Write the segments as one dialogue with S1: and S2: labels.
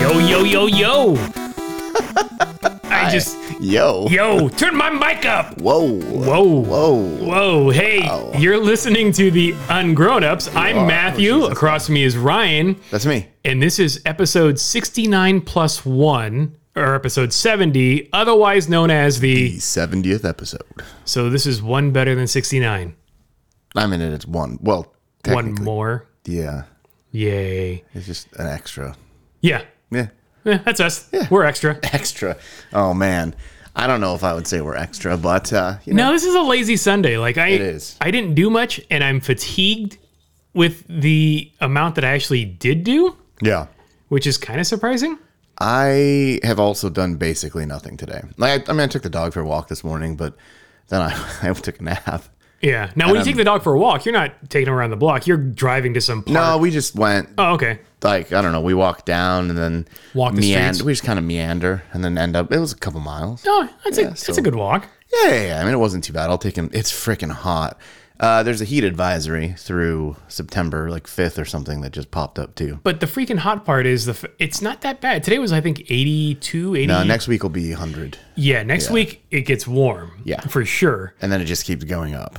S1: yo, yo. I just,
S2: Yo.
S1: yo, turn my mic up.
S2: Whoa.
S1: Whoa.
S2: Whoa.
S1: Whoa, hey,
S2: Ow.
S1: you're listening to the Ungrown Ups. I'm
S2: are.
S1: Matthew.
S2: Jesus.
S1: Across from me is Ryan.
S2: That's me.
S1: And this is episode 69 plus one, or episode 70, otherwise known as the.
S2: The 70th episode.
S1: So this is one better than 69.
S2: I mean, it's one. Well,
S1: One
S2: technically,
S1: more.
S2: Yeah.
S1: Yay.
S2: It's just an extra.
S1: Yeah.
S2: Yeah.
S1: Eh, that's us. We're extra.
S2: Extra. Oh, man. I don't know if I would say we're extra, but, uh, you know,
S1: No, this is a lazy Sunday. Like I,
S2: is.
S1: I didn't do much, and I'm fatigued with the amount that I actually did do,
S2: yeah.
S1: which is kind of surprising.
S2: I have also done basically nothing today. Like, I, I mean, I took the dog for a walk this morning, but then I, I took a nap.
S1: Yeah. Now, when you take the dog for a walk, you're not taking him around the block. You're driving to some park.
S2: No, we just went
S1: Oh, okay.
S2: like I don't know. We walked down and then
S1: Walk the streets.
S2: meander. We just kind of meander and then end up. It was a couple miles.
S1: Oh, that's a that's a good walk.
S2: Yeah, yeah, yeah. I mean, it wasn't too bad. I'll take him. It's freaking hot. Uh, there's a heat advisory through September, like fifth or something, that just popped up too.
S1: But the freaking hot part is the f- it's not that bad. Today was I think 82, 80.
S2: Uh, next week will be 100,
S1: yeah, next week it gets warm.
S2: Yeah.
S1: For sure.
S2: and then it just keeps going up.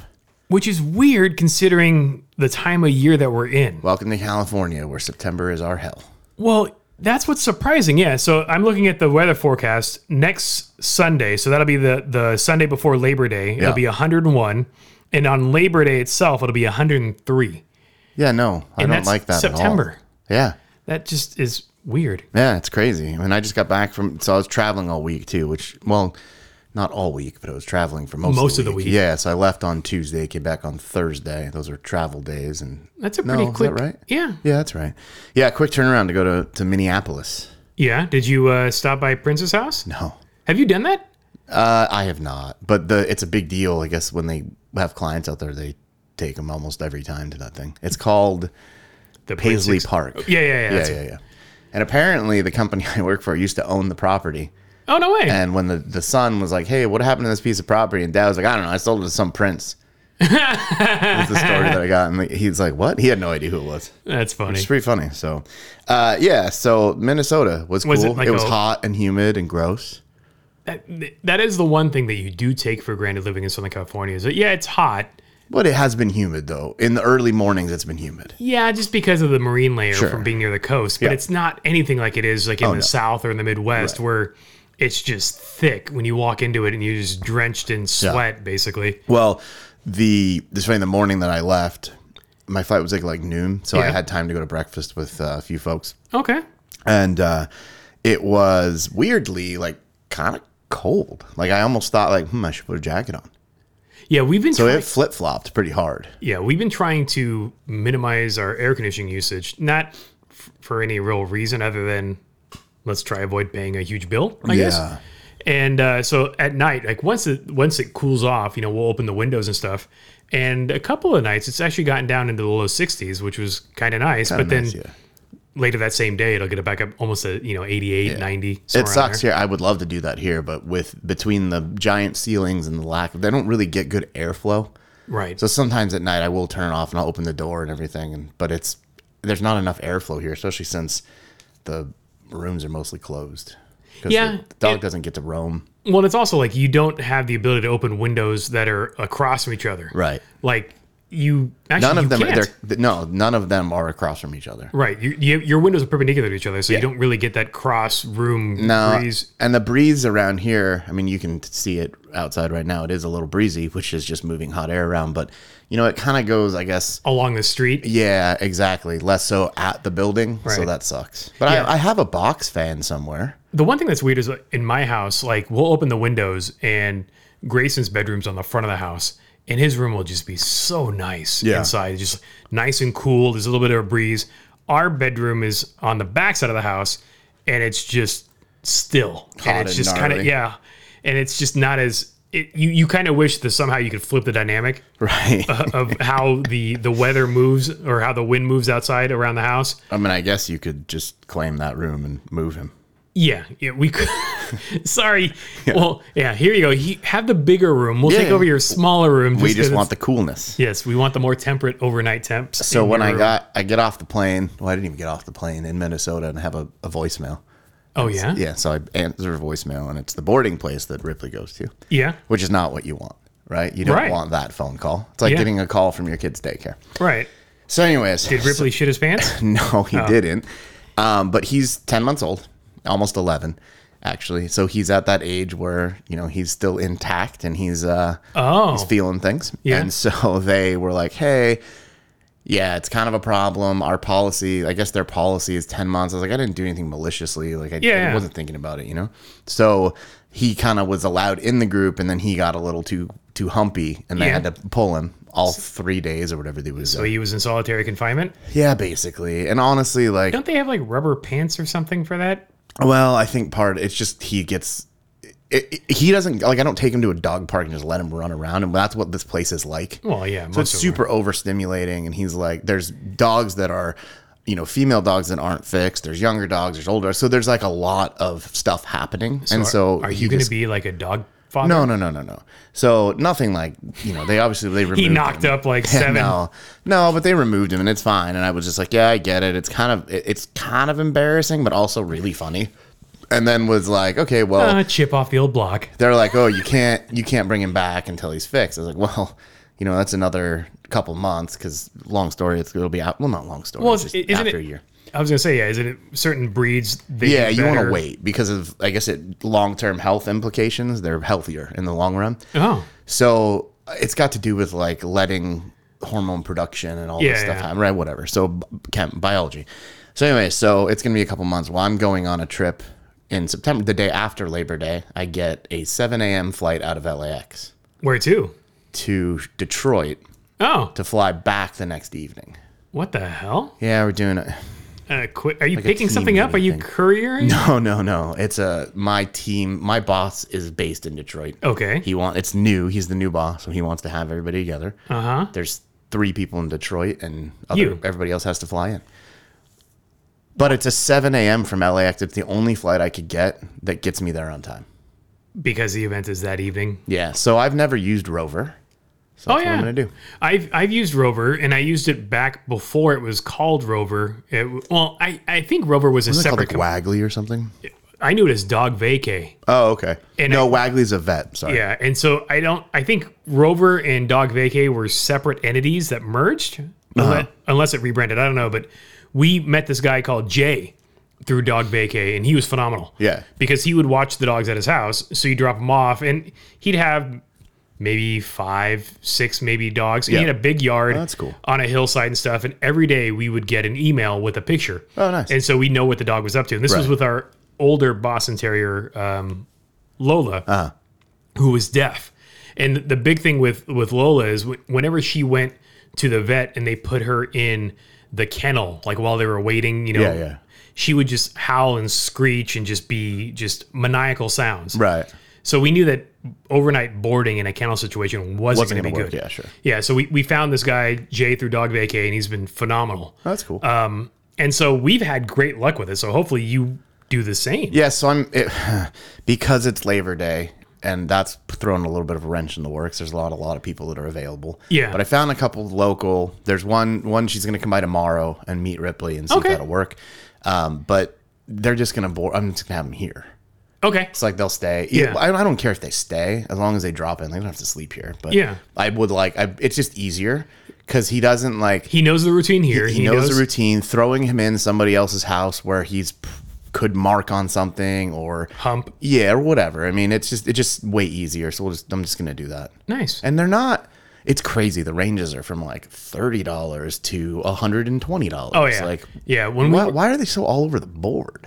S1: Which is weird considering the time of year that we're in.
S2: Welcome to California, where September is our hell.
S1: Well, that's what's surprising. Yeah. So I'm looking at the weather forecast next Sunday. So that'll be the the Sunday before Labor Day. It'll
S2: Yeah.
S1: be 101, and on Labor Day itself, it'll be 103.
S2: Yeah, no, I don't
S1: that's
S2: like that
S1: September.
S2: at all. Yeah,
S1: That just is weird.
S2: yeah, it's crazy. I mean, I just got back from, so I was traveling all week too, which, well, not all week, but I was traveling for most,
S1: Most of the week.
S2: Yeah, so I left on Tuesday, came back on Thursday. Those are travel days, and
S1: That's a
S2: No,
S1: pretty
S2: is
S1: quick.
S2: that right?
S1: Yeah.
S2: yeah, that's right. Yeah, quick turnaround to go to, to Minneapolis.
S1: Yeah. Did you uh, stop by Prince's house?
S2: No,
S1: Have you done that?
S2: uh, I have not, but the it's a big deal. I guess when they have clients out there, they take them almost every time to that thing. It's called
S1: The
S2: Paisley
S1: Prince's- Oh,
S2: Park.
S1: Yeah, yeah, yeah.
S2: yeah, yeah, yeah. And apparently, the company I work for used to own the property.
S1: Oh no way!
S2: And when the, the son was like, "Hey, what happened to this piece of property?" and Dad was like, "I don't know. I sold it to some prince." That's the story that I got, and like, he's like, "What?" He had no idea who it was.
S1: That's funny.
S2: It's pretty funny. So, uh, yeah. So Minnesota was,
S1: Was it
S2: cool. It,
S1: like
S2: was
S1: a-
S2: hot and humid and gross.
S1: That, that is the one thing that you do take for granted living in Southern California. Is that yeah, it's hot.
S2: But it has been humid though. In the early mornings, it's been humid.
S1: Yeah, just because of the marine layer
S2: Sure.
S1: from being near the coast, but
S2: Yeah. Oh,
S1: it's not anything like it is like in the
S2: no.
S1: South or in the Midwest where it's just thick when you walk into it and you're just drenched in sweat, basically.
S2: Well, the this way in the morning that I left, my flight was like like noon, so I
S1: Yeah.
S2: had time to go to breakfast with uh, a few folks,
S1: Okay.
S2: and uh, it was weirdly like kind of cold. Like I almost thought like, hmm, I should put a jacket on.
S1: Yeah, we've been
S2: So
S1: try-
S2: it flip flopped pretty hard.
S1: yeah we've been trying to minimize our air conditioning usage, not f- for any real reason other than let's try avoid paying a huge bill. I guess.
S2: Yeah.
S1: And uh, so at night, like once it once it cools off, you know, we'll open the windows and stuff. And a couple of nights, it's actually gotten down into the low 60s, which was kind of nice. but then
S2: Nice, yeah.
S1: later that same day, it'll get it back up almost to you know 88, 90. somewhere
S2: It
S1: around
S2: sucks
S1: there.
S2: here. I would love to do that here, but with between the giant ceilings and the lack, they don't really get good airflow.
S1: Right.
S2: So sometimes at night I will turn it off and I'll open the door and everything, and but it's there's not enough airflow here, especially since the rooms are mostly closed. 'Cause
S1: Yeah,
S2: the dog
S1: it-
S2: doesn't get to roam.
S1: well, it's also like you don't have the ability to open windows that are across from each other.
S2: Right.
S1: Like you actually
S2: None of them.
S1: Can't.
S2: They're, th- no, none of them are across from each other.
S1: Right, you, you, your windows are perpendicular to each other, so you don't really get that cross room
S2: No,
S1: breeze.
S2: and the breeze around here. I mean, you can t- see it outside right now. It is a little breezy, which is just moving hot air around. But you know, it kind of goes, I guess.
S1: along the street.
S2: Yeah, exactly. Less so at the building, so
S1: Right.
S2: that sucks. But
S1: Yeah.
S2: I, I have a box fan somewhere.
S1: The one thing that's weird is uh, in my house, like we'll open the windows and Grayson's bedroom's on the front of the house, and his room will just be so nice
S2: Yeah.
S1: inside, just nice and cool. There's a little bit of a breeze. Our bedroom is on the back side of the house, and it's just still,
S2: Hot
S1: it's
S2: and
S1: just kind of
S2: gnarly.
S1: yeah, and it's just not as it, you you kind of wish that somehow you could flip the dynamic
S2: Right.
S1: of how the the weather moves or how the wind moves outside around the house.
S2: I mean, I guess you could just claim that room and move him.
S1: Yeah, yeah, we could. Sorry. Well, yeah, here you go. He, have the bigger room. We'll take
S2: Yeah.
S1: over your smaller room.
S2: We just
S1: 'cause
S2: want
S1: it's-
S2: the coolness.
S1: Yes, we want the more temperate overnight temps.
S2: So
S1: in
S2: when
S1: your
S2: I
S1: room.
S2: got, I get off the plane. Well, I didn't even get off the plane in Minnesota and have a, a voicemail.
S1: Oh yeah,
S2: Yeah, so I answer a voicemail, and it's the boarding place that Ripley goes to,
S1: yeah,
S2: which is not what you want, right? You don't
S1: Right.
S2: want that phone call. It's like
S1: Yeah.
S2: getting a call from your kid's daycare.
S1: right.
S2: So, anyways,
S1: Did Ripley shit his pants?
S2: no, he didn't. Um, but he's 10 months old, almost 11, actually. So he's at that age where, you know, he's still intact and he's uh, he's
S1: Oh,
S2: feeling things.
S1: Yeah.
S2: And so they were like, hey, yeah, it's kind of a problem. Our policy, I guess their policy is 10 months. I was like, I didn't do anything maliciously. Like, I,
S1: Yeah.
S2: I wasn't thinking about it, you know? So he kind of was allowed in the group and then he got a little too too humpy and they
S1: Yeah.
S2: had to pull him all three days or whatever they was.
S1: so he was in solitary confinement.
S2: yeah, basically. And honestly, like,
S1: Don't they have like rubber pants or something for that?
S2: Well, I think part it's just he gets it, it- he doesn't like I don't take him to a dog park and just let him run around and that's what this place is like.
S1: Well, yeah,
S2: so it's
S1: most of them
S2: super overstimulating and he's like there's dogs that are you know female dogs that aren't fixed, there's younger dogs, there's older. So there's like a lot of stuff happening. and so
S1: are
S2: he
S1: you going
S2: just-
S1: to be like a dog father?
S2: No, no, no, no, no. So nothing like, you know, they obviously they removed
S1: he knocked
S2: him.
S1: up like seven.
S2: No, no, but they removed him, and it's fine. And I was just like, yeah, I get it. It's kind of it- it's kind of embarrassing, but also really funny. And then was like, okay, well,
S1: Uh, chip off the old block.
S2: they're like, oh, you can't you can't bring him back until he's fixed. I was like, well, you know, that's another couple months because long story, it's, it'll be out. Well, not long story.
S1: Well,
S2: it's just
S1: isn't
S2: after
S1: it-
S2: a year.
S1: I was going to say, yeah, is it certain breeds? They
S2: Yeah,
S1: do
S2: you want
S1: better?
S2: to wait because of I guess it long term health implications. They're healthier in the long run.
S1: Oh,
S2: So uh, it's got to do with like letting hormone production and all
S1: Yeah,
S2: this stuff
S1: yeah.
S2: happen, right? Whatever. So b- chem, biology. So anyway, so it's gonna be a couple months. Well, I'm going on a trip in September, the day after Labor Day. I get a 7 a.m. flight out of LAX
S1: where to?
S2: to Detroit
S1: Oh,
S2: to fly back the next evening.
S1: what the hell?
S2: Yeah, we're doing it.
S1: Uh, quit. Are you picking
S2: team
S1: something up? Are you couriering?
S2: No, no, no. It's a my team. My boss is based in Detroit.
S1: Okay.
S2: He want it's new. He's the new boss, so he wants to have everybody together.
S1: Uh huh.
S2: there's three people in Detroit and other,
S1: You.
S2: everybody else has to fly in. But it's a 7 a.m. from LAX. It's the only flight I could get that gets me there on time.
S1: Because the event is that evening.
S2: Yeah. So I've never used Rover. So
S1: Oh,
S2: that's what
S1: yeah.
S2: I'm going to do.
S1: I've I've used Rover, and I used it back before it was called Rover. It, w- well, I, I think Rover was a
S2: Is it
S1: separate.
S2: called like
S1: company.
S2: Wagley or something?
S1: I knew it as Dog Vacay.
S2: Oh, okay.
S1: And
S2: no, Wagley's a vet. Sorry.
S1: Yeah, and so I don't. I think Rover and Dog Vacay were separate entities that merged,
S2: Uh-huh.
S1: unless, unless it rebranded. I don't know, but we met this guy called Jay through Dog Vacay, and he was phenomenal.
S2: Yeah.
S1: because he would watch the dogs at his house, so you drop them off, and he'd have maybe five, six, maybe dogs. And He
S2: Yeah. Oh,
S1: had a big yard.
S2: that's cool.
S1: On a hillside and stuff, and every day we would get an email with a picture.
S2: Oh, nice.
S1: And so we know what the dog was up to. And this was
S2: Right.
S1: with our older Boston Terrier, um,
S2: Uh-huh.
S1: Lola who was deaf. And the big thing with with Lola is wh- whenever she went to the vet and they put her in the kennel, like while they were waiting, you know,
S2: Yeah, yeah.
S1: she would just howl and screech and just be just maniacal sounds.
S2: Right.
S1: So we knew that overnight boarding in a kennel situation wasn't,
S2: Wasn't
S1: going
S2: going
S1: to
S2: to
S1: be
S2: work.
S1: good.
S2: Yeah, sure.
S1: Yeah. So we, we found this guy Jay through Dog Vacay, and he's been phenomenal.
S2: Oh, That's cool.
S1: Um, and so we've had great luck with it. So hopefully you do the same.
S2: Yeah, so I'm it, because it's Labor Day, and that's thrown a little bit of a wrench in the works. There's a lot, a lot of people that are available.
S1: Yeah.
S2: but I found a couple local. There's one, one she's going to come by tomorrow and meet Ripley and see
S1: Okay.
S2: if that'll work. Um, but they're just going to board. I'm just going to have them here.
S1: Okay.
S2: It's like they'll stay.
S1: Yeah.
S2: I, I don't care if they stay as long as they drop in. They don't have to sleep here. But
S1: Yeah.
S2: I would like. I, it's just easier because he doesn't like
S1: He knows the routine here.
S2: he, knows, the routine. Throwing him in somebody else's house where he's could mark on something or
S1: Hump.
S2: yeah or whatever. I mean, it's just it's just way easier. So we'll just I'm just gonna do that.
S1: Nice.
S2: And they're not. It's crazy. The ranges are from like thirty dollars to hundred and twenty dollars.
S1: Oh yeah,
S2: Like
S1: yeah. When we
S2: why, why are they so all over the board?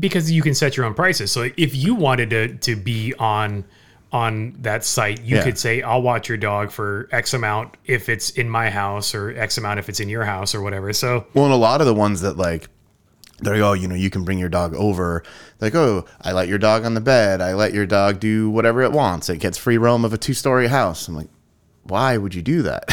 S1: because you can set your own prices. So if you wanted to to be on on that site, you
S2: Yeah.
S1: could say, "I'll watch your dog for X amount if it's in my house, or X amount if it's in your house, or whatever." So
S2: Well, and a lot of the ones that like they're like, oh, you know, you can bring your dog over. Like, oh, I let your dog on the bed. I let your dog do whatever it wants. It gets free roam of a two story house. I'm like, why would you do that?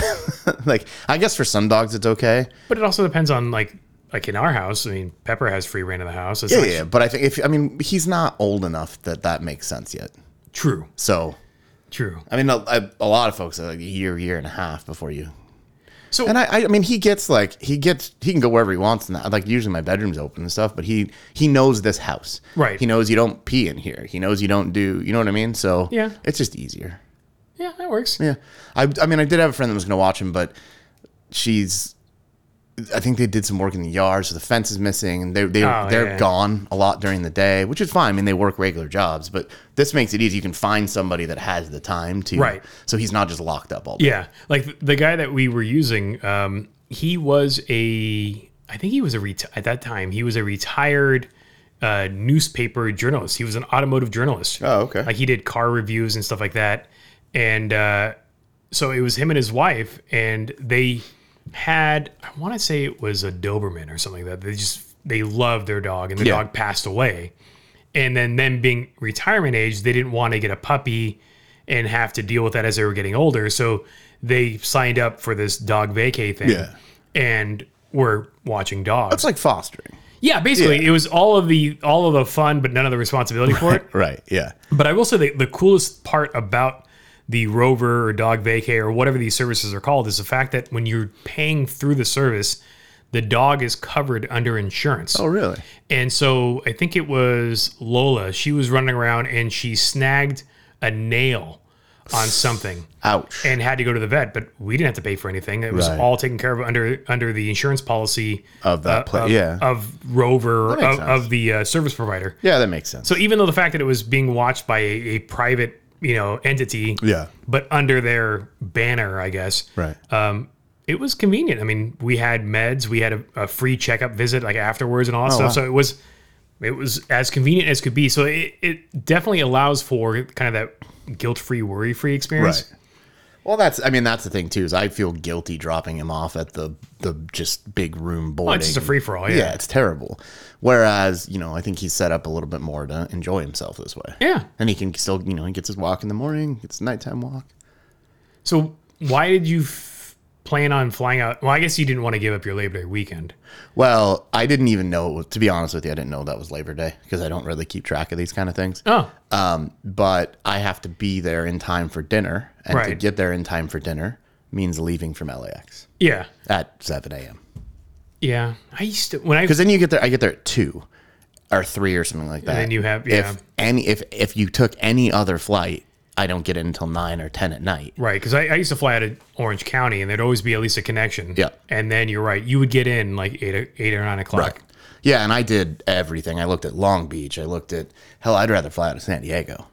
S2: like, I guess for some dogs it's okay.
S1: but it also depends on like like in our house. I mean, Pepper has free reign of the house. It's
S2: Yeah,
S1: not
S2: yeah. But I think if I mean he's not old enough that that makes sense yet.
S1: True,
S2: So
S1: true.
S2: I mean, a, a- a lot of folks are like a year, year and a half before you.
S1: So-
S2: and I, I mean he gets like he gets he can go wherever he wants and that. like usually my bedroom's open and stuff but he he knows this house
S1: Right.
S2: he knows you don't pee in here he knows you don't do you know what I mean so
S1: Yeah.
S2: it's just easier
S1: Yeah, that works.
S2: yeah I I mean I did have a friend that was gonna watch him but she's I think they did some work in the yard so the fence is missing and they they
S1: Oh,
S2: they're
S1: yeah.
S2: gone a lot during the day which is fine I mean they work regular jobs but this makes it easy you can find somebody that has the time to
S1: Right.
S2: so he's not just locked up all day.
S1: Yeah, like th- the guy that we were using, um, he was a, I think he was a reti- at that time he was a retired uh, newspaper journalist. He was an automotive journalist.
S2: Oh, okay.
S1: Like he did car reviews and stuff like that, and uh, so it was him and his wife, and they had I want to say it was a Doberman or something like that. They just they loved their dog, and the
S2: Yeah.
S1: dog passed away. And then them being retirement age, they didn't want to get a puppy and have to deal with that as they were getting older. So they signed up for this dog vacay thing.
S2: Yeah.
S1: And were watching
S2: It's
S1: dogs.
S2: like fostering.
S1: Yeah, basically it was all of the all of the fun but none of the responsibility for it.
S2: Right. Yeah.
S1: But I will say the, the coolest part about the Rover or Dog Vacay or whatever these services are called is the fact that when you're paying through the service, the dog is covered under insurance.
S2: Oh, really?
S1: And so I think it was Lola. She was running around and she snagged a nail on something
S2: Ouch.
S1: and had to go to the vet, but we didn't have to pay for anything. It was
S2: Right.
S1: all taken care of under under the insurance policy
S2: of that place.
S1: of,
S2: yeah.
S1: of Rover
S2: makes
S1: of, of the uh, service provider.
S2: yeah, that makes sense.
S1: So even though the fact that it was being watched by a, a private, you know, entity,
S2: yeah.
S1: but under their banner, I guess,
S2: Right.
S1: um, it was convenient. I mean, we had meds, we had a, a free checkup visit like afterwards and all
S2: Oh,
S1: that stuff. So it was it was as convenient as could be. So it, it definitely allows for kind of that guilt free, worry free experience.
S2: Right. Well, that's. I mean, that's the thing too. Is I feel guilty dropping him off at the the just big room boarding.
S1: It's Oh, just a free for all.
S2: yeah.
S1: Yeah.
S2: it's terrible. Whereas, you know, I think he's set up a little bit more to enjoy himself this way.
S1: Yeah.
S2: And he can still, you know, he gets his walk in the morning, gets his nighttime walk.
S1: So why did you f- plan on flying out? Well, I guess you didn't want to give up your Labor Day weekend.
S2: Well, I didn't even know. it was- To be honest with you, I didn't know that was Labor Day because I don't really keep track of these kind of things.
S1: Oh,
S2: Um, but I have to be there in time for dinner, and to
S1: Right.
S2: get there in time for dinner means leaving from LAX
S1: yeah.
S2: at seven a.m.
S1: Yeah. I used to, when I
S2: Because then you get there, I get there at two or three or something like that.
S1: then you have- yeah.
S2: If any, if if you took any other flight, I don't get in until nine or ten at night.
S1: Right, because I, I used to fly out of Orange County, and there'd always be at least a connection.
S2: Yeah.
S1: and then you're right; you would get in like eight, or- eight or nine o'clock.
S2: Yeah, and I did everything. I looked at Long Beach. I looked at hell. I'd rather fly out of San Diego.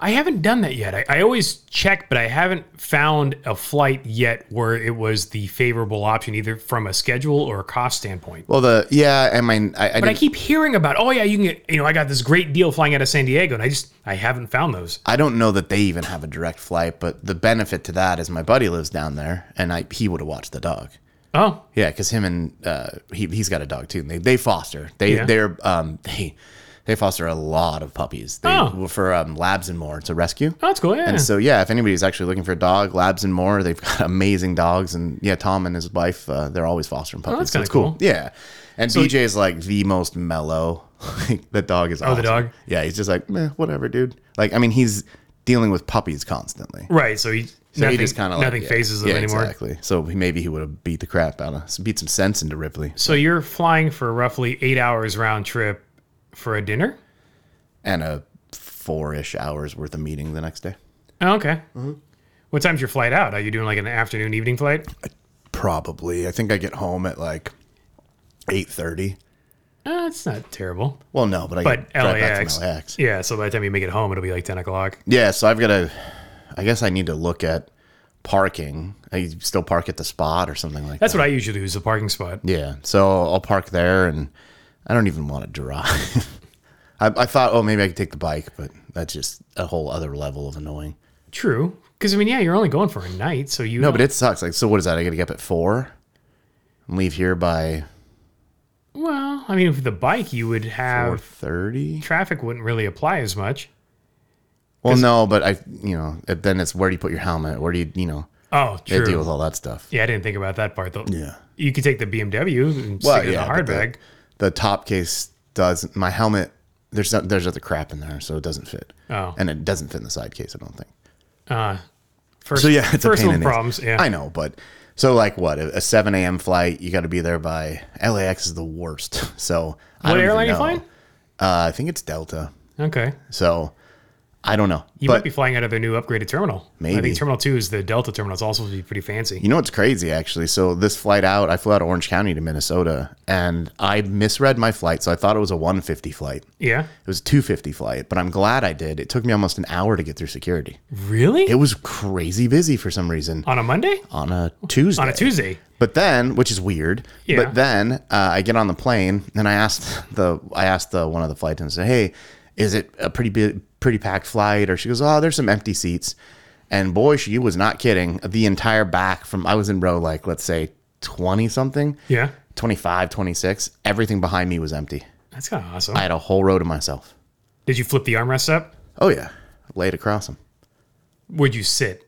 S1: I haven't done that yet. I, I always check, but I haven't found a flight yet where it was the favorable option, either from a schedule or a cost standpoint.
S2: Well, the yeah, I mean, I, I
S1: But I
S2: didn't,
S1: keep hearing about, oh yeah, you can get, you know, I got this great deal flying out of San Diego, and I just I haven't found those.
S2: I don't know that they even have a direct flight. But the benefit to that is my buddy lives down there, and I he would have watched the dog.
S1: Oh,
S2: Yeah, because him and uh, he he's got a dog too. And they they foster. They
S1: Yeah.
S2: they're um they they foster a lot of puppies. They,
S1: Oh.
S2: well, for um, Labs and More. It's a rescue.
S1: oh that's cool. Yeah,
S2: And so yeah, if anybody's actually looking for a dog, Labs and More, they've got amazing dogs. And yeah, Tom and his wife, uh, they're always fostering puppies.
S1: Oh, that's
S2: so it's
S1: kinda cool.
S2: Yeah, and BJ is like the most mellow. Like, the dog is oh
S1: the dog?
S2: Yeah, he's just like meh, whatever, dude. Like I mean, he's dealing with puppies constantly.
S1: right. So he
S2: So
S1: nothing,
S2: he just kind of
S1: nothing
S2: like, yeah.
S1: phases them
S2: yeah,
S1: anymore.
S2: Exactly. So he- maybe he would have beat the crap out of beat some sense into Ripley
S1: So you're flying for roughly eight hours round trip for a dinner.
S2: and a four ish hours worth of meeting the next day.
S1: Oh, okay. What time's your flight out? Are you doing like an afternoon, evening flight?
S2: Probably. I think I get home at like eight thirty.
S1: Uh, it's not terrible.
S2: Well, no, but I
S1: But
S2: get right
S1: LAX.
S2: back from LAX.
S1: Yeah, so by the time you make it home, it'll be like 10 o'clock.
S2: Yeah, so I've got to. I guess I need to look at parking. I still park at the spot or something like
S1: That's
S2: that.
S1: what I usually do is a parking spot.
S2: yeah, so I'll park there, and I don't even want to drive. I, I thought, oh, maybe I could take the bike, but that's just a whole other level of annoying.
S1: True. Because, I mean, yeah, you're only going for a night, so you.
S2: No, but it sucks. Like, so what is that? I got to get up at four and leave here by
S1: Well, I mean, with the bike, you would
S2: four
S1: have.
S2: thirty.
S1: Traffic wouldn't really apply as much.
S2: Well, no, but I, you know, then it's where do you put your helmet? Where do you, you know,
S1: Oh,
S2: they
S1: true.
S2: deal with all that stuff.
S1: Yeah, I didn't think about that part, though.
S2: Yeah.
S1: You could take the BMW and stick it in the
S2: but
S1: hard
S2: the-
S1: bag.
S2: The, top case does my helmet. There's not, there's other crap in there, so it doesn't fit.
S1: Oh.
S2: and it doesn't fit in the side case. I don't think.
S1: Uh, first,
S2: So yeah, it's
S1: first
S2: a pain
S1: world
S2: in the ass.
S1: problems. Yeah.
S2: I know, but So like what a, a seven a.m. flight? You got to be there by LAX is the worst. So I
S1: What
S2: don't even
S1: airline you
S2: know.
S1: flying?
S2: Uh, I think it's Delta.
S1: Okay.
S2: So I don't know.
S1: You might
S2: but
S1: be flying out of their new upgraded terminal. I
S2: Maybe.
S1: think Terminal 2 is the Delta terminal. It's also supposed to be pretty fancy.
S2: you know what's crazy actually? So this flight out, I flew out of Orange County to Minnesota, and I misread my flight, so I thought it was a one fifty flight.
S1: Yeah.
S2: It was a two fifty flight, but I'm glad I did. It took me almost an hour to get through security.
S1: Really?
S2: It was crazy busy for some reason
S1: on a Monday?
S2: on a Tuesday.
S1: On a Tuesday?
S2: But then, which is weird.
S1: Yeah.
S2: But then uh, I get on the plane and I asked the I asked the one of the flight attendants, "Hey, is it a pretty bi- pretty packed flight?" Or she goes, "Oh, there's some empty seats." And boy, she was not kidding. The entire back from I was in row like let's say 20 something,
S1: Yeah.
S2: 25, 26, everything behind me was empty.
S1: That's kind of awesome.
S2: I had a whole row to myself.
S1: Did you flip the armrests up?
S2: Oh yeah, laid across them.
S1: Where'd you sit?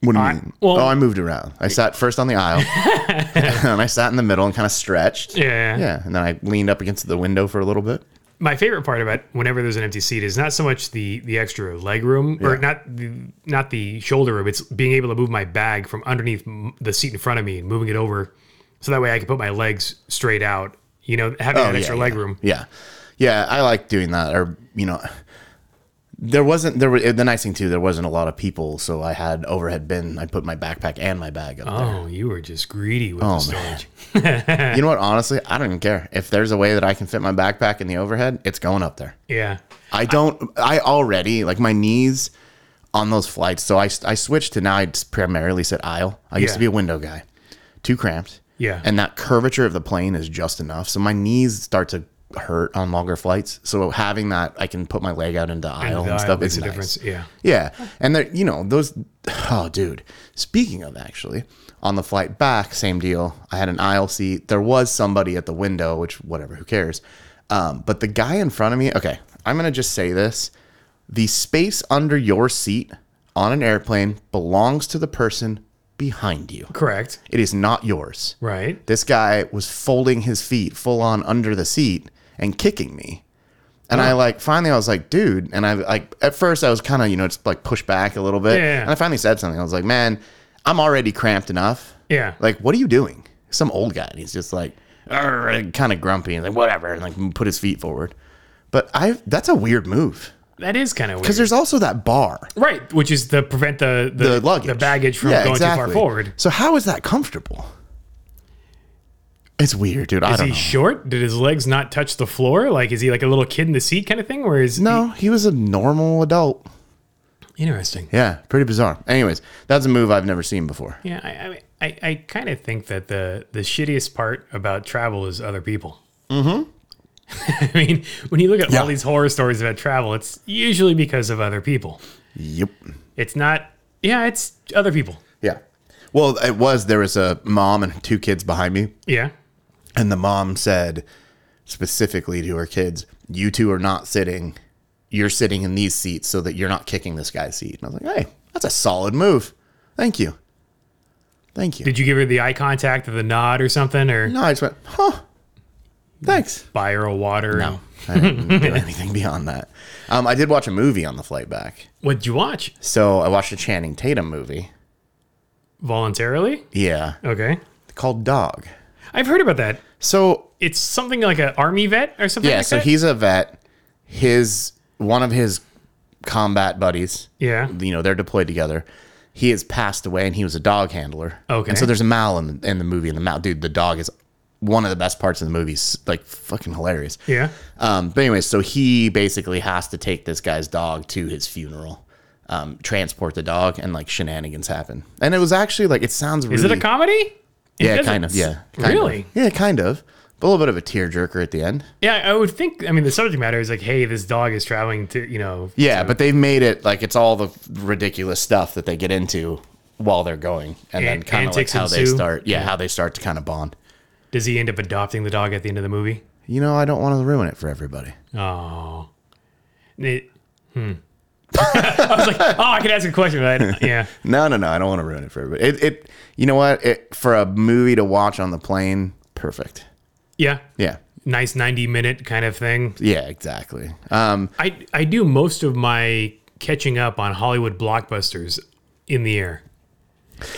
S2: What do you
S1: I-
S2: mean?
S1: well-
S2: oh, I moved around. I sat first on the aisle, and I sat in the middle and kind of stretched.
S1: Yeah.
S2: Yeah, and then I leaned up against the window for a little bit.
S1: My favorite part about whenever there's an empty seat is not so much the the extra leg room or not the not the shoulder room. It's being able to move my bag from underneath m- the seat in front of me and moving it over, so that way I can put my legs straight out. You know, having that
S2: yeah,
S1: extra
S2: Oh, yeah.
S1: leg room.
S2: Yeah, yeah, I like doing that. Or you know, there wasn't there. Were, the nice thing too, there wasn't a lot of people, so I had overhead bin. I put my backpack and my bag up.
S1: Oh, you were just greedy with
S2: Oh,
S1: the storage. Oh.
S2: there. You know what? Honestly, I don't even care if there's a way that I can fit my backpack in the overhead. It's going up there.
S1: Yeah.
S2: I don't. I already like my knees on those flights. So I I switched to now. I just primarily sit aisle. I used
S1: Yeah.
S2: to be a window guy. Too cramped.
S1: Yeah.
S2: And that curvature of the plane is just enough. So my knees start to hurt on longer flights. So having that, I can put my leg out into aisle and,
S1: The aisle
S2: stuff.
S1: makes
S2: It's
S1: a
S2: nice.
S1: difference. Yeah.
S2: Yeah. And there, you know, those, oh, dude. Speaking of actually, on the flight back, same deal. I had an aisle seat. There was somebody at the window, which, whatever, who cares? Um, but the guy in front of me, okay, I'm going to just say this. The space under your seat on an airplane belongs to the person behind you,
S1: Correct.
S2: it is not yours.
S1: Right.
S2: This guy was folding his feet full on under the seat and kicking me. And I like finally I was like, dude, and I like at first I was kind of, you know, just like pushed back a little bit.
S1: Yeah.
S2: And I finally said something. I was like, man, I'm already cramped enough.
S1: Yeah.
S2: Like, what are you doing? Some old guy. And he's just like kind of grumpy and like whatever and like put his feet forward. But I that's a weird move.
S1: that is kind of weird.
S2: Because there's also that bar.
S1: Right, which is to prevent the the,
S2: The luggage.
S1: the baggage from
S2: Yeah,
S1: going too far
S2: exactly.
S1: forward.
S2: So how is that comfortable? It's weird, dude. I
S1: Is
S2: don't
S1: he
S2: know.
S1: short? Did his legs not touch the floor? Like, is he like a little kid in the seat kind of thing? Where is
S2: No, he was a normal adult.
S1: interesting?
S2: Yeah, pretty bizarre. Anyways, that's a move I've never seen before.
S1: Yeah, I I, I, I kind of think that the the shittiest part about travel is other people. Mm-hmm. I mean, when you look at all
S2: Yeah.
S1: these horror stories about travel, it's usually because of other people.
S2: Yep.
S1: It's not. Yeah, it's other people.
S2: Yeah. Well, it was there was a mom and two kids behind me,
S1: Yeah.
S2: and the mom said specifically to her kids, "You two are not sitting. You're sitting in these seats so that you're not kicking this guy's seat." And I was like, "Hey, that's a solid move. Thank you. Thank you."
S1: Did you give her the eye contact or the nod or something, or
S2: no, I just went, "Huh? Thanks."
S1: buy her a water?
S2: No, I didn't do anything beyond that. Um, I did watch a movie on the flight back.
S1: What'd you watch?
S2: So I watched a Channing Tatum movie.
S1: Voluntarily?
S2: Yeah.
S1: Okay.
S2: Called Dog.
S1: I've heard about that.
S2: So
S1: It's something like an army vet or something.
S2: yeah,
S1: like
S2: so
S1: that?
S2: he's a vet. His one of his combat buddies,
S1: Yeah.
S2: you know, they're deployed together. He has passed away and he was a dog handler.
S1: Okay.
S2: And so there's a mal in the, in the movie and the mal dude, the dog is one of the best parts of the movie. It's, like fucking hilarious.
S1: Yeah.
S2: Um, but anyway, so he basically has to take this guy's dog to his funeral, um, transport the dog, and like shenanigans happen. And it was actually like it sounds really
S1: Is it a comedy? It
S2: yeah,
S1: doesn't
S2: kind of
S1: s-
S2: yeah, kind
S1: really?
S2: of. yeah, kind of. But a little bit of a tearjerker at the end.
S1: Yeah, I would think. I mean, the subject matter is like, hey, this dog is traveling to, you know,
S2: Yeah, but they've made it like it's all the ridiculous stuff that they get into while they're going, and then
S1: An-
S2: kind of like
S1: antics
S2: how they
S1: ensue.
S2: start. Yeah, how they start to kind of bond.
S1: does he end up adopting the dog at the end of the movie?
S2: You know, I don't want to ruin it for everybody.
S1: Oh. It- hmm. I was like, oh, I could ask a question, but I- yeah,
S2: No, no, no, I don't want to ruin it for everybody. It, it you know what? It for a movie to watch on the plane, perfect.
S1: yeah,
S2: Yeah,
S1: nice ninety minute kind of thing.
S2: yeah, exactly. Um,
S1: I I do most of my catching up on Hollywood blockbusters in the air.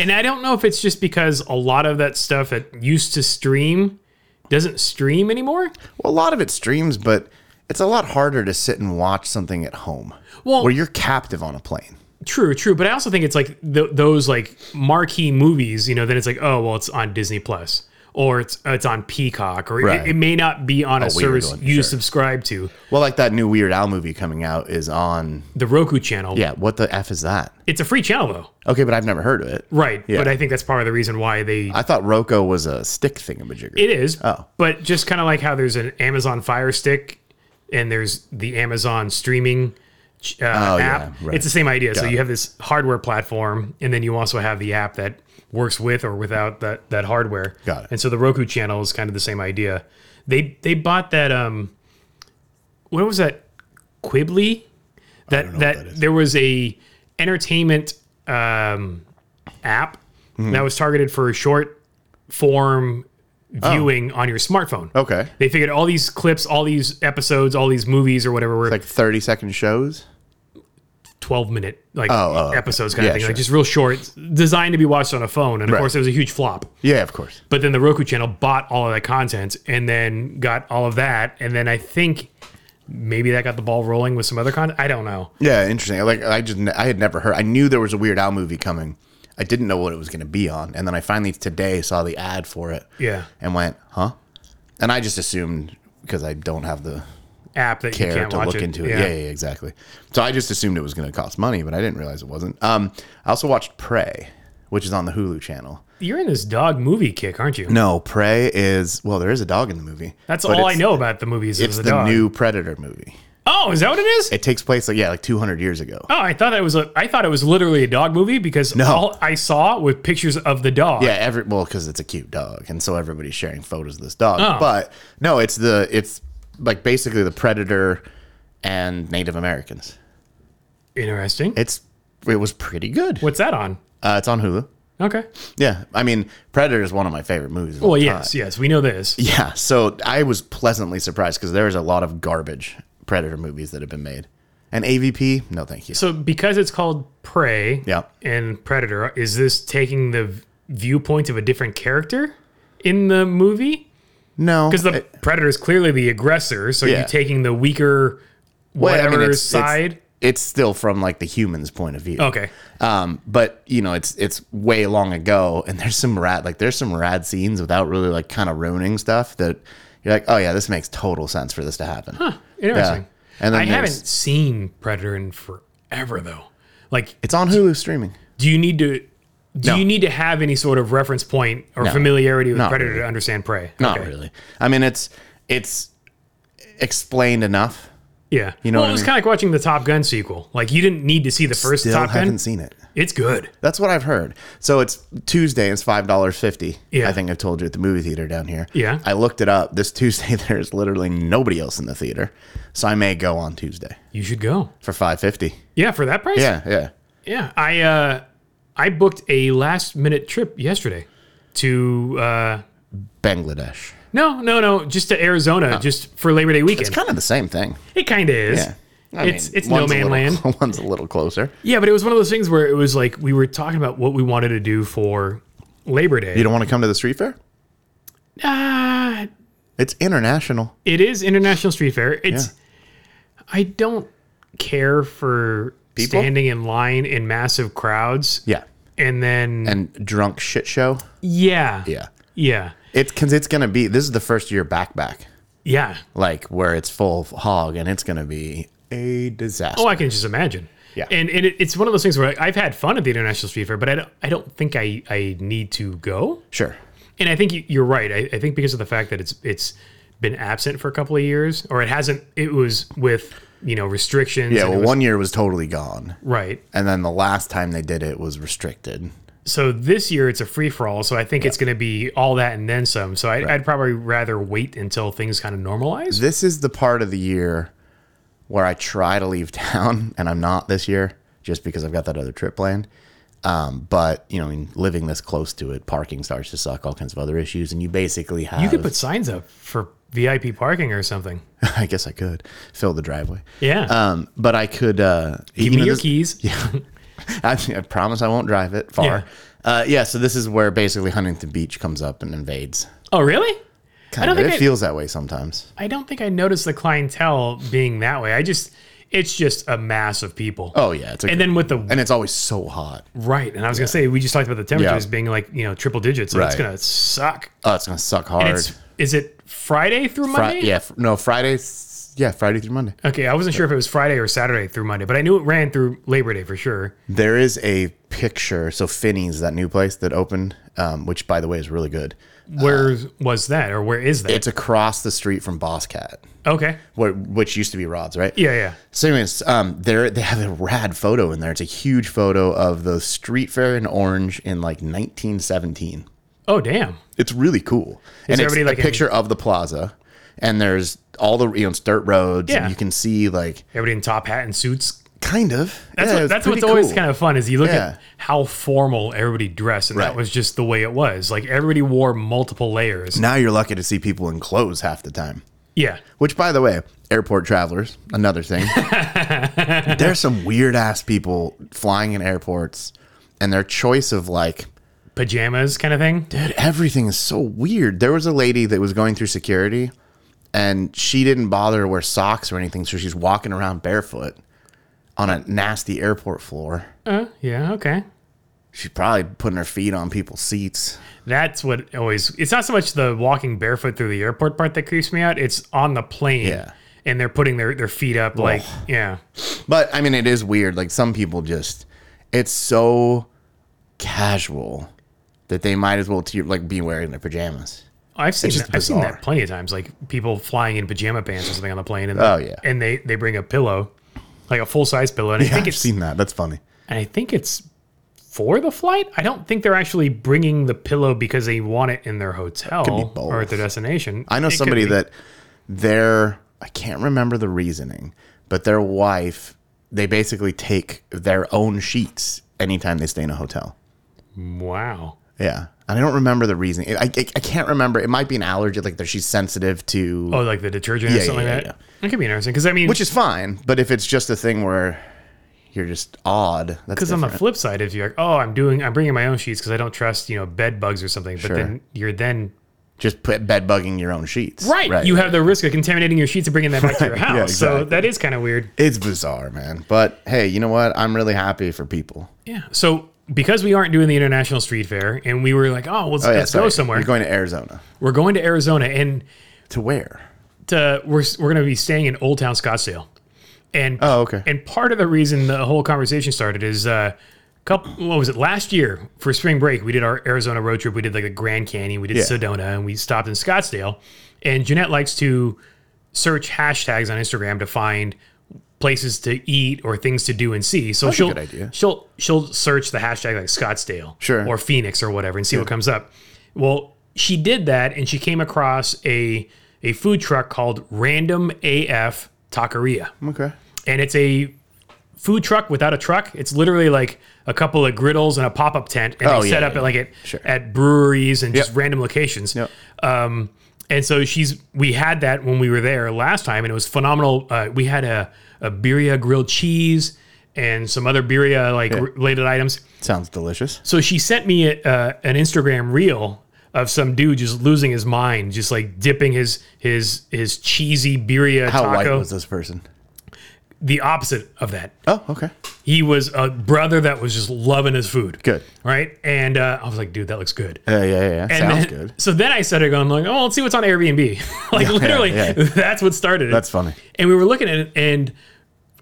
S1: And I don't know if it's just because a lot of that stuff that used to stream doesn't stream anymore.
S2: Well, a lot of it streams, but it's a lot harder to sit and watch something at home
S1: Well-
S2: where you're captive on a plane.
S1: True, true. But I also think it's like th- those like marquee movies, you know, then it's like, oh, well, it's on Disney Plus or it's uh, it's on Peacock or
S2: Right.
S1: it, it may not be on a,
S2: weird
S1: service
S2: one,
S1: you
S2: sure.
S1: subscribe to.
S2: Well, like that new Weird Al movie coming out is on.
S1: The Roku channel.
S2: Yeah, what the F is that?
S1: It's a free channel though.
S2: Okay, but I've never heard of it.
S1: Right.
S2: Yeah.
S1: But I think that's part of the reason why they
S2: I thought Roco was a stick thingamajigger.
S1: It is.
S2: Oh.
S1: But just kind of like how there's an Amazon Fire Stick and there's the Amazon streaming ch- uh,
S2: Oh, yeah,
S1: app.
S2: right.
S1: It's the same idea. so you have this hardware platform and then you also have the app that works with or without that, that hardware.
S2: Got it.
S1: And so the Roku channel is kind of the same idea. They they bought that um what was that Quibly? That
S2: know what
S1: that,
S2: that is.
S1: there was a entertainment um app
S2: Mm-hmm.
S1: that was targeted for short form
S2: Oh.
S1: viewing on your smartphone.
S2: Okay.
S1: They figured all these clips, all these episodes, all these movies or whatever were
S2: Like 30 second shows?
S1: 12 minute like
S2: oh, okay.
S1: episodes kind
S2: Yeah,
S1: of thing,
S2: sure.
S1: like just real short, designed to be watched on a phone. And of
S2: Right.
S1: course, it was a huge flop.
S2: Yeah, of course.
S1: But then the Roku channel bought all of that content and then got all of that. And then I think maybe that got the ball rolling with some other content. I don't know.
S2: Yeah, interesting. Like I just I had never heard. I knew there was a Weird Al movie coming. I didn't know what it was going to be on, and then I finally today saw the ad for it.
S1: Yeah.
S2: and went, huh? And I just assumed because I don't have the
S1: App that you
S2: care
S1: can't
S2: to
S1: watch
S2: look
S1: it.
S2: into it. Yeah. yeah, yeah, exactly. So I just assumed it was going to cost money, but I didn't realize it wasn't. Um, I also watched Prey, which is on the Hulu channel.
S1: You're in this dog movie kick, aren't you?
S2: No, Prey is well, there is a dog in the movie.
S1: That's
S2: but
S1: all I
S2: it's-
S1: know about the movies.
S2: It's
S1: is
S2: the,
S1: the, dog.
S2: new Predator movie.
S1: Oh, is that what it is?
S2: It takes place like yeah, like 200 years ago.
S1: Oh, I thought it was a. I thought it was literally a dog movie because all I saw was pictures of the dog.
S2: Yeah, every well, because it's a cute dog, and so everybody's sharing photos of this dog.
S1: Oh.
S2: But no, it's the it's like basically the predator and Native Americans.
S1: Interesting.
S2: It's it was pretty good.
S1: What's that on?
S2: Uh, it's on Hulu.
S1: Okay.
S2: Yeah, I mean, Predator is one of my favorite movies. Of all
S1: Well,
S2: time.
S1: yes, yes, we know this.
S2: Uh, yeah. So I was pleasantly surprised because there is a lot of garbage Predator movies that have been made, and AVP. No, thank you.
S1: So because it's called Prey
S2: Yeah.
S1: and Predator, is this taking the v- viewpoint of a different character in the movie?
S2: No,
S1: Because the Predator is clearly the aggressor, so
S2: Uh, Yeah.
S1: you're taking the weaker
S2: Well, I mean,
S1: whatever
S2: it's- it's-
S1: side.
S2: It's still from like the human's point of view.
S1: okay.
S2: Um, but you know, it's it's way long ago, and there's some rad like there's some rad scenes without really like kind of ruining stuff that you're like, oh yeah, this makes total sense for this to happen.
S1: Interesting.
S2: And then
S1: I haven't
S2: there's-
S1: seen Predator in forever though. Like
S2: It's on Hulu streaming.
S1: do you need to do you need to have any sort of reference point or familiarity with
S2: not
S1: predator
S2: really.
S1: to understand prey
S2: Not
S1: Okay.
S2: really. I mean, it's it's explained enough.
S1: yeah you
S2: know
S1: know well it
S2: what I
S1: was
S2: mean?
S1: kind of like watching the top gun sequel like you didn't need to see the first
S2: Still
S1: top
S2: haven't
S1: gun
S2: seen it.
S1: it's good
S2: That's what I've heard. So it's Tuesday. It's five dollars fifty.
S1: Yeah.
S2: I think I've told you at the movie theater down here.
S1: Yeah.
S2: I looked it up. This Tuesday, there's literally nobody else in the theater, so I may go on Tuesday
S1: you should go
S2: for five fifty.
S1: yeah for that price
S2: Yeah, yeah.
S1: yeah i uh i booked a last minute trip yesterday to uh
S2: Bangladesh.
S1: no no no just to arizona just for labor day weekend
S2: It's kind of the same thing.
S1: it kind of is
S2: Oh. Yeah.
S1: it's it's no
S2: one's a
S1: man
S2: little-
S1: land
S2: One's a little closer.
S1: yeah but it was one of those things where it was like we were talking about what we wanted to do for labor day
S2: You don't want to come to the street fair?
S1: Ah,
S2: It's international.
S1: It is International Street Fair. It's I don't care for
S2: People?
S1: standing in line in massive crowds.
S2: Yeah.
S1: And then
S2: And drunk shit show.
S1: yeah.
S2: Yeah.
S1: Yeah.
S2: It's because it's going to be, this is the first year back back,
S1: Yeah.
S2: like where it's full hog and it's going to be a disaster.
S1: Oh, I can just imagine.
S2: Yeah.
S1: And and it, it's one of those things where I- I've had fun at the International Street Fair, but I don't I don't think I I need to go.
S2: sure.
S1: And I think you- you're right. I, I think because of the fact that it's it's been absent for a couple of years, or it hasn't. It was with you know restrictions.
S2: Yeah.
S1: and it
S2: Well,
S1: was-
S2: one year was totally gone.
S1: right.
S2: And then the last time they did it was restricted.
S1: so this year it's a free for all. So I think it's going to be all that and then some. So I, I'd probably rather wait until things kind of normalize.
S2: This is the part of the year where I try to leave town, and I'm not this year just because I've got that other trip planned. Um, but you know, I mean, living this close to it, parking starts to suck, all kinds of other issues, and you basically have.
S1: You could put signs up for VIP parking or something.
S2: I guess I could fill the driveway.
S1: Yeah.
S2: Um, but I could. Uh,
S1: Give me your keys.
S2: I, I promise I won't drive it far. Uh, yeah, so this is where basically Huntington Beach comes up and invades.
S1: Oh, really?
S2: Kind
S1: don't
S2: of. It
S1: think I-
S2: feels that way sometimes.
S1: I don't think I noticed the clientele being that way. I just, it's just a mass of people.
S2: Oh yeah, it's a,
S1: and then with the
S2: and it's always so hot.
S1: right, and I was gonna say we just talked about the temperatures
S2: Yeah.
S1: being like you know triple digits, so it's
S2: Right.
S1: gonna suck.
S2: Oh, it's gonna suck hard.
S1: It's is it Friday through
S2: Fri-
S1: Monday?
S2: yeah, fr- no Friday. Yeah, Friday through Monday.
S1: Okay, I wasn't sure if it was Friday or Saturday through Monday, but I knew it ran through Labor Day for sure.
S2: There is a picture. So Finney's that new place that opened, um, which by the way is really good.
S1: Where
S2: Uh,
S1: was that, or where is that?
S2: It's across the street from Boss Cat,
S1: okay,
S2: wh- which used to be Rod's, right?
S1: yeah, yeah.
S2: So, anyways, um, there they have a rad photo in there. It's a huge photo of the street fair in Orange in like 1917.
S1: Oh damn,
S2: It's really cool, and it's
S1: everybody,
S2: a
S1: like, in-
S2: picture of the plaza. And there's all the you know it's dirt roads,
S1: Yeah.
S2: and you can see like
S1: everybody in top hat and suits.
S2: kind of.
S1: That's,
S2: Yeah,
S1: what,
S2: it's
S1: that's what's
S2: pretty
S1: always
S2: cool.
S1: kind of fun is you look
S2: Yeah.
S1: at how formal everybody dressed, and that
S2: Right.
S1: was just the way it was. Like everybody wore multiple layers.
S2: Now you're lucky to see people in clothes half the time.
S1: Yeah,
S2: Which, by the way, airport travelers, another thing. There's some weird ass people flying in airports, and their choice of like,
S1: pajamas kind of thing.
S2: dude, everything is so weird. There was a lady that was going through security, and she didn't bother to wear socks or anything, so she's walking around barefoot on a nasty airport floor.
S1: Uh, yeah, okay.
S2: She's probably putting her feet on people's seats.
S1: That's what always. It's not so much the walking barefoot through the airport part that creeps me out. It's on the plane,
S2: Yeah.
S1: and they're putting their their feet up, like yeah,
S2: But I mean, it is weird. Like some people just, it's so casual that they might as well te- like be wearing their pajamas.
S1: I've seen
S2: just
S1: that, I've seen
S2: bizarre.
S1: that plenty of times. Like people flying in pajama pants or something on the plane, and
S2: Oh, yeah.
S1: and they they bring a pillow, like a full size pillow, and I think
S2: I've
S1: it's
S2: seen that. That's funny.
S1: and I think it's for the flight. I don't think they're actually bringing the pillow because they want it in their hotel
S2: both.
S1: or at their destination.
S2: I know
S1: It could
S2: somebody
S1: be.
S2: that their I can't remember the reasoning, but their wife they basically take their own sheets anytime they stay in a hotel.
S1: wow.
S2: Yeah. And I don't remember the reasoning. I, I, I can't remember. It might be an allergy, like that she's sensitive to,
S1: Oh, like the detergent or
S2: Yeah,
S1: something
S2: yeah,
S1: like
S2: yeah,
S1: that. That could be interesting because I mean,
S2: which is fine. But if it's just a thing where you're just odd, that's
S1: Because on the
S2: different.
S1: flip side, if you're like, oh, I'm doing, I'm bringing my own sheets because I don't trust, you know, bed bugs or something. But then you're then
S2: just put bed bugging your own sheets.
S1: You have the risk of contaminating your sheets and bringing that back to your house.
S2: yeah,
S1: So
S2: exactly.
S1: that is kind of weird.
S2: it's bizarre, man. But hey, you know what? I'm really happy for people.
S1: Yeah. So because we aren't doing the international street fair, and we were like, oh, let's, let's go
S2: sorry.
S1: somewhere.
S2: You're going to Arizona.
S1: we're going to Arizona, and
S2: To where?
S1: to, we're we're going to be staying in Old Town Scottsdale. And
S2: Oh, okay.
S1: And part of the reason the whole conversation started is uh, couple. What was it last year for spring break? We did our Arizona road trip. We did like the Grand Canyon. We did
S2: Yeah.
S1: Sedona, and we stopped in Scottsdale. And Jeanette likes to search hashtags on Instagram to find places to eat or things to do and see. So
S2: a
S1: she'll
S2: good idea.
S1: she'll she'll search the hashtag like Scottsdale
S2: Sure.
S1: or Phoenix or whatever and see what comes up. Well, she did that and she came across a a food truck called Random AF Taqueria
S2: Okay.
S1: and it's a food truck without a truck. It's literally like a couple of griddles and a pop up tent, and
S2: Oh,
S1: they
S2: yeah,
S1: set up
S2: yeah,
S1: at like at,
S2: Sure.
S1: at breweries and just random locations.
S2: Yep.
S1: Um, and so she's we had that when we were there last time, and it was phenomenal. Uh, we had a a birria grilled cheese and some other birria like related items.
S2: Sounds delicious.
S1: So she sent me a, uh, an Instagram reel of some dude just losing his mind, just like dipping his his his cheesy birria
S2: How white
S1: taco.
S2: was this person?
S1: The opposite of that
S2: Oh, okay.
S1: he was a brother that was just loving his food.
S2: Good.
S1: Right. And uh, I was like, dude, that looks good.
S2: Yeah, yeah, yeah.
S1: And
S2: Sounds
S1: then-
S2: good.
S1: So then I started going like, oh, let's see what's on Airbnb. like literally,
S2: yeah.
S1: that's what started. it.
S2: That's funny.
S1: And we were looking at it, and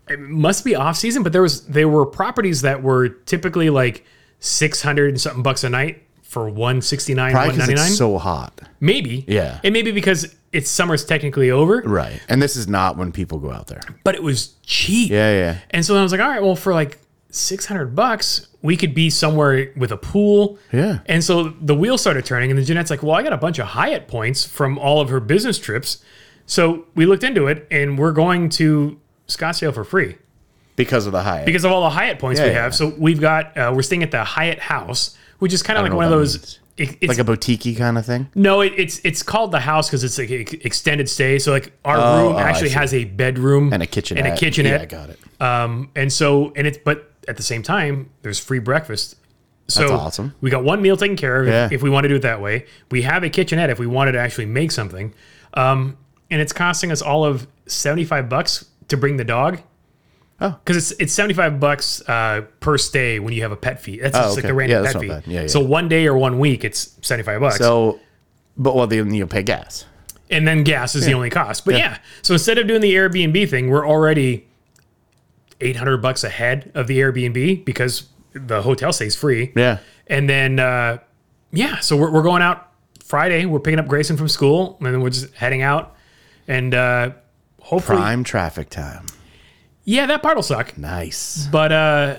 S1: it must be off season, but there was there were properties that were typically like six hundred and something bucks a night for one sixty nine,
S2: Probably
S1: one
S2: because
S1: ninety nine.
S2: it's so hot.
S1: maybe.
S2: Yeah.
S1: And maybe because it's summer's technically over,
S2: Right. And this is not when people go out there.
S1: but it was cheap.
S2: Yeah, yeah.
S1: And so then I was like, all right, well, for like 600 bucks, we could be somewhere with a pool.
S2: Yeah.
S1: And so the wheel started turning, and then Jeanette's like, well, I got a bunch of Hyatt points from all of her business trips. So we looked into it, and we're going to Scottsdale for free
S2: Because of the high.
S1: because of all the Hyatt points we
S2: yeah,
S1: have. So we've got, uh, we're staying at the Hyatt House, which is kind of like
S2: know
S1: one of
S2: what that
S1: those. it- it's,
S2: like a boutique kind of thing.
S1: no, it, it's it's called the house because it's like a extended stay. So like our room
S2: oh, I
S1: actually
S2: see.
S1: has a bedroom
S2: And a kitchenette.
S1: and a kitchenette.
S2: Yeah, I got it.
S1: Um, and so, and it's, but at the same time, there's free breakfast So
S2: awesome.
S1: We got one meal taken care of if-
S2: Yeah.
S1: if, we want to do it that way. We have a kitchenette if we wanted to actually make something. Um, and it's costing us all of 75 bucks to bring the dog.
S2: Oh.
S1: Because it's it's 75 bucks uh, per stay when you have a pet fee. That's just like the
S2: Oh, okay. Yeah,
S1: random
S2: that's
S1: pet
S2: not
S1: fee.
S2: bad. Yeah, yeah.
S1: So one day or one week, it's 75 bucks.
S2: So, but well, then you'll pay gas.
S1: and then gas is the only cost. But yeah. so instead of doing the Airbnb thing, we're already 800 bucks ahead of the Airbnb because the hotel stays free.
S2: Yeah.
S1: And then, uh, yeah, so we're, we're going out Friday. We're picking up Grayson from school, and then we're just heading out. And uh, hopefully,
S2: Prime traffic time.
S1: yeah, that part will suck.
S2: Nice.
S1: But uh,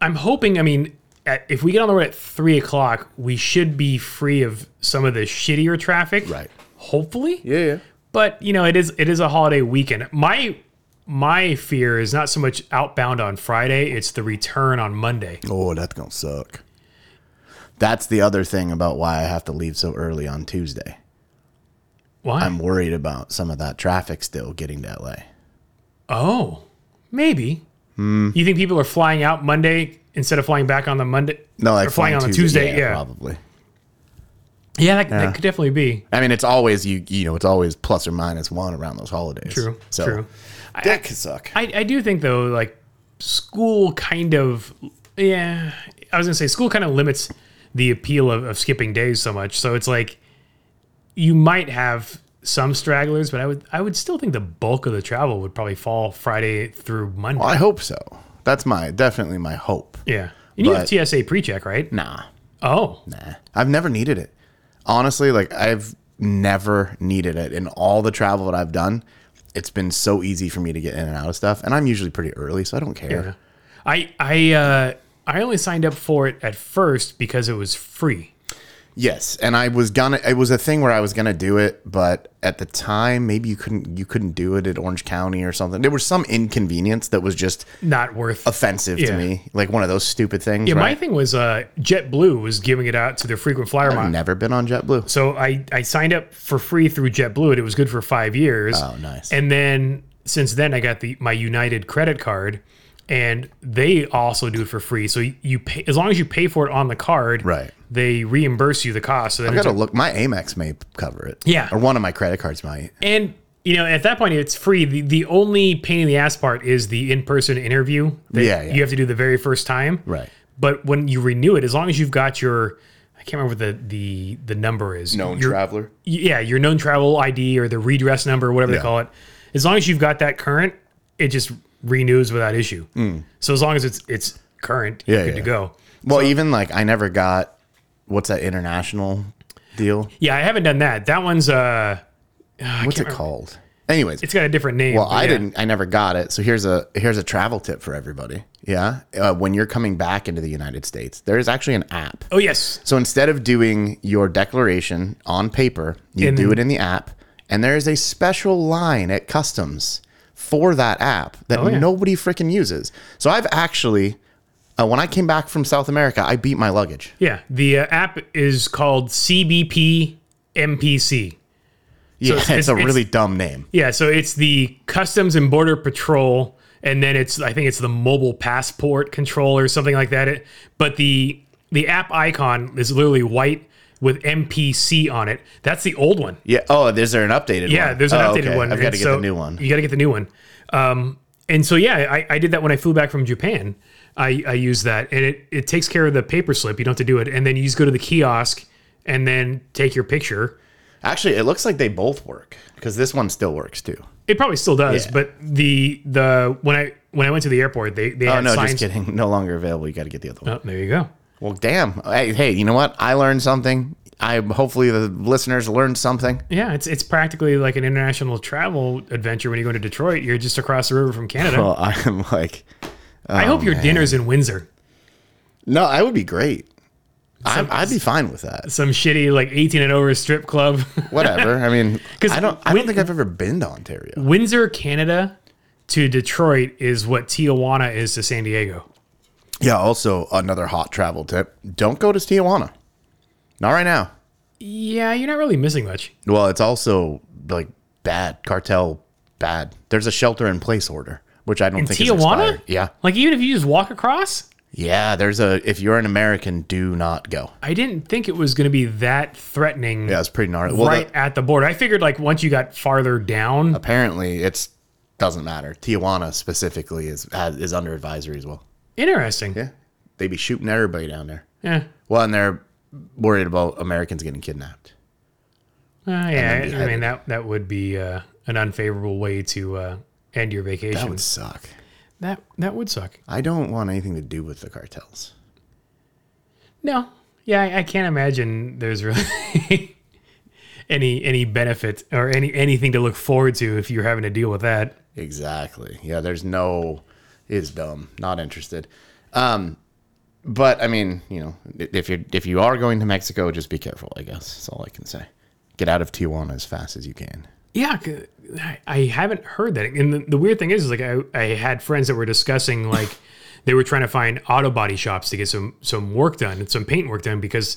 S1: I'm hoping, I mean, at, if we get on the road at three o'clock, we should be free of some of the shittier traffic.
S2: Right.
S1: Hopefully.
S2: Yeah. yeah.
S1: But you know, it is it is a holiday weekend. My my fear is not so much outbound on Friday; it's the return on Monday.
S2: Oh, that's gonna suck. That's the other thing about why I have to leave so early on Tuesday.
S1: Why?
S2: I'm worried about some of that traffic still getting to LA.
S1: oh, maybe.
S2: Hmm.
S1: You think people are flying out Monday instead of flying back on the Monday?
S2: No,
S1: They're
S2: like
S1: flying on a Tuesday, yeah.
S2: probably.
S1: Yeah, that, that could definitely be
S2: I mean, it's always you. You know, it's always plus or minus one around those holidays.
S1: true.
S2: So
S1: True.
S2: That could suck.
S1: I, I do think though, like school kind of yeah. I was gonna say school kind of limits the appeal of, of skipping days so much. So it's like you might have some stragglers, but I would I would still think the bulk of the travel would probably fall Friday through Monday.
S2: I hope so. That's my definitely my hope.
S1: yeah. And you
S2: but-
S1: have TSA pre-check, right?
S2: Nah,
S1: Oh.
S2: nah. I've never needed it. Honestly, like I've never needed it in all the travel that I've done. It's been so easy for me to get in and out of stuff, and I'm usually pretty early, so I don't care.
S1: Yeah. I I uh I only signed up for it at first because it was free.
S2: Yes, and I was gonna. It was a thing where I was gonna do it, but at the time, maybe you couldn't. You couldn't do it at Orange County or something. There was some inconvenience that was just
S1: Not worth
S2: offensive
S1: Yeah.
S2: to me, like one of those stupid things.
S1: yeah, my
S2: right?
S1: thing was uh, JetBlue was giving it out to their frequent flyer miles.
S2: I've never been on JetBlue.
S1: So I, I signed up for free through JetBlue and it was good for five years.
S2: Oh, nice.
S1: And then since then I got the my United credit card and they also do it for free. So you pay as long as you pay for it on the card,
S2: Right.
S1: they reimburse you the cost. So then
S2: I
S1: it's
S2: gotta look. My Amex may cover it.
S1: Yeah.
S2: or one of my credit cards might.
S1: and you know, at that point it's free. The the only pain in the ass part is the in person interview that
S2: Yeah, yeah.
S1: you have to do the very first time.
S2: Right.
S1: But when you renew it, as long as you've got your I can't remember what the the, the number is. Your-
S2: traveler.
S1: yeah, your known travel ID or the redress number, or whatever they
S2: Yeah.
S1: call it. As long as you've got that current, it just renews without issue. So as long as it's it's current, you're
S2: Mm. Yeah,
S1: good to
S2: yeah.
S1: go.
S2: Well, even like I never got what's that international deal?
S1: Yeah, I haven't done that. That one's uh,
S2: What's it called? Anyways,
S1: it's got a different name.
S2: Well,
S1: but
S2: I
S1: yeah.
S2: didn't. I never got it. So here's a here's a travel tip for everybody. Yeah, uh, when you're coming back into the United States, there is actually an app.
S1: Oh yes,
S2: So instead of doing your declaration on paper, you
S1: And
S2: do
S1: then-
S2: it in the app, and there is a special line at customs for that app that
S1: Oh, yeah.
S2: nobody freaking uses. So I've actually, uh, when I came back from South America, I beat my luggage.
S1: yeah. The uh, app is called CBP MPC.
S2: Yeah,
S1: it's-
S2: it's,
S1: it's-
S2: a
S1: it's-
S2: really dumb name.
S1: Yeah, so it's the Customs and Border Patrol, and then it's I think it's the mobile passport control or something like that. It, but the the app icon is literally white with MPC on it. That's the old one.
S2: Yeah. Oh, is there an updated one?
S1: Yeah, there's an
S2: Oh,
S1: updated
S2: okay.
S1: one.
S2: I've got
S1: and
S2: to get
S1: so
S2: the new one.
S1: You got to get the new one. Um, and so yeah, I, I did that when I flew back from Japan. I, I used that, and it it takes care of the paper slip. You don't have to do it, and then you just go to the kiosk and then take your picture.
S2: Actually, it looks like they both work because this one still works too.
S1: It probably still does,
S2: Yeah.
S1: but the the when I when I went to the airport, they they
S2: Oh
S1: had
S2: no,
S1: signs.
S2: just kidding. No longer available. You got to get the other one.
S1: Oh, there you go.
S2: Well, damn. Hey, hey, you know what? I learned something. I hopefully the listeners learned something.
S1: Yeah, it's it's practically like an international travel adventure when you go to Detroit. You're just across the river from Canada.
S2: Well, I am like,
S1: I hope your dinner's in Windsor.
S2: no, I would be great. I, I'd be fine with that.
S1: Some shitty like 18 and over strip club.
S2: Whatever. I mean,
S1: 'Cause
S2: I don't. I
S1: we-
S2: don't think I've ever been to Ontario.
S1: Windsor, Canada to Detroit is what Tijuana is to San Diego.
S2: Yeah. Also, another hot travel tip: don't go to Tijuana. Not right now.
S1: Yeah, you're not really missing much.
S2: Well, it's also like bad cartel. Bad. There's a shelter in place order, which I don't think
S1: Tijuana?
S2: is expired. Yeah.
S1: Like even if you just walk across,
S2: Yeah, there's a. If you're an American, do not go.
S1: I didn't think it was going to be that threatening
S2: Yeah, it's pretty gnarly. Well,
S1: right
S2: the-
S1: at the border. I figured like once you got farther down,
S2: apparently it's doesn't matter. Tijuana specifically is has, is under advisory as well.
S1: interesting. Yeah.
S2: Yeah, they be shooting everybody down there. Well, and they're worried about Americans getting kidnapped.
S1: Uh, yeah, I, I
S2: beheaded.
S1: mean that that would be uh, an unfavorable way to uh, end your vacation.
S2: That would suck.
S1: that that would suck.
S2: I don't want anything to do with the cartels.
S1: No, yeah, I, I can't imagine there's really any any benefit or any anything to look forward to if you're having to deal with that.
S2: Exactly. Yeah, there's no is dumb. Not interested. Um but I mean, you know, i- if you're if you are going to Mexico, just be careful, I guess. That's all I can say. Get out of Tijuana as fast as you can.
S1: Yeah, c- I- I haven't heard that. And the, the weird thing is, is like I, I had friends that were discussing like they were trying to find auto body shops to get some some work done and some paint work done because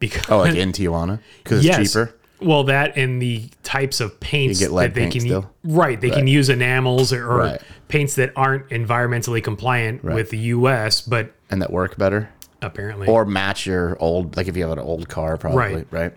S1: because
S2: Oh, like in Tijuana cuz it's cheaper.
S1: Well, that and the types of paints
S2: You get lead
S1: that they
S2: paint
S1: can
S2: still?
S1: right, they can use enamels or, or
S2: Right.
S1: paints that aren't environmentally compliant with the U.S. But
S2: And that work better
S1: apparently,
S2: or match your old like if you have an old car probably,
S1: Right.
S2: right?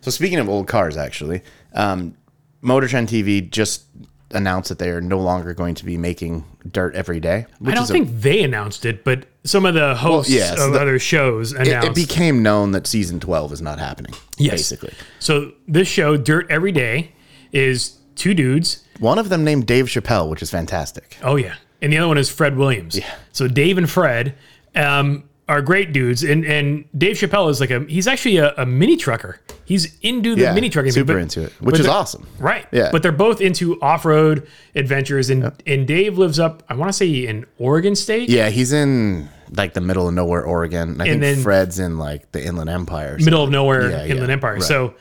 S2: So speaking of old cars actually, um Motor Trend TV just announced that they are no longer going to be making dirt every
S1: I
S2: day. Which
S1: don't
S2: is a-
S1: think they announced it, but some of the hosts
S2: yes,
S1: of
S2: the-
S1: other shows announced.
S2: it became known that season 12 is not happening.
S1: Yes.
S2: Basically.
S1: So this show, Dirt Every Day, is two dudes.
S2: One of them named Dave Chappelle, which is fantastic.
S1: Oh yeah, and the other one is Fred Williams. Yeah. So Dave and Fred um, are great dudes, and and Dave Chappelle is like a he's actually a, a mini trucker. He's into the mini trucking, thing,
S2: Super
S1: but-
S2: into it,
S1: but
S2: which is
S1: they're-
S2: awesome.
S1: Right.
S2: Yeah.
S1: But they're both into off road adventures, and and Dave lives up. I want to say in Oregon State.
S2: Yeah, he's in like the middle of nowhere, Oregon. And I think
S1: then-
S2: Fred's in like the Inland Empire. or
S1: Middle of nowhere,
S2: Yeah, yeah,
S1: Inland Empire.
S2: right.
S1: So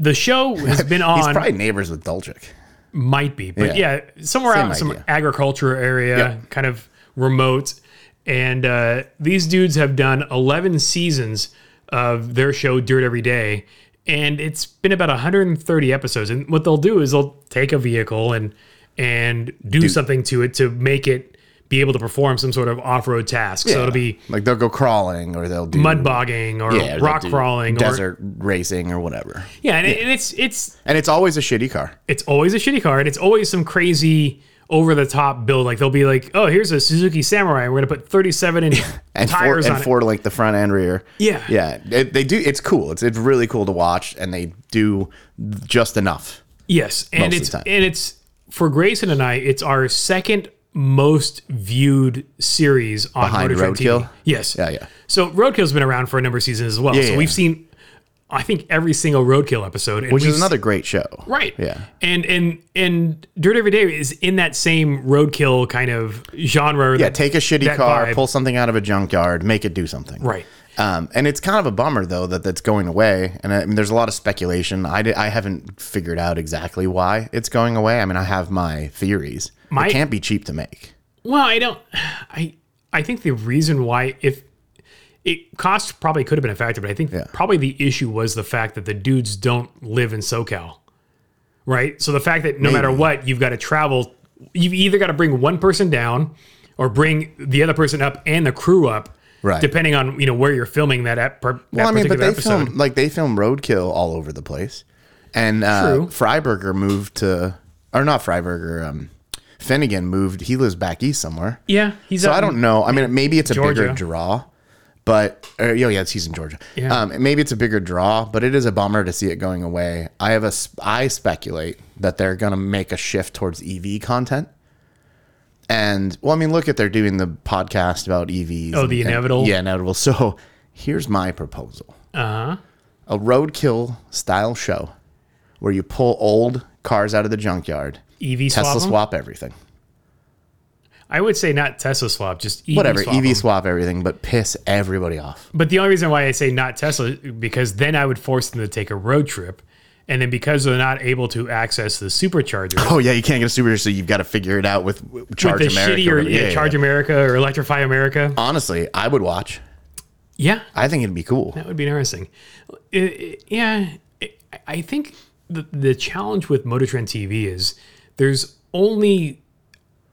S1: the show has been
S2: something.
S1: on.
S2: He's probably neighbors with Dolchik.
S1: might be but yeah,
S2: Yeah.
S1: somewhere
S2: Same
S1: out in some
S2: idea.
S1: agriculture area
S2: Yep.
S1: kind of remote and uh, these dudes have done 11 seasons of their show dirt every day and it's been about 130 episodes and what they'll do is they'll take a vehicle and and do something to it to make it be able to perform some sort of off-road task so it'll be
S2: Like they'll go crawling or they'll do
S1: mud bogging or
S2: yeah, or they'll
S1: rock
S2: do
S1: crawling or
S2: desert racing or whatever.
S1: yeah and, and it's it's
S2: And it's always a shitty car.
S1: it's always a shitty car and it's always some crazy over the top build. Like they'll be like, oh, here's a Suzuki Samurai. We're gonna put 37 inch
S2: and four
S1: tires
S2: and
S1: on it.
S2: four to like the front and rear.
S1: Yeah.
S2: yeah. It, they do. It's cool. It's it's really cool to watch, and they do just enough.
S1: Yes, and
S2: of
S1: it's
S2: the time.
S1: and it's for Grayson and I. It's our second most viewed series on
S2: Behind
S1: Motor Trend TV.
S2: Roadkill?
S1: Yes.
S2: Yeah, yeah.
S1: So Roadkill's been around for a number of seasons as well. so
S2: yeah.
S1: we've seen, I think, every single Roadkill episode, and
S2: Which
S1: we've
S2: is another great show.
S1: Right.
S2: Yeah.
S1: And and and Dirt Every Day is in that same roadkill kind of genre.
S2: Yeah. Take a shitty
S1: that
S2: car,
S1: vibe.
S2: pull something out of a junkyard, make it do something.
S1: Right.
S2: Um, and it's kind of a bummer though that that's going away, and I mean, there's a lot of speculation. I, di- I haven't figured out exactly why it's going away. I mean, I have my theories.
S1: My-
S2: it can't be cheap to make.
S1: Well, I don't. I I think the reason why if it cost probably could have been a factor, but I think probably the issue was the fact that the dudes don't live in SoCal, right? So the fact that no matter what, you've got to travel. You've either got to bring one person down, or bring the other person up and the crew up,
S2: Right.
S1: Depending on you know where you're filming that at per, that
S2: Well, I mean, but
S1: particular
S2: they
S1: episode.
S2: film like they film Roadkill all over the place, and uh,
S1: True.
S2: Freiberger moved to, or not Freiberger, um, Finnegan moved. He lives back east somewhere,
S1: yeah, he's.
S2: so
S1: out
S2: I
S1: in-
S2: don't know. I mean, maybe it's a
S1: Georgia.
S2: bigger draw, but or, yo, yeah, it's he's in Georgia.
S1: Yeah.
S2: Um, maybe it's a bigger draw, but it is a bummer to see it going away. I have a, sp- I speculate that they're gonna make a shift towards EV content. And well, I mean, look at they're doing the podcast about EVs.
S1: Oh, the
S2: and- and-
S1: inevitable?
S2: yeah, inevitable. So here's my proposal
S1: Uh-huh.
S2: a roadkill style show where you pull old cars out of the junkyard,
S1: EV E swap.
S2: Tesla
S1: 'em?
S2: swap everything,
S1: I would say not Tesla swap, just EV
S2: whatever,
S1: E swap
S2: EV
S1: 'em.
S2: E swap everything, but piss everybody off.
S1: But the only reason why I say not Tesla because then I would force them to take a road trip, and then because they're not able to access the supercharger,
S2: Oh yeah, you can't get a super, so you've got to figure it out with, with Charge
S1: the
S2: America. or
S1: shittier
S2: whatever.
S1: yeah, Charge America or Electrify America,
S2: Honestly, I would watch.
S1: yeah,
S2: I think it'd be cool.
S1: that would be interesting. I- I- yeah, I- I think the the challenge with Motor Trend TV is there's only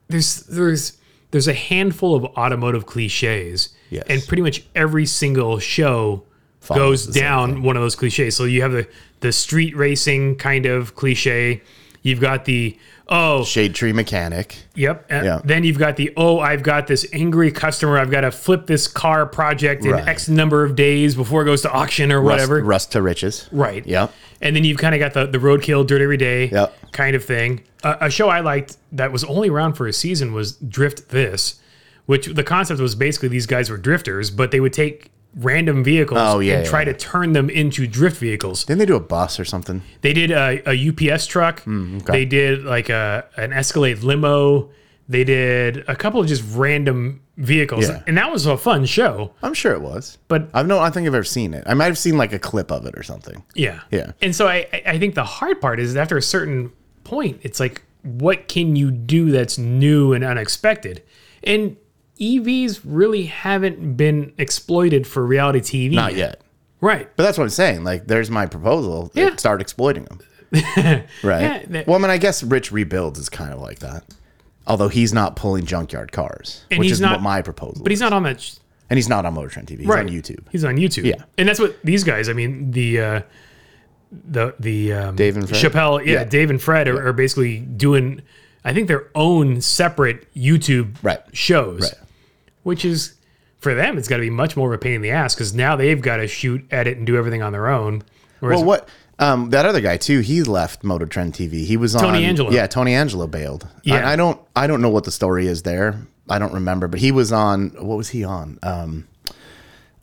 S1: there's there's there's a handful of automotive cliches
S2: Yes.
S1: And pretty much every single show
S2: Follows
S1: goes
S2: the same
S1: down one of those cliches. So you have the the street racing kind of cliche. You've got the oh
S2: Shade tree mechanic.
S1: Yep. And
S2: Yeah.
S1: Then you've got the oh, I've got this angry customer. I've got to flip this car project in
S2: Right.
S1: X number of days before it goes to auction or
S2: Rust-
S1: whatever.
S2: Rust, to riches.
S1: Right.
S2: Yep.
S1: And then you've kind of got the the roadkill dirt every day
S2: Yep.
S1: kind of thing. Uh, a show I liked that was only around for a season was Drift This, which the concept was basically these guys were drifters, but they would take random vehicles
S2: Oh, yeah,
S1: and
S2: yeah,
S1: try
S2: yeah.
S1: to turn them into drift vehicles.
S2: Didn't they do a bus or something?
S1: They did a, a UPS truck.
S2: Hmm,
S1: They did like a an Escalade limo. They did a couple of just random vehicles,
S2: Yeah.
S1: and that was a fun show.
S2: I'm sure it was.
S1: But
S2: I've no. I don't think I've ever seen it. I might have seen like a clip of it or something.
S1: yeah,
S2: Yeah.
S1: And so I I- I think the hard part is after a certain point, it's like what can you do that's new and unexpected, and EVs really haven't been exploited for reality TV.
S2: Not yet.
S1: right?
S2: But that's what I'm saying. Like, there's my proposal.
S1: Yeah.
S2: Start exploiting them. right.
S1: Yeah, that-
S2: well, I mean, I guess Rich Rebuilds is kind of like that. Although he's not pulling junkyard cars,
S1: And
S2: which
S1: he's
S2: is
S1: not-
S2: what my proposal.
S1: But
S2: is.
S1: he's not on that sh-
S2: and he's not on Motor Trend TV. He's on YouTube.
S1: He's on YouTube.
S2: Yeah.
S1: and that's what these guys. I mean, the uh, the the um,
S2: Dave and Fred?
S1: Chappelle. Yeah,
S2: Yeah.
S1: Dave and Fred are, are basically doing, I think, their own separate YouTube
S2: Right.
S1: shows,
S2: Right.
S1: which is for them it's got to be much more of a pain in the ass because now they've got to shoot, edit, and do everything on their own. Whereas
S2: Well, what? Um, that other guy too. He left Motor Trend TV. He was on
S1: Tony Angelo.
S2: Yeah, Tony Angelo bailed.
S1: Yeah.
S2: I, I don't. I don't know what the story is there. I don't remember. But he was on. What was he on? Um,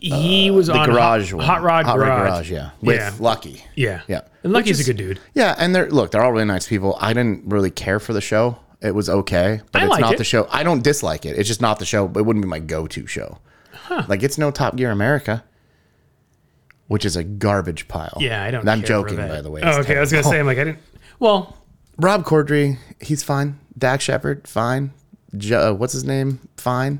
S1: he was on
S2: garage.
S1: Hot,
S2: one.
S1: Hot Rod
S2: Hot
S1: Garage.
S2: Rod Garage. Yeah. With
S1: Yeah.
S2: Lucky.
S1: Yeah,
S2: Yeah.
S1: And Lucky's a good dude.
S2: Yeah, and they're look, they're all really nice people. I didn't really care for the show. It was okay, but
S1: I
S2: it's
S1: liked
S2: not
S1: it.
S2: the show. I don't dislike it. It's just not the show. It wouldn't be my go-to show. Like it's no Top Gear America, which is a garbage pile.
S1: Yeah, I don't.
S2: And I'm
S1: care for
S2: joking,
S1: that.
S2: by the way.
S1: Oh,
S2: It's
S1: okay, I was gonna say, I'm like, I didn't. Well,
S2: Rob Corddry, he's fine. Dak Shepard, fine. Jo- uh, what's his name? Fine.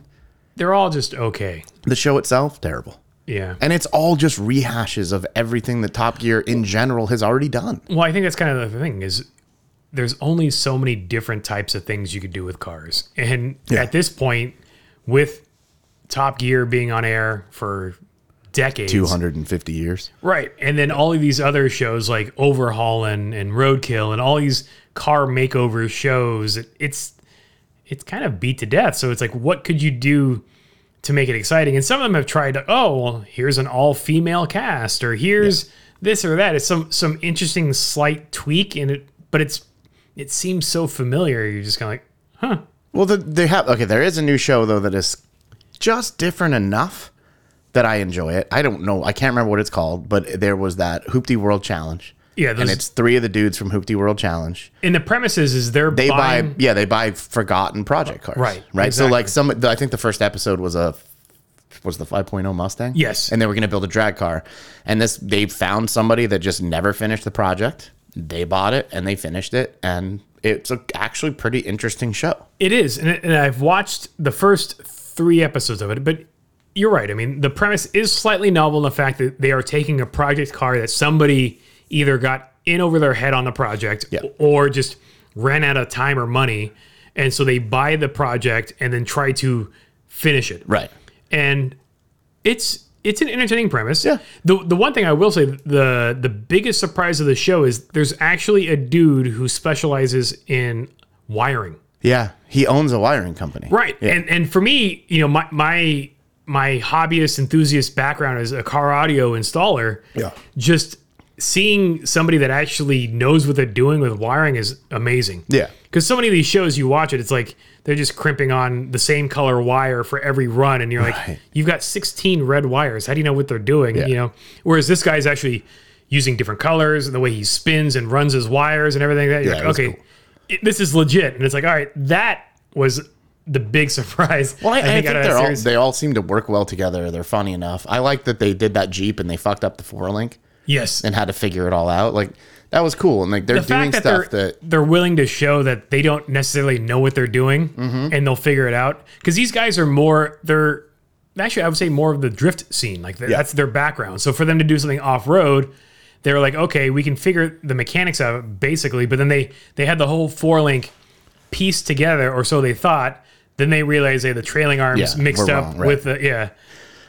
S1: they're all just okay.
S2: The show itself, terrible.
S1: Yeah.
S2: And it's all just rehashes of everything that Top Gear in general has already done.
S1: Well, I think that's kind of the thing is there's only so many different types of things you could do with cars. And
S2: Yeah.
S1: at this point, with Top Gear being on air for decades,
S2: 250 years.
S1: right? And then all of these other shows like Overhaul and, and Roadkill and all these car makeover shows, it- it's it's kind of beat to death. So it's like, what could you do to make it exciting? And some of them have tried to, oh, well, here's an all female cast, or here's this or that. It's some some interesting slight tweak in it, but it's it seems so familiar. You're just kind of like,
S2: Well, the, they have okay. There is a new show though that is just different enough that I enjoy it. I don't know. I can't remember what it's called, but there was that Hoopty World Challenge.
S1: yeah. Those,
S2: And it's three of the dudes from Hoopty World Challenge.
S1: and the premises is they're
S2: They
S1: buying,
S2: buy, yeah, they buy forgotten project cars.
S1: Right,
S2: Right. So
S1: exactly.
S2: like some, I think the first episode was a was the 5.0 Mustang.
S1: Yes.
S2: And they were going to build a drag car, and this they found somebody that just never finished the project. They bought it and they finished it, and it's a actually pretty interesting show.
S1: It is, and, and I've watched the first three episodes of it. But you're right. I mean, the premise is slightly novel in the fact that they are taking a project car that somebody either got in over their head on the project,
S2: Yeah.
S1: or just ran out of time or money, and so they buy the project and then try to finish it
S2: Right.
S1: and it's it's an entertaining premise.
S2: Yeah.
S1: The the one thing I will say the the biggest surprise of the show is there's actually a dude who specializes in wiring.
S2: Yeah, he owns a wiring company.
S1: Right. And and for me, you know, my my my hobbyist enthusiast background is a car audio installer.
S2: Yeah.
S1: Just seeing somebody that actually knows what they're doing with wiring is amazing.
S2: Yeah.
S1: Because so many of these shows you watch it, it's like they're just crimping on the same color wire for every run, and you're like, you've got 16 red wires. How do you know what they're doing? You know. Whereas this guy's actually using different colors and the way he spins and runs his wires and everything. Like That you're like,
S2: Yeah, it was
S1: okay, it- this is legit. And it's like, all right, that was the big surprise.
S2: Well, I, I think,
S1: out of that
S2: they're all,
S1: series.
S2: they all seem to work well together. They're funny enough. I like that they did that Jeep and they fucked up the four link
S1: yes.
S2: and had to figure it all out. Like that was cool. And like they're
S1: the
S2: doing
S1: fact that they're,
S2: stuff that
S1: they're willing to show that they don't necessarily know what they're doing
S2: Mm-hmm.
S1: and they'll figure it out because these guys are more they're actually i would say more of the drift scene like th- that's their background so for them to do something off-road they were like okay we can figure the mechanics out basically but then they they had the whole four link pieced together or so they thought Then they realize they had the trailing arms
S2: Yeah,
S1: mixed
S2: we're
S1: up
S2: wrong, right.
S1: with the yeah.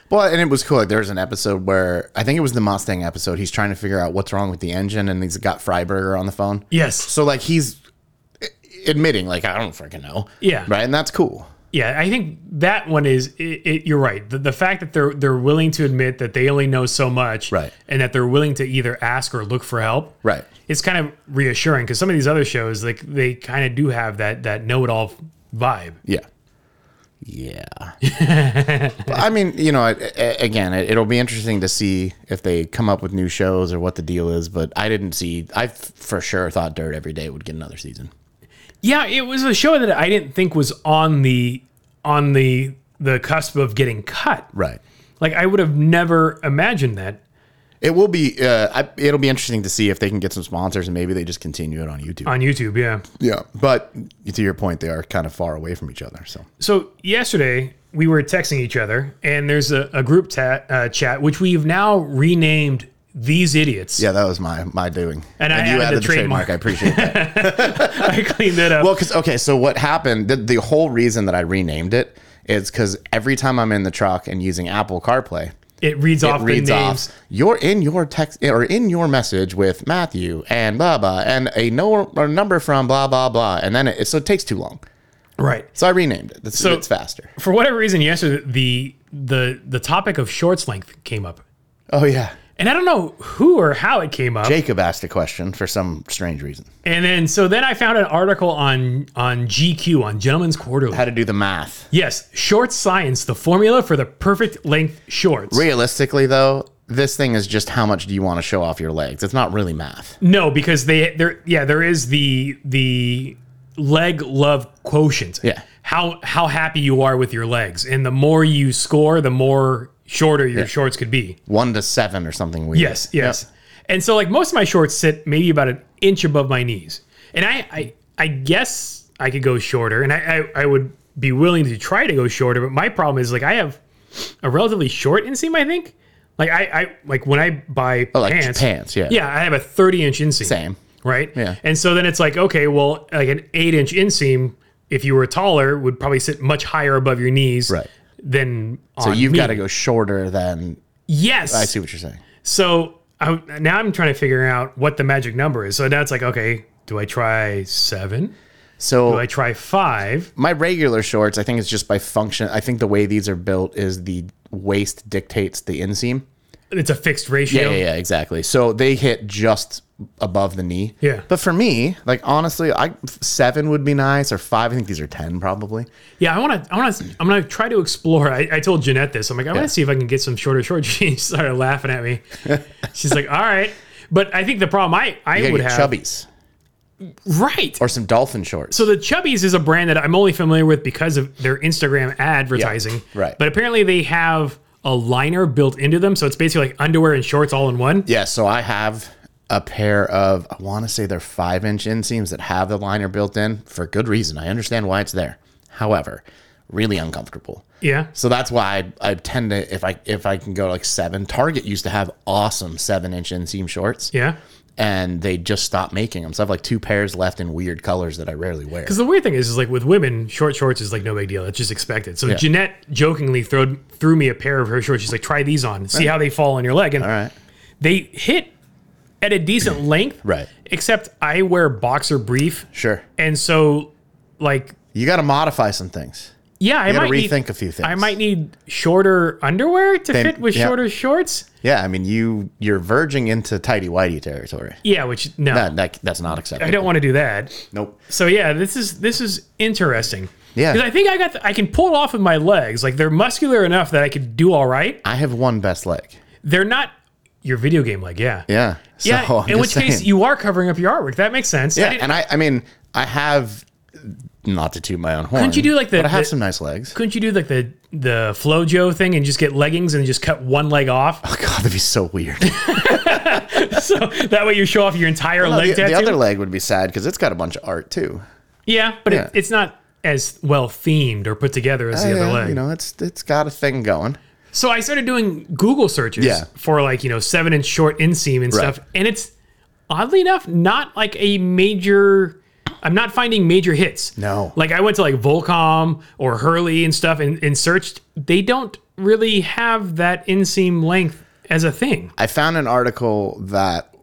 S2: Well, and it was cool. Like, there was an episode where I think it was the Mustang episode. He's trying to figure out what's wrong with the engine, and he's got Freiberger on the phone.
S1: Yes.
S2: So like he's eh, admitting, like I don't freaking know.
S1: Yeah.
S2: Right, and that's cool.
S1: Yeah, I think that one is. It, it, you're right. The, the fact that they're they're willing to admit that they only know so much,
S2: Right.
S1: and that they're willing to either ask or look for help,
S2: Right.
S1: It's kind of reassuring because some of these other shows, like they kind of do have that that know it all vibe.
S2: Yeah. Yeah. But, I mean, you know, I, a- again, it, it'll be interesting to see if they come up with new shows or what the deal is. But I didn't see. I f- for sure thought Dirt Every Day would get another season.
S1: Yeah, it was a show that I didn't think was on the on the the cusp of getting cut.
S2: Right.
S1: Like I would have never imagined that.
S2: It will be. Uh, I, it'll be interesting to see if they can get some sponsors and maybe they just continue it on YouTube.
S1: on YouTube. Yeah.
S2: yeah. But to your point, they are kind of far away from each other. So
S1: So yesterday we were texting each other, and there's a, a group ta- uh, chat which we've now renamed "These Idiots."
S2: yeah, that was my my doing.
S1: And I added the trademark.
S2: I appreciate that.
S1: I cleaned it up.
S2: Well, because okay, so what happened? The, the whole reason that I renamed it is because every time I'm in the truck and using Apple CarPlay,
S1: it reads off
S2: reads
S1: the names.
S2: off you're in your text eh, or in your message with Matthew and blah blah and a no or number from blah blah blah, and then it so it takes too long.
S1: Right.
S2: So I renamed it. That's,
S1: So-
S2: it's faster.
S1: For whatever reason, yesterday the the the topic of shorts length came up,
S2: Oh yeah.
S1: and I don't know who or how it came up.
S2: Jacob asked a question for some strange reason.
S1: And then so then I found an article on on GQ on Gentleman's Quarterly.
S2: How to do the math?
S1: Yes, short science, the formula for the perfect length shorts.
S2: Realistically, though, this thing is just how much do you want to show off your legs? It's not really math.
S1: No, because they there yeah, there is the the leg love quotient.
S2: Yeah.
S1: How how happy you are with your legs. And the more you score, the more shorter your shorts could be.
S2: One to seven or something weird.
S1: Yes, yes. And so like most of my shorts sit maybe about an inch above my knees. And I I, I guess I could go shorter and I, I, I would be willing to try to go shorter, but my problem is like I have a relatively short inseam, I think. Like I, I like when I buy
S2: Oh, like
S1: pants,
S2: pants. yeah.
S1: yeah, I have a 30 inch inseam.
S2: Same.
S1: Right?
S2: Yeah.
S1: And so then it's like, okay, well, like an eight inch inseam, if you were taller, would probably sit much higher above your knees
S2: Right.
S1: than on
S2: So you've
S1: me.
S2: got to go shorter than.
S1: Yes.
S2: I see what you're saying.
S1: So I, now I'm trying to figure out what the magic number is. So now it's like, okay, do I try seven? Do
S2: So
S1: I try five?
S2: my regular shorts, I think it's just by function. I think the way these are built is the waist dictates the inseam.
S1: It's a fixed ratio.
S2: Yeah, yeah, yeah, exactly. So they hit just above the knee.
S1: Yeah.
S2: But for me, like honestly, I seven would be nice or five. I think these are ten probably.
S1: Yeah, I want to. I want to. I'm gonna try to explore. I, I told Jeanette this. I'm like, I want to see if I can get some shorter shorts. She started laughing at me. She's like, all right. But I think the problem I I
S2: You
S1: would
S2: gotta get
S1: have
S2: chubbies
S1: right.
S2: or some dolphin shorts.
S1: So the Chubbies is a brand that I'm only familiar with because of their Instagram advertising.
S2: Yeah, right.
S1: But apparently they have a liner built into them, so it's basically like underwear and shorts all in one.
S2: yeah. So I have a pair of I want to say they're five inch inseams that have the liner built in for good reason. I understand why it's there. However, really uncomfortable.
S1: Yeah.
S2: So that's why I, I tend to if I if I can go like seven. Target used to have awesome seven inch inseam shorts,
S1: Yeah.
S2: and they just stopped making them. So I have like two pairs left in weird colors that I rarely wear.
S1: Because the weird thing is, is like with women, short shorts is like no big deal. It's just expected. So Jeanette jokingly threw threw me a pair of her shorts. She's like, "Try these on, see how they fall on your leg." And
S2: All right,
S1: they hit at a decent length.
S2: Right.
S1: Except I wear boxer brief,
S2: sure.
S1: and so like
S2: You got to modify some things.
S1: yeah, I
S2: You got
S1: might
S2: to
S1: need-
S2: rethink a few things.
S1: I might need shorter underwear to fit with
S2: yeah.
S1: shorter shorts.
S2: Yeah, I mean you you're verging into tidy whitey territory.
S1: Yeah, which no,
S2: That, that that's not acceptable.
S1: I don't want to do that.
S2: Nope.
S1: So yeah, this is this is interesting.
S2: Yeah.
S1: because I think I got the, I can pull it off with my legs. Like they're muscular enough that I could do all right.
S2: I have one best leg.
S1: They're not your video game leg. Yeah.
S2: Yeah. So
S1: Yeah,
S2: I'm
S1: in
S2: just
S1: which case
S2: saying.
S1: you are covering up your artwork. That makes sense. I
S2: yeah,
S1: didn't-
S2: and I I mean I have not to toot my own horn.
S1: Couldn't you do like the-
S2: But I have
S1: the-
S2: some nice legs.
S1: couldn't you do like the the FloJo thing and just get leggings and just cut one leg off?
S2: Oh god, that'd be so weird.
S1: so that way you show off your entire
S2: No,
S1: leg
S2: the, the
S1: tattoo.
S2: other leg would be sad because it's got a bunch of art too.
S1: yeah, but
S2: Yeah. Uh,
S1: It, it's not as well themed or put together as the other
S2: Yeah,
S1: leg.
S2: You know, it's it's got a thing going.
S1: So I started doing Google searches
S2: Yeah.
S1: for like, you know, seven inch short inseam and stuff. And it's oddly enough, not like a major I'm not finding major hits.
S2: No.
S1: Like I went to like Volcom or Hurley and stuff and, and searched. They don't really have that inseam length as a thing.
S2: I found an article that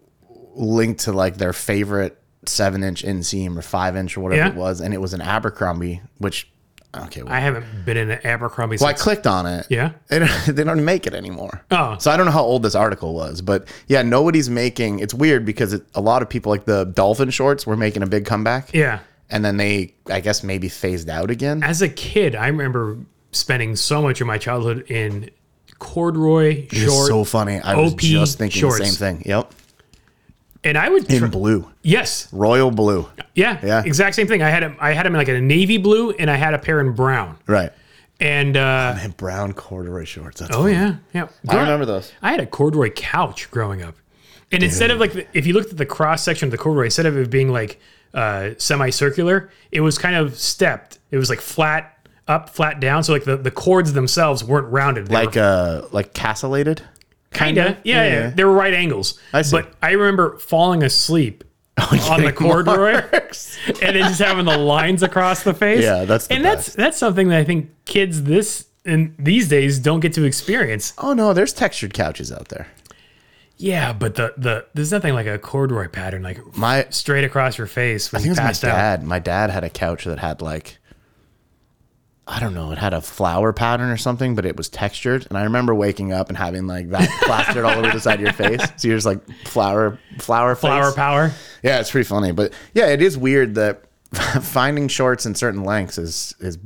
S2: linked to like their favorite seven inch inseam or five inch or whatever
S1: Yeah.
S2: it was, and it was an Abercrombie, which okay, well,
S1: I haven't been in an Abercrombie
S2: I
S1: since.
S2: clicked on it.
S1: Yeah.
S2: They don't, they don't make it anymore.
S1: Oh.
S2: So I don't know how old this article was, but yeah, nobody's making. It's weird because it, a lot of people like the dolphin shorts were making a big comeback,
S1: Yeah.
S2: and then they, I guess, maybe phased out again.
S1: As a kid, I remember spending so much of my childhood in corduroy shorts.
S2: It's so funny. I was
S1: OP
S2: just thinking the
S1: shorts.
S2: same thing. Yep.
S1: and I would tr-
S2: In blue,
S1: yes,
S2: royal blue.
S1: yeah,
S2: Yeah.
S1: exact same thing. I had a, I had them in like a navy blue, and I had a pair in brown.
S2: Right.
S1: And uh,
S2: And brown corduroy shorts. That's
S1: oh yeah, yeah,
S2: I remember those.
S1: I had a corduroy couch growing up, and instead of like the, if you looked at the cross section of the corduroy, instead of it being like uh, semicircular, it was kind of stepped. It was like flat up, flat down. So like the, the cords themselves weren't rounded. They were
S2: like uh like castellated
S1: Kinda. Yeah, yeah,
S2: Yeah.
S1: They were right angles. I
S2: see.
S1: But I remember falling asleep on the corduroy and then just having the lines across the face.
S2: Yeah, that's the
S1: and that's that's something that I think kids this and these days don't get to experience.
S2: oh no there's textured couches out there
S1: Yeah, but the the there's nothing like a corduroy pattern like
S2: my i
S1: straight across your face when
S2: think it
S1: you
S2: was my
S1: passed out.
S2: dad my dad had a couch that had like i don't know it had a flower pattern or something but it was textured and i remember waking up and having like that plastered all over the side of your face so you're just like flower flower
S1: Flower
S2: face.
S1: power.
S2: yeah it's pretty funny but yeah it is weird that finding shorts in certain lengths is is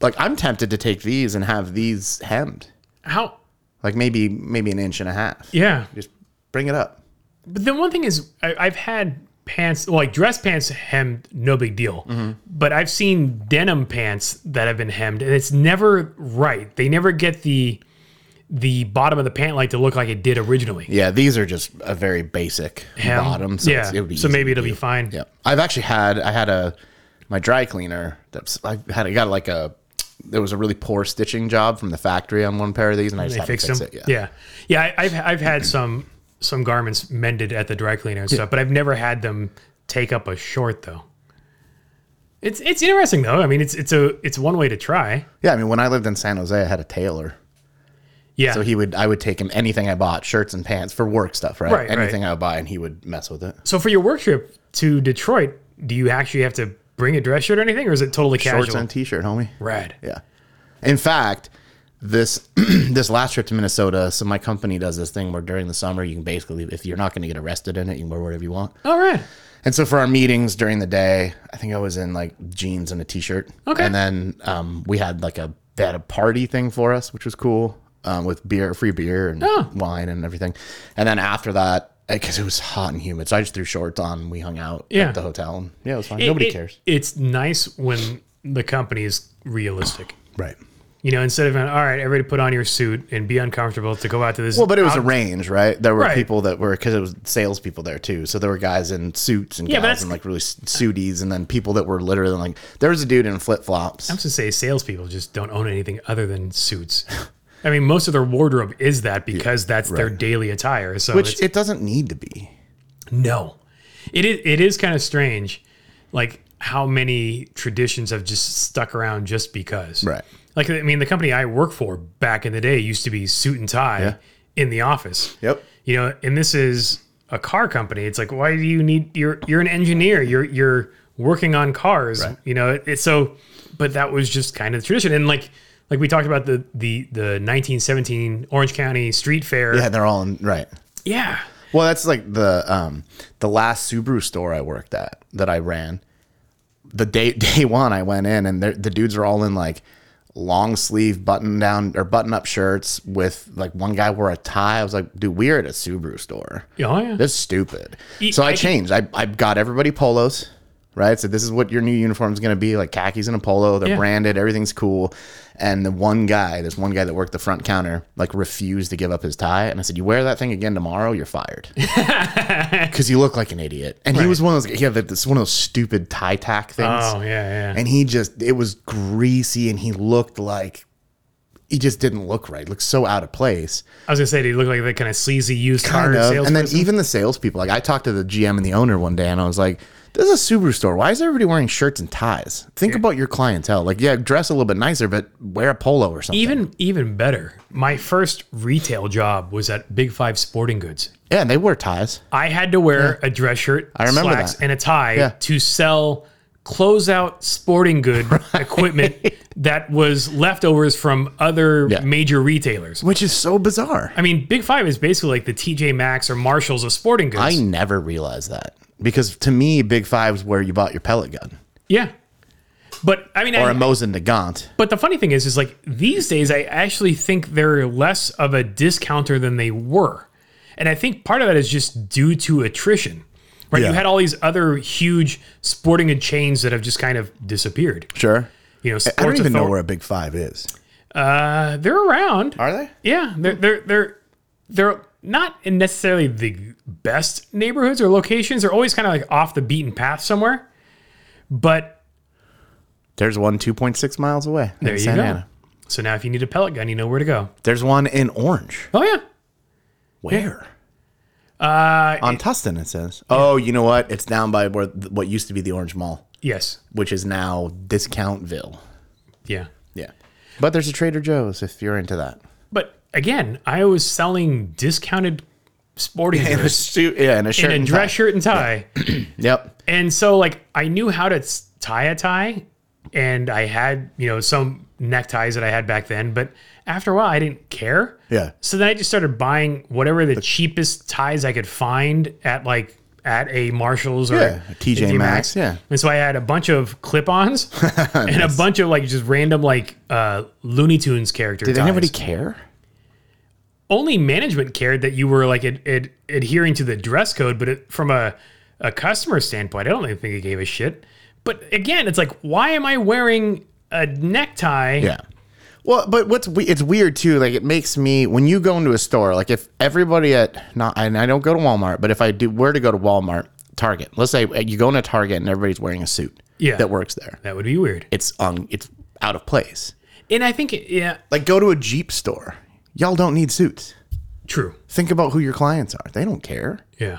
S2: like i'm tempted to take these and have these hemmed
S1: How
S2: like maybe maybe an inch and a half
S1: yeah.
S2: just bring it up
S1: But the one thing is, I, I've had pants, well, like dress pants hemmed, no big deal.
S2: Mm-hmm.
S1: But I've seen denim pants that have been hemmed, and it's never right. They never get the the bottom of the pant like to look like it did originally.
S2: Yeah, these are just a very basic
S1: Hem.
S2: bottom. So
S1: yeah.
S2: it's, it would be
S1: so
S2: easy
S1: maybe
S2: to
S1: it'll
S2: do.
S1: be fine.
S2: Yeah, I've actually had I had a my dry cleaner that's I had I got like a there was a really poor stitching job from the factory on one pair of these, and I just
S1: They
S2: had
S1: fixed
S2: to fix
S1: them.
S2: it.
S1: yeah,
S2: Yeah.
S1: yeah. I, I've I've had some some garments mended at the dry cleaner and stuff, but I've never had them take up a short though. It's it's interesting though. I mean, it's it's a it's one way to try.
S2: yeah, I mean when I lived in San Jose, I had a tailor,
S1: Yeah.
S2: so he would I would take him anything I bought, shirts and pants for work stuff, right?
S1: Right, right.
S2: anything I would buy, and he would mess with it.
S1: So for your work trip to Detroit, do you actually have to bring a dress shirt or anything, or is it totally casual?
S2: Shorts and t-shirt, homie.
S1: Rad.
S2: Yeah. In fact, this this last trip to Minnesota, so my company does this thing where during the summer you can basically if you're not going to get arrested in it, you can wear whatever you want.
S1: All right.
S2: And so for our meetings during the day, I think I was in like jeans and a t-shirt.
S1: Okay.
S2: And then um, we had like a they had a party thing for us, which was cool, um, with beer, free beer and
S1: Oh.
S2: wine and everything. And then after that, because it was hot and humid, so I just threw shorts on. We hung out
S1: Yeah.
S2: at the hotel. And yeah, it was fine. Nobody
S1: It- it-
S2: cares.
S1: It's nice when the company is realistic.
S2: Right.
S1: You know, instead of all right, everybody put on your suit and be uncomfortable to go out to this.
S2: Well, but it was a range, right? There were
S1: Um, Right.
S2: people that were because it was salespeople there too. So there were guys in suits and
S1: Yeah, but
S2: guys
S1: that's-
S2: in like really s- suities, and then people that were literally like there was a dude in flip flops.
S1: I was to say salespeople just don't own anything other than suits. I mean, most of their wardrobe is that because that's their daily attire. So it's
S2: Which it doesn't need to be.
S1: No, it is. It is kind of strange, like how many traditions have just stuck around just because.
S2: Right.
S1: Like I mean, the company I work for back in the day used to be suit and tie in the office.
S2: Yep.
S1: You know, and this is a car company. It's like, why do you need? You're you're an engineer. You're you're working on cars. You know, it, it's so. But that was just kind of the tradition, and like like we talked about the the the 1917 Orange County Street Fair.
S2: Yeah, they're all in, right.
S1: yeah.
S2: Well, that's like the um the last Subaru store I worked at that I ran. The day day one I went in and they're- the dudes are all in like long sleeve button down or button up shirts with like one guy wore a tie. I was like, dude, we're at a Subaru store.
S1: Oh yeah.
S2: That's stupid. So I,
S1: I-
S2: changed. I, I got everybody polos, right? So this is what your new uniform is going to be like khakis and a polo. They're
S1: Yeah.
S2: branded. Everything's cool. And the one guy, this one guy that worked the front counter, like refused to give up his tie. And I said, You wear that thing again tomorrow, you're fired. Because you look like an idiot. And he was one of those, yeah, this one of those stupid tie tack things.
S1: Oh yeah yeah.
S2: And he just, it was greasy and he looked like he just didn't look right. Looked so out of place.
S1: I was gonna say, they look like that kind of sleazy used car
S2: Kind of.
S1: salesperson.
S2: And then e- even the salespeople, like I talked to the GM and the owner one day, and I was like, "This is a Subaru store. Why is everybody wearing shirts and ties? Think about your clientele. Like, yeah, dress a little bit nicer, but wear a polo or something.
S1: even even better. My first retail job was at Big Five Sporting Goods.
S2: yeah, and they wear ties.
S1: I had to wear a dress shirt, I
S2: remember
S1: slacks,
S2: that.
S1: and a tie to sell closeout sporting good equipment that was leftovers from other
S2: Yeah.
S1: major retailers.
S2: which is so bizarre.
S1: I mean, Big Five is basically like the TJ Maxx or Marshalls of sporting goods.
S2: I never realized that because to me, Big Five is where you bought your pellet gun
S1: yeah, but I mean,
S2: or
S1: I,
S2: a Mosin Nagant.
S1: but the funny thing is, is like these days, I actually think they're less of a discounter than they were, and I think part of that is just due to attrition. Right, you
S2: Yeah.
S1: had all these other huge sporting goods chains that have just kind of disappeared.
S2: Sure,
S1: you know, sports
S2: I don't even know
S1: author-
S2: where a Big Five is.
S1: uh, they're around.
S2: Are they?
S1: Yeah, they're they're they're they're not in necessarily the best neighborhoods or locations. They're always kind of like off the beaten path somewhere. But
S2: There's one 2.6 miles away.
S1: there you go. So now, if you need a pellet gun, you know where to go.
S2: There's one in Orange.
S1: Oh yeah,
S2: Where? Uh, On Tustin, it says. Oh, you know what? It's down by where what used to be the Orange Mall,
S1: yes,
S2: which is now Discountville.
S1: yeah.
S2: Yeah, but there's a Trader Joe's if you're into that.
S1: But again, I was selling discounted sporting
S2: And a
S1: goods
S2: suit, yeah, and a shirt,
S1: and a
S2: and
S1: dress shirt and tie,
S2: tie. Yep.
S1: and so like I knew how to s- tie a tie, and I had you know some neckties that I had back then. But after a while, I didn't care.
S2: Yeah.
S1: So then I just started buying whatever the cheapest ties I could find at like at a Marshalls or
S2: Yeah, a TJ Maxx, yeah.
S1: And so I had a bunch of clip-ons and a bunch of like just random like uh Looney Tunes character
S2: Did
S1: ties.
S2: anybody care?
S1: Only management cared that you were like ad- ad- adhering to the dress code, but it, from a a customer standpoint, I don't even think they gave a shit. But again, it's like why am I wearing a necktie?
S2: Yeah. Well, but what's we- it's weird too. Like it makes me when you go into a store. Like if everybody at not and I don't go to Walmart, but if I do were to go to Walmart, Target. Let's say uh, you go into Target and everybody's wearing a suit.
S1: Yeah.
S2: That works there.
S1: That would be weird.
S2: It's on. It's out of place.
S1: And I think yeah,
S2: Like go to a Jeep store. Y'all don't need suits.
S1: true.
S2: Think about who your clients are. They don't care.
S1: Yeah.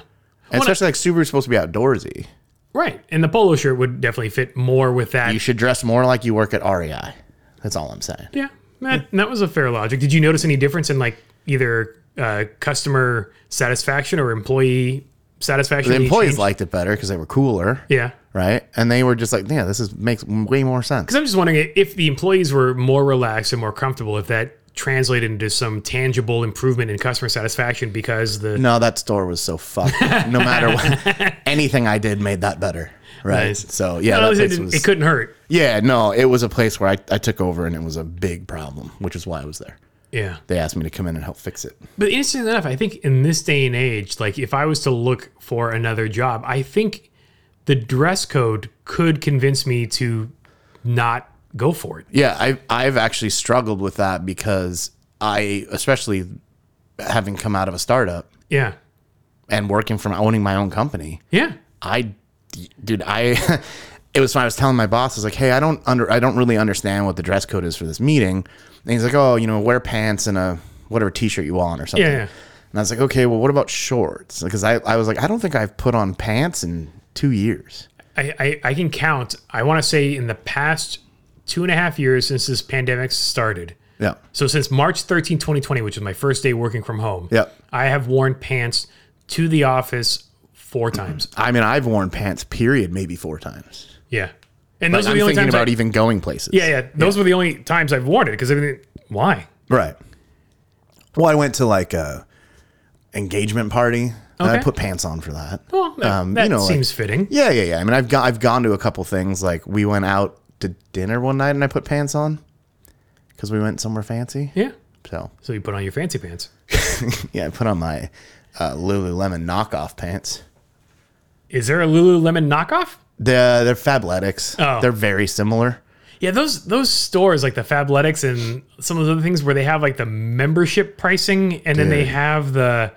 S2: And especially like Subaru's supposed to be outdoorsy.
S1: Right. And the polo shirt would definitely fit more with that.
S2: You should dress more like you work at REI. That's all I'm saying.
S1: yeah. That, that was a fair logic. Did you notice any difference in like either uh, customer satisfaction or employee satisfaction?
S2: The
S1: Any
S2: employees
S1: change?
S2: liked it better because they were cooler,
S1: Yeah.
S2: right? And they were just like, yeah, this is makes way more sense.
S1: Because I'm just wondering if the employees were more relaxed and more comfortable, if that translated into some tangible improvement in customer satisfaction because the.
S2: No, that store was so fucked. No matter what, anything I did made that better. Right.
S1: Nice.
S2: So yeah,
S1: Well,
S2: that
S1: it,
S2: place
S1: didn't-
S2: was,
S1: it couldn't hurt.
S2: yeah, no, it was a place where I, I took over and it was a big problem, which is why I was there.
S1: Yeah.
S2: They asked me to come in and help fix it.
S1: But interestingly enough, I think in this day and age, like if I was to look for another job, I think the dress code could convince me to not go for it.
S2: Yeah, I I've actually struggled with that because I especially having come out of a startup
S1: Yeah.
S2: and working from owning my own company,
S1: Yeah.
S2: I, dude, I, it was when I was telling my boss, I was like, hey, I don't under, I don't really understand what the dress code is for this meeting. And he's like, oh, you know, wear pants and a whatever t-shirt you want or something.
S1: Yeah, yeah.
S2: And I was like, okay, well, what about shorts? Because I, I was like, I don't think I've put on pants in two years.
S1: I, I, I can count. I want to say in the past two and a half years since this pandemic started.
S2: Yeah.
S1: So since March 13, 2020, which was my first day working from home,
S2: Yep.
S1: I have worn pants to the office four times.
S2: I mean, I've worn pants, period, maybe four times.
S1: Yeah. And
S2: But
S1: those are
S2: I'm
S1: the only
S2: thinking
S1: times. I-
S2: about even going places.
S1: yeah, yeah. Those were the only times I've worn it because I mean, why?
S2: Right. Well, I went to like a engagement party and I
S1: Okay.
S2: put pants on for that.
S1: Well, that,
S2: Um,
S1: that
S2: you know, like-
S1: seems fitting.
S2: Yeah, yeah, yeah. I mean, I've got I've gone to a couple things. Like we went out to dinner one night and I put pants on because we went somewhere fancy.
S1: Yeah.
S2: So
S1: So you put on your fancy pants.
S2: yeah, I put on my uh, Lululemon knockoff pants.
S1: Is there a Lululemon knockoff?
S2: They're they're Fabletics.
S1: Oh.
S2: They're very similar.
S1: Yeah, those those stores like the Fabletics and some of those other things where they have like the membership pricing and then they have the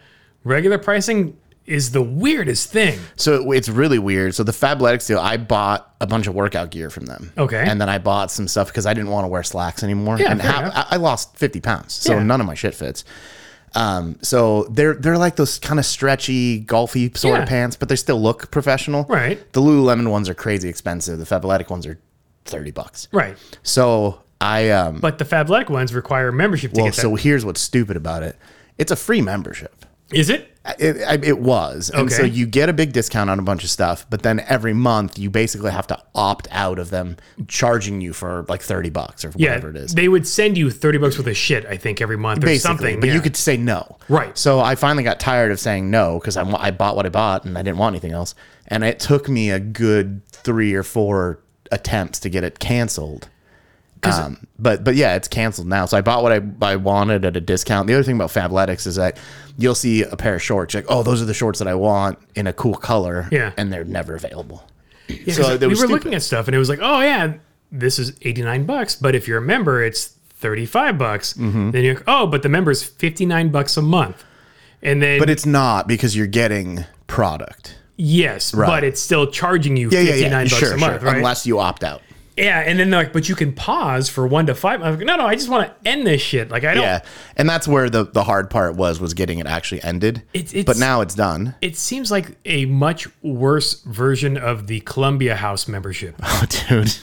S1: regular pricing. is the weirdest thing.
S2: So it's really weird. So the Fabletics deal, I bought a bunch of workout gear from them.
S1: Okay.
S2: And then I bought some stuff because I didn't want to wear slacks anymore.
S1: Yeah,
S2: and
S1: fair
S2: ha-
S1: enough.
S2: I, I lost 50 pounds. So
S1: Yeah.
S2: none of my shit fits. Um, so they're they're like those kind of stretchy, golfy sort
S1: Yeah.
S2: of pants, but they still look professional.
S1: Right.
S2: The Lululemon ones are crazy expensive. The Fabletic ones are 30 bucks.
S1: Right.
S2: So I um
S1: But the Fabletic ones require membership to
S2: well,
S1: get that.
S2: so here's what's stupid about it. It's a free membership.
S1: is it?
S2: It, I- it was. And so
S1: Okay.
S2: you get a big discount on a bunch of stuff, but then every month you basically have to opt out of them charging you for like 30 bucks or
S1: Yeah.
S2: whatever it is.
S1: They would send you 30 bucks worth of shit, I think, every month or
S2: Basically,
S1: something.
S2: but
S1: yeah.
S2: you could say no.
S1: Right.
S2: So I finally got tired of saying no because I, wa- I bought what I bought and I didn't want anything else. And it took me a good three or four attempts to get it canceled. Um, but but yeah, it's canceled now. So I bought what I, I wanted at a discount. The other thing about Fabletics is that you'll see a pair of shorts, you're like oh, those are the shorts that I want in a cool color,
S1: Yeah.
S2: and they're never available.
S1: Yeah,
S2: so
S1: 'cause
S2: they
S1: we
S2: were
S1: were
S2: stupid.
S1: looking at stuff and it was like, oh, yeah, this is 89 bucks. But if you're a member, it's 35 bucks.
S2: Mm-hmm.
S1: Then you're like, oh, but the member's 59 bucks a month. And then,
S2: But it's not because you're getting product.
S1: yes, but it's still charging you 59 bucks
S2: sure,
S1: a month,
S2: sure.
S1: right?
S2: Unless you opt out.
S1: yeah. And then they're like, but you can pause for one to five. I'm like, no, no, I just want to end this shit. Like, I don't,
S2: Yeah, and that's where the the hard part was was getting it actually ended.
S1: It's- it's-
S2: but now it's done.
S1: it seems like a much worse version of the Columbia House membership,
S2: Oh, dude.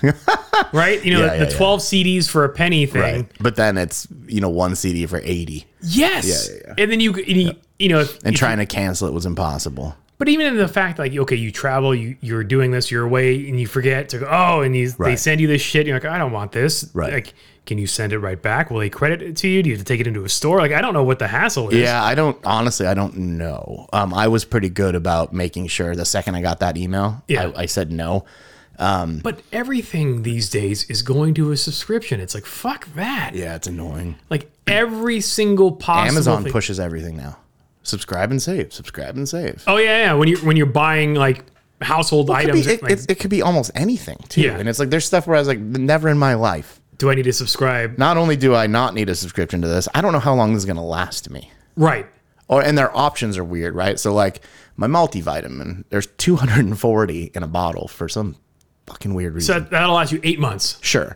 S1: right? You know,
S2: Yeah,
S1: the,
S2: yeah,
S1: the
S2: yeah.
S1: 12 CDs for a penny thing.
S2: right. But then it's you know one CD for eighty,
S1: Yes.
S2: Yeah, yeah,
S1: And then you, and you, you know, if-
S2: and trying to cancel it was impossible.
S1: But even in the fact, like, okay, you travel, you you're doing this, you're away, and you forget to go. Oh, and these they
S2: Right.
S1: send you this shit. And you're like, I don't want this.
S2: Right.
S1: Like, can you send it right back? Will they credit it to you? Do you have to take it into a store? Like, I don't know what the hassle is.
S2: Yeah, I don't honestly. I don't know. Um, I was pretty good about making sure the second I got that email,
S1: Yeah.
S2: I, I said no.
S1: But everything these days is going to a subscription. It's like fuck that.
S2: Yeah, it's annoying.
S1: Like every single possible
S2: Amazon
S1: thing-
S2: pushes everything now. Subscribe and save. Subscribe and save.
S1: Oh yeah, yeah. When you when you're buying like household
S2: It could,
S1: items,
S2: be, it,
S1: like,
S2: it's- it could be almost anything too.
S1: Yeah.
S2: And it's like there's stuff where I was like, never in my life.
S1: do I need to subscribe?
S2: Not only do I not need a subscription to this, I don't know how long this is gonna last me.
S1: Right.
S2: Or and their options are weird, right? So like my multivitamin, there's 240 in a bottle for some fucking weird reason.
S1: So that, that'll last you eight months.
S2: Sure.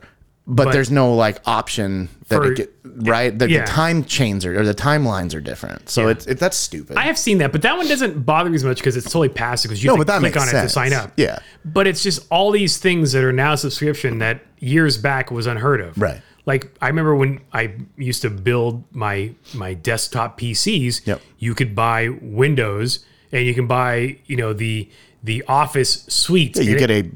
S2: But, there's no like option that
S1: For-
S2: it get, right. The,
S1: yeah.
S2: the time chains are or the timelines are different. So it's it, that's stupid.
S1: I have seen that, but that one doesn't bother me as much because it's totally passive because you
S2: no,
S1: have
S2: but
S1: to
S2: that
S1: click
S2: makes
S1: on
S2: sense.
S1: it to sign up.
S2: Yeah.
S1: But it's just all these things that are now subscription that years back was unheard of.
S2: Right.
S1: Like I remember when I used to build my my desktop PCs,
S2: Yep.
S1: you could buy Windows and you can buy, you know, the the office suite.
S2: You
S1: And
S2: get a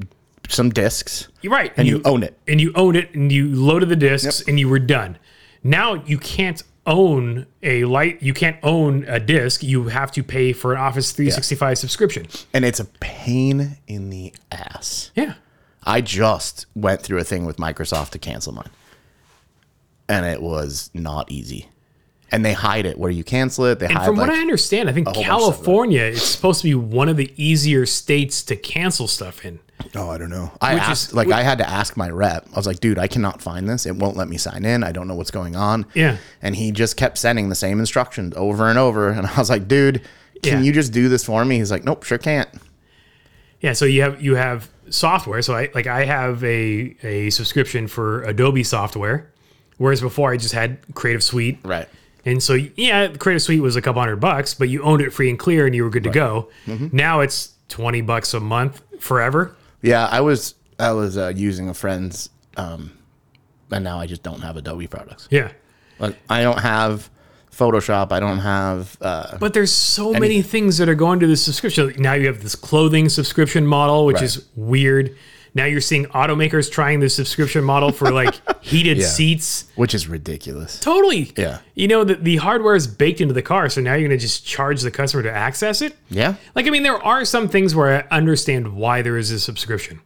S2: some discs
S1: it- right.
S2: and you own it.
S1: and you owned it and you loaded the discs and you were done. Now you can't own a light you can't own a disc. You have to pay for an Office 365 subscription.
S2: And it's a pain in the ass.
S1: Yeah.
S2: I just went through a thing with Microsoft to cancel mine. And it was not easy. And they hide it where you cancel it. They hide
S1: From
S2: like,
S1: what I understand, I think
S2: bunch of stuff, right?
S1: California is supposed to be one of the easier states to cancel stuff in.
S2: Oh, I don't know. I
S1: is-
S2: asked, like, I had to ask my rep. I was like, dude, I cannot find this. It won't let me sign in. I don't know what's going on.
S1: Yeah.
S2: And he just kept sending the same instructions over and over. And I was like, dude, can
S1: Yeah.
S2: you just do this for me? He's like, nope, sure can't.
S1: Yeah, so you have you have software. So I like I have a a subscription for Adobe software, whereas before I just had Creative Suite.
S2: Right.
S1: And so yeah, Creative Suite was a couple hundred bucks, but you owned it free and clear, and you were good to go.
S2: Mm-hmm.
S1: Now it's twenty bucks a month forever.
S2: Yeah. I was, I was uh, using a friend's, um, and now I just don't have Adobe products.
S1: Yeah,
S2: Like, I don't have Photoshop. I don't have, uh,
S1: but there's so many things that are going to the subscription. Now you have this clothing subscription model, which is weird. Now you're seeing automakers trying the subscription model for like heated seats.
S2: which is ridiculous.
S1: Totally.
S2: Yeah.
S1: You know, the, the hardware is baked into the car, so now you're going to just charge the customer to access it?
S2: Yeah.
S1: Like, I mean, there are some things where I understand why there is a subscription.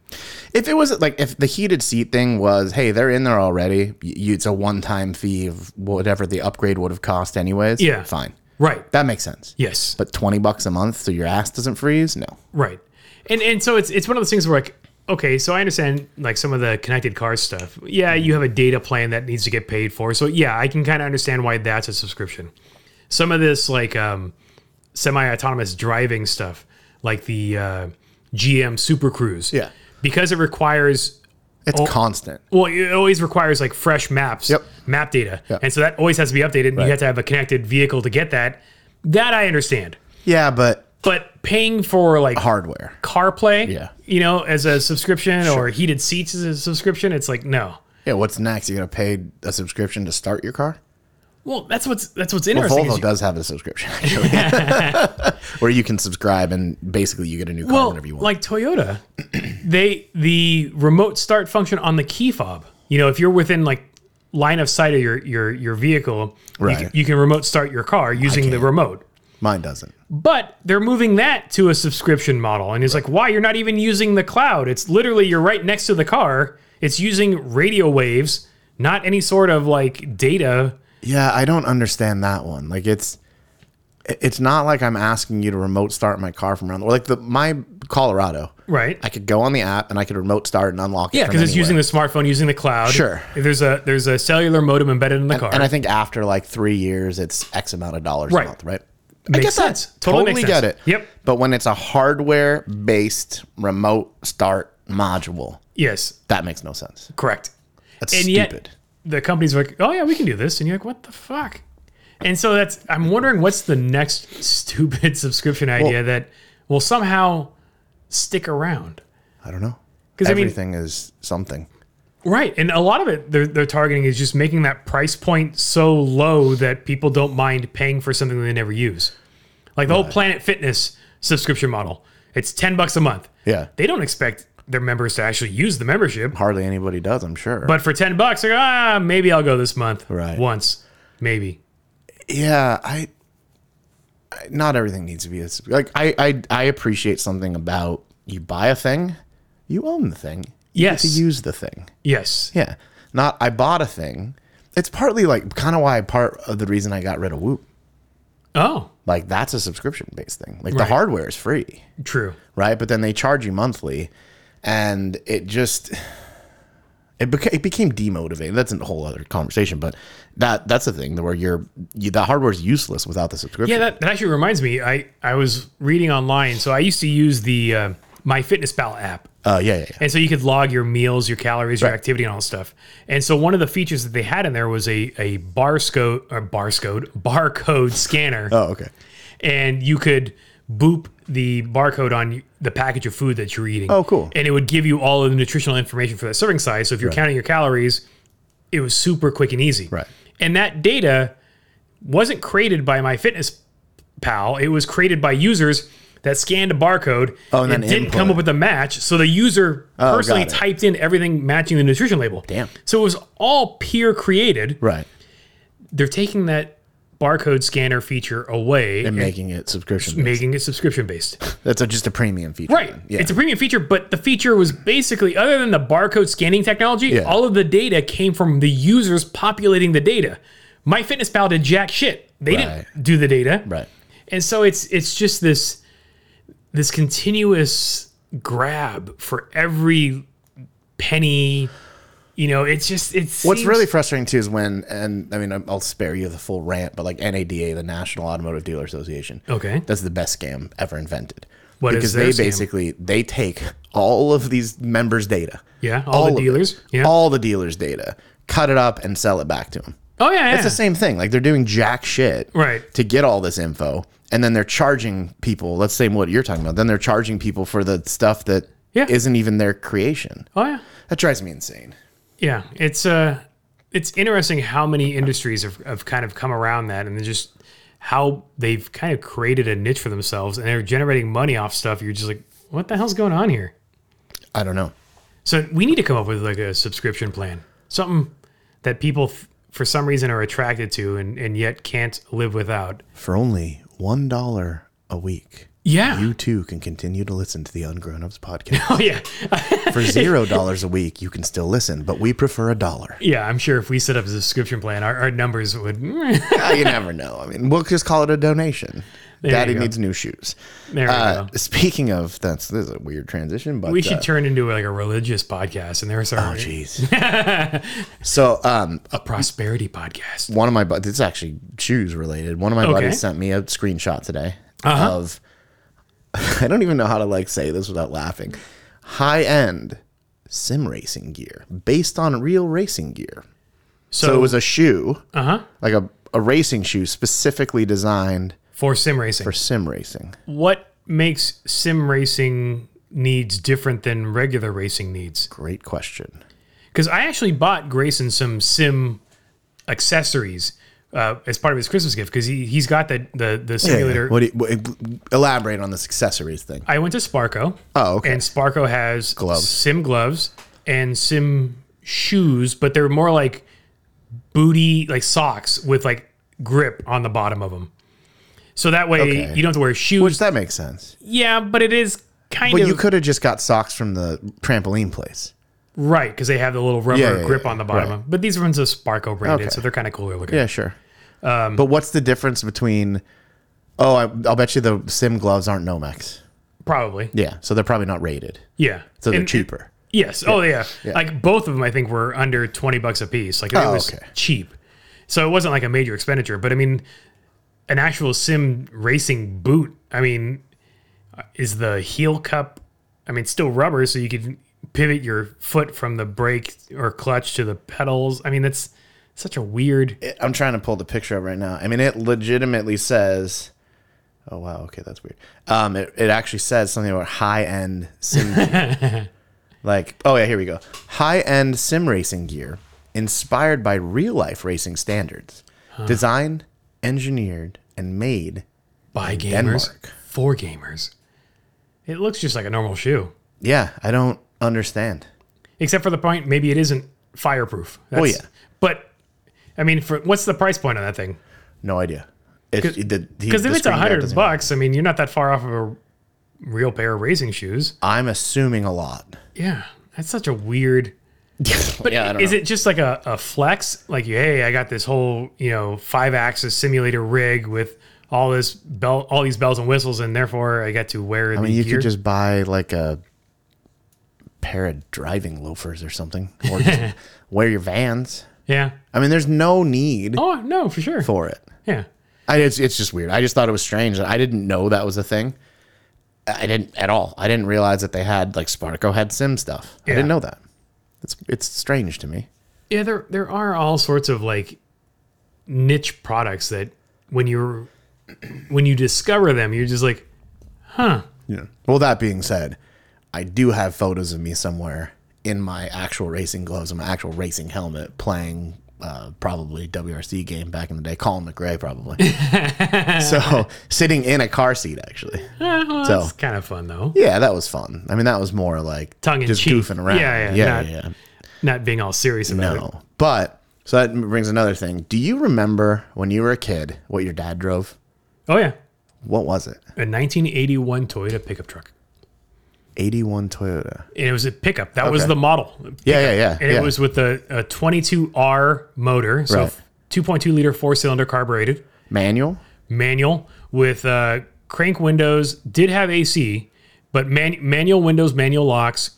S2: If it was like if the heated seat thing was, hey, they're in there already. y- You, it's a one-time fee of whatever the upgrade would have cost, anyways.
S1: Yeah.
S2: fine,
S1: Right.
S2: that makes sense.
S1: Yes.
S2: But twenty bucks a month, so your ass doesn't freeze. No,
S1: Right. And and so it's it's one of those things where like okay, so I understand like some of the connected car stuff. Yeah, you have a data plan that needs to get paid for. So yeah, I can kind of understand why that's a subscription. Some of this like um semi-autonomous driving stuff like the uh, GM Super Cruise.
S2: Yeah.
S1: Because it requires Oh.
S2: It's constant.
S1: well, it always requires like fresh maps,
S2: Yep.
S1: map data, and so that always has to be updated. And you have to have a connected vehicle to get that. That I understand,
S2: Yeah, but
S1: but paying for like
S2: hardware.
S1: CarPlay,
S2: Yeah.
S1: you know, as a subscription or heated seats as a subscription, it's like no.
S2: Yeah, what's next? You're gonna pay a subscription to start your car?
S1: Well, that's what's that's what's
S2: Well,
S1: interesting. is
S2: Volvo
S1: you-
S2: does have a subscription actually, where you can subscribe and basically you get a new car
S1: well,
S2: whenever you want.
S1: like Toyota, they the remote start function on the key fob. You know, if you're within like line of sight of your your your vehicle, you, can,
S2: Right.
S1: you can remote start your car using the remote.
S2: Mine doesn't.
S1: But they're moving that to a subscription model, and it's like, why you're not even using the cloud? It's literally you're right next to the car. It's using radio waves, not any sort of like data.
S2: Yeah, I don't understand that one. Like it's it's not like I'm asking you to remote start my car from around the like the my Colorado.
S1: Right.
S2: I could go on the app and I could remote start and unlock it.
S1: Yeah,
S2: from
S1: because it's
S2: anywhere.
S1: using the smartphone, using the cloud.
S2: Sure.
S1: There's a there's a cellular modem embedded in the car.
S2: And I think after like three years, it's X amount of dollars
S1: Right.
S2: a month, right? I
S1: Makes
S2: guess
S1: sense.
S2: I
S1: Totally
S2: totally,
S1: makes
S2: get
S1: sense.
S2: it.
S1: Yep.
S2: But when it's a hardware based remote start module,
S1: yes,
S2: that makes no sense.
S1: correct.
S2: That's
S1: And yet,
S2: stupid.
S1: the company's like, oh yeah, we can do this, and you're like, what the fuck? And so that's I'm wondering what's the next stupid subscription idea that will somehow stick around.
S2: I don't know.
S1: 'Cause, I mean-
S2: everything is something.
S1: Right, and a lot of it they're, they're targeting is just making that price point so low that people don't mind paying for something they never use, like the whole Planet Fitness subscription model. It's ten bucks a month.
S2: Yeah.
S1: They don't expect their members to actually use the membership,
S2: Hardly anybody does, I'm sure.
S1: but for ten bucks, they're like, ah, maybe I'll go this month.
S2: Right.
S1: once, maybe.
S2: yeah, I, I not everything needs to be a, like I, I I appreciate something about you buy a thing, you own the thing. You get
S1: Yes,
S2: to use the thing.
S1: yes,
S2: Yeah. Not I bought a thing. It's partly like kind of why part of the reason I got rid of Whoop.
S1: oh,
S2: Like that's a subscription based thing. Like the hardware is free,
S1: true.
S2: right? But then they charge you monthly and it just it, beca- it became demotivating. That's a whole other conversation, but that that's the thing where you're you, the hardware's useless without the subscription.
S1: Yeah, that, that actually reminds me. I I was reading online, so I used to use the uh, My Fitness Pal app.
S2: uh, yeah, yeah, yeah.
S1: And so you could log your meals, your calories, your activity, and all that stuff. And so one of the features that they had in there was a a barcode or barcode barcode scanner,
S2: Oh, okay.
S1: and you could boop the barcode on the package of food that you're eating.
S2: Oh, cool.
S1: And it would give you all of the nutritional information for that serving size. So if you're counting your calories, it was super quick and easy.
S2: Right.
S1: And that data wasn't created by MyFitnessPal. It was created by users that scanned a barcode
S2: Oh, and then
S1: didn't
S2: input. Oh,
S1: come up with a match. So the user personally
S2: got it.
S1: typed in everything matching the nutrition label.
S2: Damn.
S1: So it was all peer created.
S2: Right.
S1: They're taking that barcode scanner feature away
S2: And making it subscription.
S1: making it subscription based.
S2: that's a, just a premium feature.
S1: Right.
S2: then. Yeah.
S1: It's a premium feature, but the feature was basically, other than the barcode scanning technology, all of the data came from the users populating the data. MyFitnessPal did jack shit. They didn't
S2: Right.
S1: do the data.
S2: right.
S1: And so it's it's just this this continuous grab for every penny. You know, it's just it's
S2: What's really frustrating too is when, and I mean, I'm- I'll spare you the full rant, but like NADA, the National Automotive Dealer Association,
S1: Okay.
S2: that's the best scam ever invented.
S1: What is
S2: because
S1: their
S2: they
S1: scam?
S2: basically they take all of these members' data,
S1: Yeah, all the
S2: of it.
S1: dealers, yeah.
S2: all the dealers' data, cut it up and sell it back to them.
S1: Oh yeah, yeah.
S2: It's the same thing. Like they're doing jack shit
S1: Right.
S2: to get all this info, and then they're charging people. Let's say what you're talking about. Then they're charging people for the stuff that
S1: Yeah.
S2: not even their creation.
S1: oh yeah.
S2: That drives me insane.
S1: Yeah, it's uh it's interesting how many industries have, have kind of come around that and just how they've kind of created a niche for themselves and they're generating money off stuff. You're just like, what the hell's going on here?
S2: I don't know.
S1: So we need to come up with like a subscription plan, something that people f- for some reason are attracted to and, and yet can't live without.
S2: For only one dollar a week,
S1: Yeah.
S2: you too can continue to listen to the Ungrown Ups podcast.
S1: oh yeah.
S2: For zero dollars a week, you can still listen, but we prefer a dollar.
S1: yeah. I'm sure if we set up a subscription plan, our, our numbers would,
S2: Ah, you never know. I mean, we'll just call it a donation. Daddy
S1: go.
S2: needs new shoes.
S1: There we
S2: Uh,
S1: go.
S2: speaking of, that's this is a weird transition, but
S1: we
S2: uh,
S1: should turn into like a religious podcast. And there's our
S2: Oh, Jeez. so, um,
S1: a prosperity podcast.
S2: one of my buddies, it's actually shoes related. One of my buddies sent me a screenshot today of I don't even know how to like say this without laughing. High end sim racing gear based on real racing gear. So, it was a shoe,
S1: uh huh
S2: like a, a racing shoe specifically designed
S1: for sim racing.
S2: for sim racing.
S1: what makes sim racing needs different than regular racing needs?
S2: Great question.
S1: Because I actually bought Grayson some sim accessories uh, as part of his Christmas gift because he he's got the the, the simulator.
S2: What do you, what, elaborate on this accessories thing.
S1: I went to Sparko.
S2: Oh, okay.
S1: And Sparko has
S2: Gloves.
S1: sim gloves and sim shoes, but they're more like booty, like socks with like grip on the bottom of them. So that way
S2: Okay.
S1: you don't have to wear shoes.
S2: Which that makes sense.
S1: yeah, but it is kind
S2: But
S1: of
S2: you could have just got socks from the trampoline place.
S1: right because they have the little rubber
S2: Yeah, yeah,
S1: grip
S2: yeah,
S1: on the bottom.
S2: right.
S1: of 'em. But these ones are Sparko branded,
S2: Okay.
S1: so they're kind of cooler looking.
S2: Yeah, sure. but what's the difference between? Oh, I, I'll bet you the sim gloves aren't Nomex.
S1: Probably.
S2: Yeah, so they're probably not rated,
S1: Yeah.
S2: so they're
S1: And-
S2: cheaper.
S1: Yes. Oh yeah. Like both of them, I think were under twenty bucks a piece. Like it
S2: Oh,
S1: was
S2: okay.
S1: cheap, so it wasn't like a major expenditure. But I mean, an actual sim racing boot. I mean, uh, is the heel cup? I mean, it's still rubber, so you could pivot your foot from the brake or clutch to the pedals. I mean, that's such a weird.
S2: It- I'm trying to pull the picture up right now. I mean, it legitimately says. Oh wow, okay, that's weird. Um, it, it actually says something about high end sim. gear. like, oh yeah, here we go. High end sim racing gear inspired by real life racing standards, designed, engineered, and made.
S1: by gamers
S2: Denmark.
S1: for gamers. It looks just like a normal shoe,
S2: Yeah, I don't understand.
S1: except for the point. Maybe it isn't fireproof. That's,
S2: yeah.
S1: but. I mean, for what's the price point on that thing?
S2: No idea. Because
S1: Because if it's a hundred bucks, I mean, you're not that far off of a real pair of racing shoes.
S2: I'm assuming a lot.
S1: Yeah, that's such a weird.
S2: but
S1: is it just like a, a flex? Like, hey, I got this whole you know five axis simulator rig with all this bell, all these bells and whistles, and therefore I got to wear the
S2: I mean, you
S1: gear.
S2: could just buy like a pair of driving loafers or something, or just wear your Vans.
S1: yeah.
S2: I mean, there's no need
S1: Oh no, for sure.
S2: for it.
S1: Yeah.
S2: I, it's it's just weird. I just thought it was strange. I didn't know that was a thing. I didn't at all. I didn't realize that they had like Sparko had Sim stuff. I
S1: Yeah.
S2: didn't know that. It's it's strange to me.
S1: Yeah, there there are all sorts of like niche products that when you're when you discover them, you're just like,
S2: Yeah. Well, that being said, I do have photos of me somewhere in my actual racing gloves and my actual racing helmet playing uh, probably WRC game back in the day, Colin McRae probably. so sitting in a car seat actually.
S1: eh, well,
S2: So-
S1: that's kind of fun though.
S2: Yeah, that was fun. I mean, that was more like
S1: Tongue in
S2: just
S1: cheek.
S2: goofing around.
S1: Yeah, yeah,
S2: yeah,
S1: not-
S2: yeah, yeah.
S1: Not being all serious about it.
S2: No, but so that brings another thing. Do you remember when you were a kid what your dad drove?
S1: Oh yeah.
S2: What was it?
S1: a 1981 Toyota pickup truck.
S2: Eighty-one Toyota.
S1: And it was a pickup. That was
S2: Okay.
S1: the model.
S2: Yeah, yeah, yeah.
S1: And
S2: yeah.
S1: it was with a, a 22R motor, so
S2: Right.
S1: 2.2 liter four cylinder carbureted,
S2: manual.
S1: manual with uh, crank windows, did have AC, but man- manual windows, manual locks,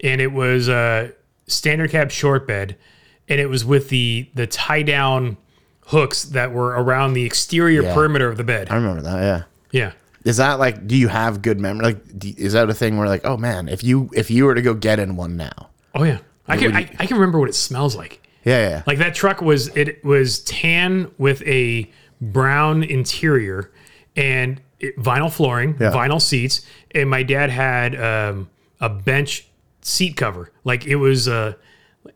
S1: and it was a standard cab short bed, and it was with the the tie down hooks that were around the exterior perimeter of the bed.
S2: I remember that. Yeah.
S1: yeah.
S2: is that like do you have good memory like do, is that a thing where like oh man if you if you were to go get in one now
S1: Oh yeah. I can I, I can remember what it smells like.
S2: yeah yeah, yeah.
S1: Like that truck was it was tan with a brown interior and it, vinyl flooring,
S2: Yeah.
S1: vinyl seats, and my dad had um, a bench seat cover. Like it was uh,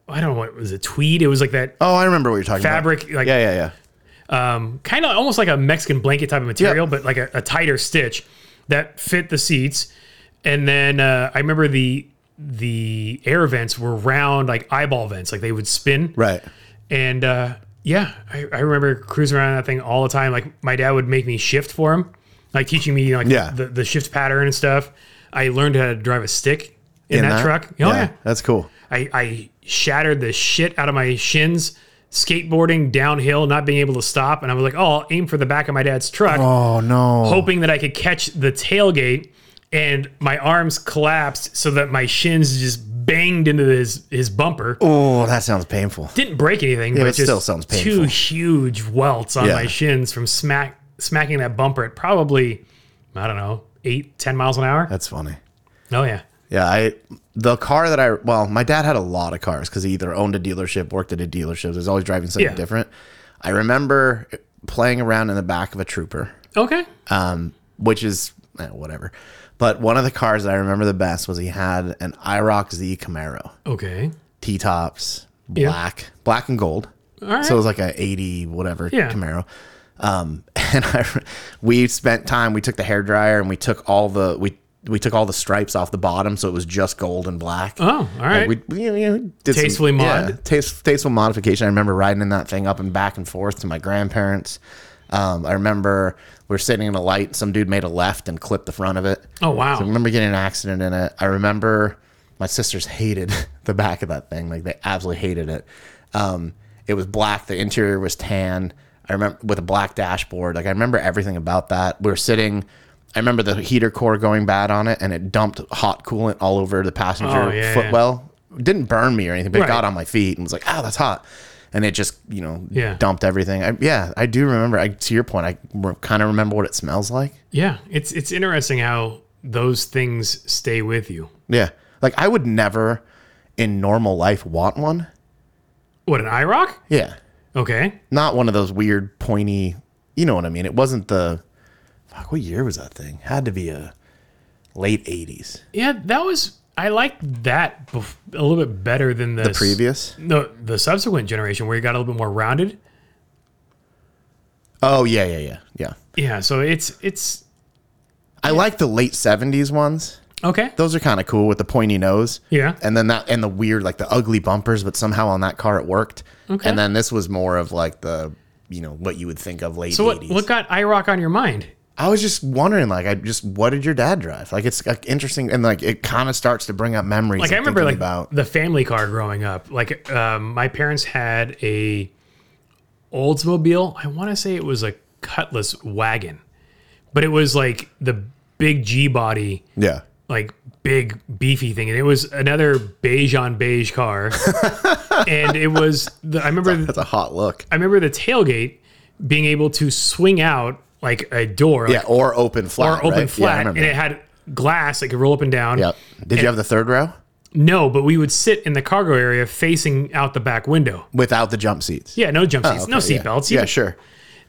S1: I don't know what was it tweed. It was like that
S2: oh i remember what you're talking
S1: fabric, like
S2: about yeah yeah yeah
S1: um, kind of almost like a Mexican blanket type of material, but like a, a tighter stitch that fit the seats. And then uh, I remember the the air vents were round, like eyeball vents, like they would spin.
S2: right
S1: And uh, yeah, I, I remember cruising around that thing all the time. Like my dad would make me shift for him, like teaching me like
S2: Yeah.
S1: the, the shift pattern and stuff. I learned how to drive a stick in, that, truck. Oh yeah.
S2: that's cool
S1: I, I shattered the shit out of my shins skateboarding downhill, not being able to stop. And I was like, oh, I'll aim for the back of my dad's truck,
S2: oh no
S1: hoping that I could catch the tailgate. And my arms collapsed so that my shins just banged into his, his bumper
S2: oh that sounds painful
S1: didn't break anything, but
S2: but
S1: it
S2: it
S1: just
S2: still sounds
S1: Two
S2: painful.
S1: huge welts on
S2: Yeah.
S1: my shins from smack smacking that bumper at probably I don't know, eight, ten miles an hour.
S2: That's funny.
S1: Oh yeah.
S2: Yeah, I the car that I well, my dad had a lot of cars because he either owned a dealership, worked at a dealership, was always driving something
S1: Yeah.
S2: different. I remember playing around in the back of a trooper,
S1: Okay.
S2: um, which is eh, whatever. But one of the cars that I remember the best was he had an IROC Z Camaro,
S1: Okay.
S2: T tops, black, black and gold.
S1: All right.
S2: So it was like a eighty whatever
S1: Yeah.
S2: Camaro. Um, and I, we spent time. We took the hair dryer and we took all the we we took all the stripes off the bottom, so it was just gold and black.
S1: oh, all right.
S2: Like we, you know, did some-
S1: Tastefully mod.
S2: yeah, taste, tasteful modification. I remember riding in that thing up and back and forth to my grandparents. Um, I remember we were sitting in a light. Some dude made a left and clipped the front of it.
S1: oh
S2: I
S1: wow.
S2: remember getting in an accident in it. I remember my sisters hated the back of that thing. Like they absolutely hated it. Um, it was black. The interior was tan. I remember with a black dashboard. Like I remember everything about that. We were sitting. I remember the heater core going bad on it, and it dumped hot coolant all over the passenger
S1: Oh, yeah,
S2: footwell. It didn't burn me or anything, but
S1: Right.
S2: it got on my feet and was like, "Oh, that's hot." And it just, you know,
S1: Yeah.
S2: dumped everything. I, yeah, I do remember. I, to your point, I kind of remember what it smells like.
S1: Yeah, it's it's interesting how those things stay with you.
S2: Yeah. Like I would never in normal life want one.
S1: What an IROC?
S2: Yeah.
S1: Okay.
S2: Not one of those weird pointy, you know what I mean? It wasn't the fuck what year was that thing? Had to be a late 80s.
S1: Yeah, that was I liked that bef- a little bit better than the,
S2: Previous?
S1: No, the subsequent generation where you got a little bit more rounded.
S2: Oh, yeah, yeah, yeah. Yeah.
S1: Yeah, so it's it's
S2: I like the late 70s ones.
S1: okay.
S2: Those are kind of cool with the pointy nose.
S1: Yeah.
S2: And then that and the weird like the ugly bumpers, but somehow on that car it worked.
S1: Okay.
S2: And then this was more of like the you know what you would think of late
S1: So what
S2: 80s.
S1: what got IROC on your mind?
S2: I was just wondering, like, I just what did your dad drive? Like, it's like interesting, and like it kind of starts to bring up memories.
S1: Like
S2: of
S1: I remember like
S2: thinking about
S1: the family car growing up. Like um, my parents had a Oldsmobile. I want to say it was a Cutlass wagon, but it was like the big G body
S2: yeah,
S1: like big beefy thing and it was another beige on beige car and it was the, i remember
S2: that's a hot look.
S1: i remember the tailgate being able to swing out like a door
S2: Yeah,
S1: like,
S2: or open
S1: or
S2: flat,
S1: open
S2: right? Yeah, I
S1: flat and
S2: remember.
S1: it had glass that could roll up and down
S2: yep. Did you have the third row
S1: no but we would sit in the cargo area facing out the back window
S2: without the jump seats?
S1: yeah no jump seats no
S2: Oh, Okay,
S1: seat
S2: yeah.
S1: belts
S2: Yeah,
S1: You-
S2: sure.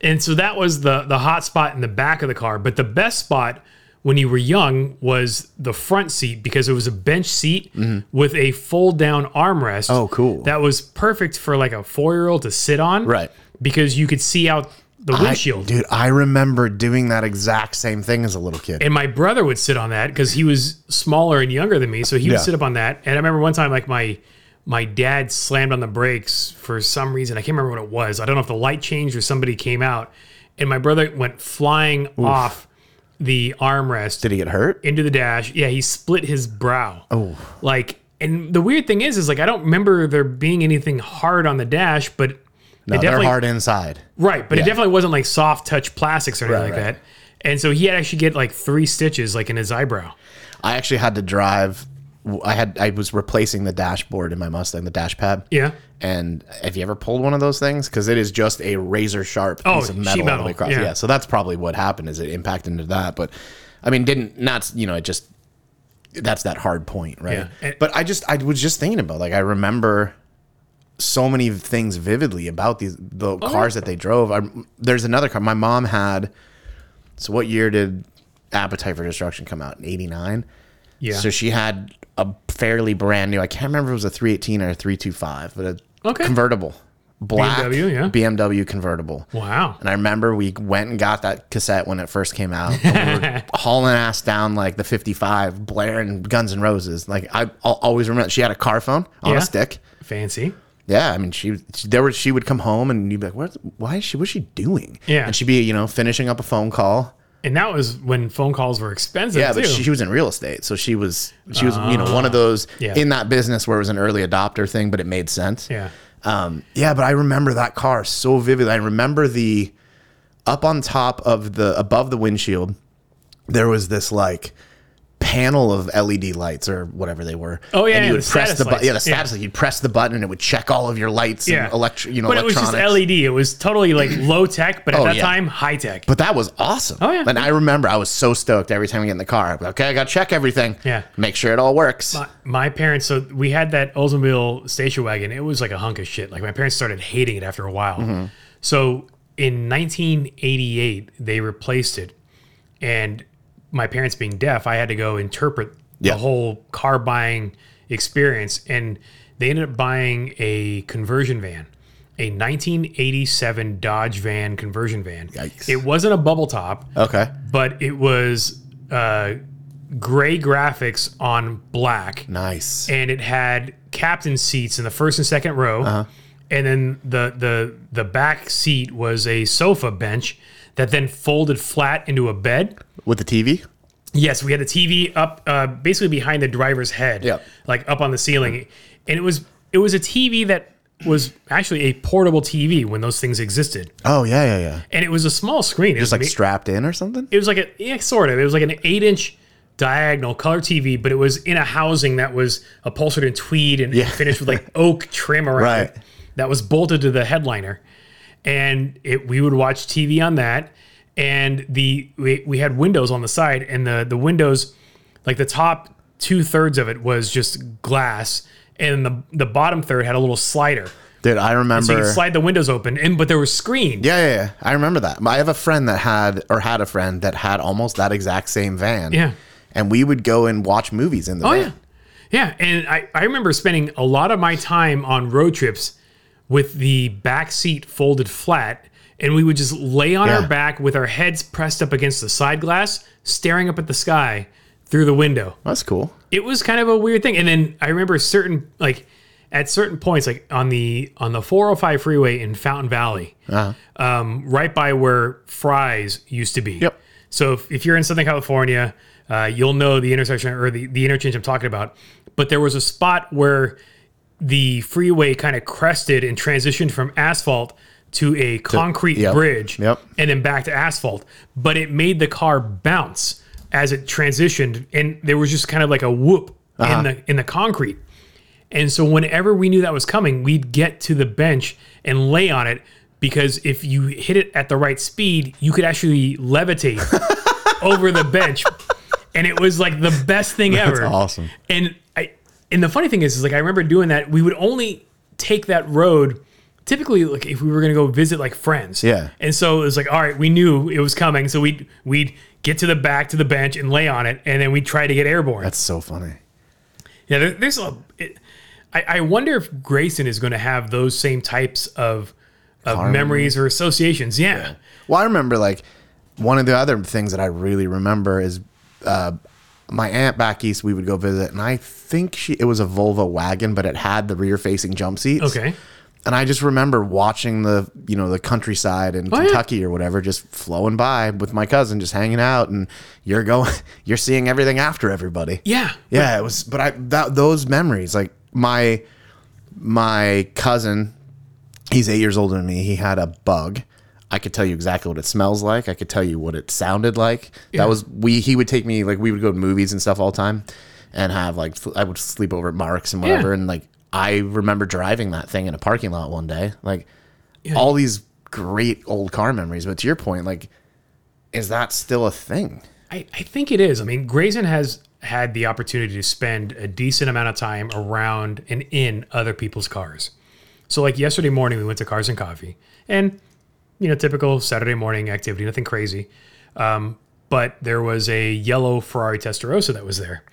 S1: And so that was the the hot spot in the back of the car. But the best spot when you were young was the front seat because it was a bench seat with a fold down armrest.
S2: Mm-hmm. Oh, cool.
S1: That was perfect for like a four year old to sit on.
S2: Right.
S1: Because you could see out the
S2: I-
S1: windshield.
S2: dude, I remember doing that exact same thing as a little kid.
S1: and my brother would sit on that because he was smaller and younger than me, so he would
S2: Yeah.
S1: sit up on that. And I remember one time, like my my dad slammed on the brakes for some reason. I can't remember what it was. I don't know if the light changed or somebody came out, and my brother went flying off the armrest
S2: Did he get hurt?
S1: into the dash. Yeah, he split his brow. Oh, like, and the weird thing is, is like I don't remember there being anything hard on the dash, but
S2: No,
S1: it
S2: they're
S1: definitely
S2: hard inside.
S1: Right, but it definitely wasn't like soft touch plastics or anything
S2: Right,
S1: like
S2: right.
S1: that. And so he had actually get like three stitches like in his eyebrow.
S2: I actually had to drive. I had I was replacing the dashboard in my Mustang, the dash pad.
S1: Yeah.
S2: And have you ever pulled one of those things? Because it is just a razor sharp
S1: Oh,
S2: piece of
S1: sheet
S2: metal, all the
S1: metal,
S2: way across.
S1: yeah.
S2: Yeah. So that's probably what happened. Is it impacted into that? But I mean, didn't not you know it just that's that hard point, right?
S1: Yeah. And-
S2: but I just I was just thinking about like I remember so many things vividly about these
S1: Oh,
S2: the cars that they drove. I, there's another car my mom had. So what year did Appetite for Destruction come out? In '89.
S1: Yeah.
S2: So she had a fairly brand new. I can't remember if it was a 318 or a 325, but a
S1: Okay.
S2: convertible, black
S1: BMW, yeah.
S2: BMW convertible.
S1: wow.
S2: And I remember we went and got that cassette when it first came out. and we were hauling ass down like the 55, blaring Guns N' Roses. Like I I'll always remember she had a car phone on
S1: Yeah.
S2: a stick.
S1: Fancy.
S2: Yeah, I mean, she, she there was she would come home and you'd be like, "What? Why is she? What's she doing?"
S1: Yeah.
S2: and she'd be you know finishing up a phone call.
S1: And that was when phone calls were expensive
S2: Yeah,
S1: too. Ah.
S2: but she, she was in real estate, so she was she was you know one of those
S1: Yeah.
S2: in that business where it was an early adopter thing, but it made sense.
S1: yeah.
S2: Um, yeah, but I remember that car so vividly. I remember the up on top of the above the windshield, there was this like panel of LED lights or whatever they were.
S1: Oh, yeah,
S2: and
S1: yeah,
S2: you would
S1: the
S2: press
S1: status
S2: the button.
S1: lights.
S2: Yeah, the
S1: Yeah.
S2: status. light. You'd press the button and it would check all of your lights
S1: Yeah.
S2: and electric. You know,
S1: but it was
S2: electronics.
S1: just E LED. It was totally like low tech, but at
S2: Oh,
S1: that
S2: yeah.
S1: time, high tech.
S2: But that was awesome.
S1: Oh, yeah.
S2: And I remember I was so stoked every time we get in the car. I'd be like, okay, I got to check everything.
S1: Yeah.
S2: Make sure it all works.
S1: My, my parents, so we had that Oldsmobile station wagon. It was like a hunk of shit. Like my parents started hating it after a while.
S2: Mm-hmm.
S1: So in 1988, they replaced it, and my parents being deaf, I had to go interpret
S2: Yeah.
S1: the whole car buying experience, and they ended up buying a conversion van. A 1987 Dodge van conversion van.
S2: Yikes.
S1: It wasn't a bubble top
S2: Okay.
S1: but it was uh, gray graphics on
S2: Mm-hmm.
S1: black,
S2: Nice.
S1: and it had captain seats in the first and second row,
S2: Uh-huh.
S1: and then the the the back seat was a sofa bench that then folded flat into a bed.
S2: With the TV?
S1: Yes, we had the TV up, uh, basically behind the driver's head,
S2: Yeah.
S1: like up on the ceiling, and it was it was a TV that was actually a portable TV when those things existed,
S2: Oh, yeah, yeah, yeah.
S1: and it was a small screen. It was
S2: Just like
S1: ma-
S2: strapped in or something?
S1: it was like a yeah, sort of it was like an eight inch diagonal color TV, but it was in a housing that was upholstered in tweed and finished with like oak trim around
S2: Right.
S1: it that was bolted to the headliner. And it, we would watch TV on that, and the we, we had windows on the side, and the the windows, like the top two thirds of it was just glass, and the the bottom third had a little slider,
S2: Dude, I remember.
S1: so you could slide the windows open, and but there was screen.
S2: Yeah, yeah, yeah. I remember that. I have a friend that had, or had a friend that had almost that exact same van.
S1: Yeah.
S2: And we would go and watch movies in the
S1: Oh
S2: van.
S1: yeah, yeah. And I, I remember spending a lot of my time on road trips with the back seat folded flat, and we would just lay on
S2: Yeah.
S1: our back with our heads pressed up against the side glass, staring up at the sky through the window.
S2: That's cool.
S1: It was kind of a weird thing. And then I remember certain like at certain points, like on the on the 405 freeway in Fountain Valley,
S2: Uh-huh.
S1: um, right by where Fry's used to be.
S2: Yep.
S1: So if, if you're in Southern California, uh, you'll know the intersection or the, the interchange I'm talking about. But there was a spot where the freeway kind of crested and transitioned from asphalt to a concrete
S2: yep,
S1: bridge
S2: yep.
S1: and then back to asphalt. But it made the car bounce as it transitioned, and there was just kind of like a whoop
S2: Uh-huh.
S1: in the in the concrete. And so whenever we knew that was coming, we'd get to the bench and lay on it because if you hit it at the right speed, you could actually levitate over the bench. And it was like the best thing ever.
S2: awesome.
S1: And I and the funny thing is, is like I remember doing that. We would only take that road typically like if we were gonna go visit like friends.
S2: Yeah.
S1: And so it was like, all right, we knew it was coming. So we'd we'd get to the back to the bench and lay on it, and then we'd try to get airborne.
S2: That's so funny.
S1: Yeah, there, there's a. It, I, I wonder if Grayson is going to have those same types of of memories or associations. Yeah.
S2: Well, I remember like one of the other things that I really remember is uh, my aunt back east. We would go visit, and I think she it was a Volvo wagon, but it had the rear facing jump seats.
S1: Okay.
S2: And I just remember watching the you know the countryside in
S1: yeah.
S2: Kentucky or whatever just flowing by with my cousin, just hanging out, and you're going, you're seeing everything after everybody.
S1: Yeah.
S2: Yeah, it was. But I that those memories, like my my cousin, he's eight years older than me. He had a bug. I could tell you exactly what it smells like. I could tell you what it sounded like. That was we. He would take me like we would go to movies and stuff all the time, and have like sl- I would sleep over at Mark's and whatever. And like I remember driving that thing in a parking lot one day. Like all these great old car memories. But to your point, like is that still a thing?
S1: I, I think it is. I mean, Grayson has had the opportunity to spend a decent amount of time around and in other people's cars. So, like yesterday morning, we went to Cars and Coffee, and you know, typical Saturday morning activity, nothing crazy. Um, but there was a yellow Ferrari Testarossa that was there,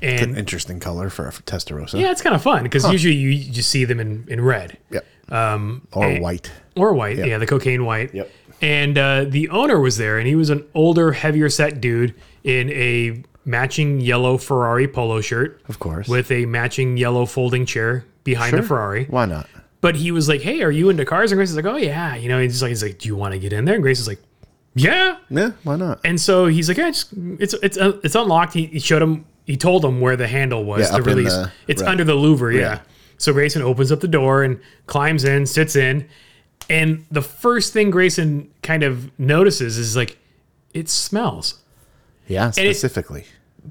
S1: and
S2: Interesting color for a Testarossa.
S1: Yeah, it's kind of fun because usually you you just see them in, in red
S2: Yep. Um, or white.
S1: or white. Yeah, the cocaine white.
S2: Yep.
S1: And uh, the owner was there, and he was an older, heavier set dude in a matching yellow Ferrari polo shirt
S2: Of course.
S1: with a matching yellow folding chair behind the Ferrari.
S2: Why not?
S1: But he was like, "Hey, are you into cars?" And Grace is like, "Oh yeah," you know. He's just like, "He's like, do you want to get in there?" And Grace is like, "Yeah."
S2: Yeah, why not?
S1: And so he's like, yeah, just, it's it's uh, it's unlocked. He, he showed him, he told him where the handle was
S2: Yeah,
S1: to
S2: up in
S1: release.
S2: the-
S1: it's
S2: right.
S1: under the louver, yeah. So Grayson opens up the door and climbs in, sits in, and the first thing Grayson kind of notices is like, it smells.
S2: Yeah,
S1: it-
S2: specifically.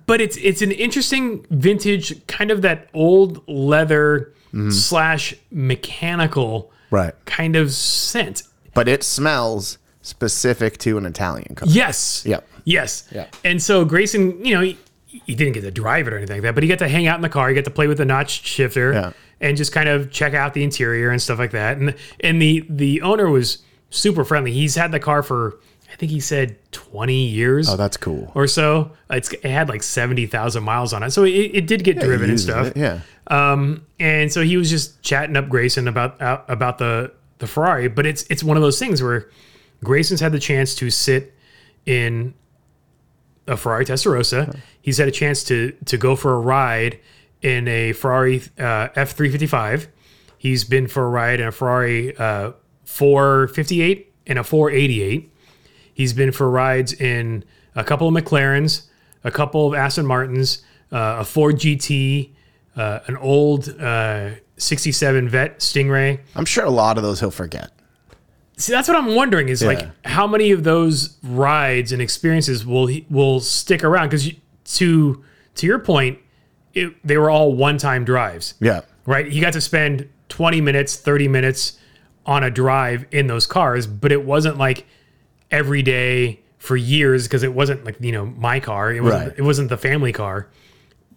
S1: but it's it's an interesting vintage, kind of that old leather slash mechanical
S2: Mm-hmm. Right.
S1: kind of scent.
S2: But it smells specific to an Italian car.
S1: Yes.
S2: Yep.
S1: Yes.
S2: Yeah.
S1: And so Grayson, you know, he, he didn't get to drive it or anything like that, but he got to hang out in the car. He got to play with the notch shifter
S2: Yeah.
S1: and just kind of check out the interior and stuff like that. And and the the owner was super friendly. He's had the car for I think he said twenty years
S2: Oh, that's cool.
S1: or so. It's, it had like seventy thousand miles on it, so it, it did get driven and
S2: Uses
S1: stuff.
S2: it, Yeah.
S1: Um, and so he was just chatting up Grayson about uh, about the the Ferrari, but it's it's one of those things where Grayson's had the chance to sit in a Ferrari Testarossa. He's had a chance to to go for a ride in a Ferrari uh, F three fifty five. He's been for a ride in a Ferrari uh, four fifty eight and a four eighty eight. He's been for rides in a couple of McLarens, a couple of Aston Martins, uh, a Ford GT, uh, an old uh, 67 Vet Stingray.
S2: I'm sure a lot of those he'll forget.
S1: See, that's what I'm wondering is like
S2: Yeah.
S1: how many of those rides and experiences will he, will stick around? Because to to your point, it, they were all one time drives,
S2: Yeah.
S1: right? He got to spend 20 minutes, 30 minutes on a drive in those cars, but it wasn't like every day for years because it wasn't like you know my car. It wasn't
S2: Right.
S1: it wasn't the family car.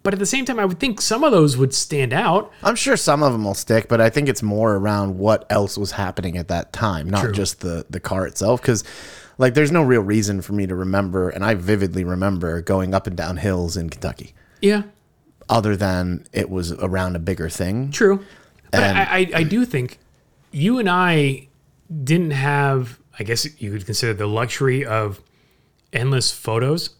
S1: But at the same time, I would think some of those would stand out.
S2: I'm sure some of them will stick, but I think it's more around what else was happening at that time, not just the the car itself. Because like, there's no real reason for me to remember, and I vividly remember going up and down hills in Kentucky,
S1: Yeah,
S2: other than it was around a bigger thing.
S1: True. But
S2: And-
S1: I, I, I do think you and I didn't have, I guess you could consider the luxury of endless photos.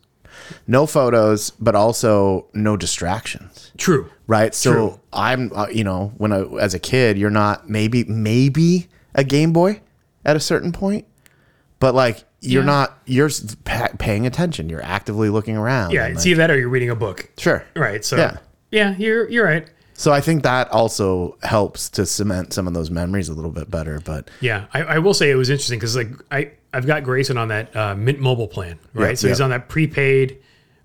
S2: No photos, but also no distractions.
S1: True.
S2: right? So
S1: True.
S2: I'm, uh, you know, when I as a kid, you're not maybe maybe a Game Boy at a certain point, but like you're
S1: Yeah.
S2: not you're s- pa- paying attention. You're actively looking around.
S1: Yeah,
S2: and,
S1: it's
S2: like-
S1: either that or you're reading a book.
S2: sure.
S1: Right. So
S2: Yeah.
S1: yeah, you're you're right.
S2: So I think that also helps to cement some of those memories a little bit better. But
S1: Yeah, I, I will say it was interesting because like I I've got Grayson on that uh, Mint Mobile plan, right?
S2: Yeah,
S1: so he's
S2: yeah.
S1: on that prepaid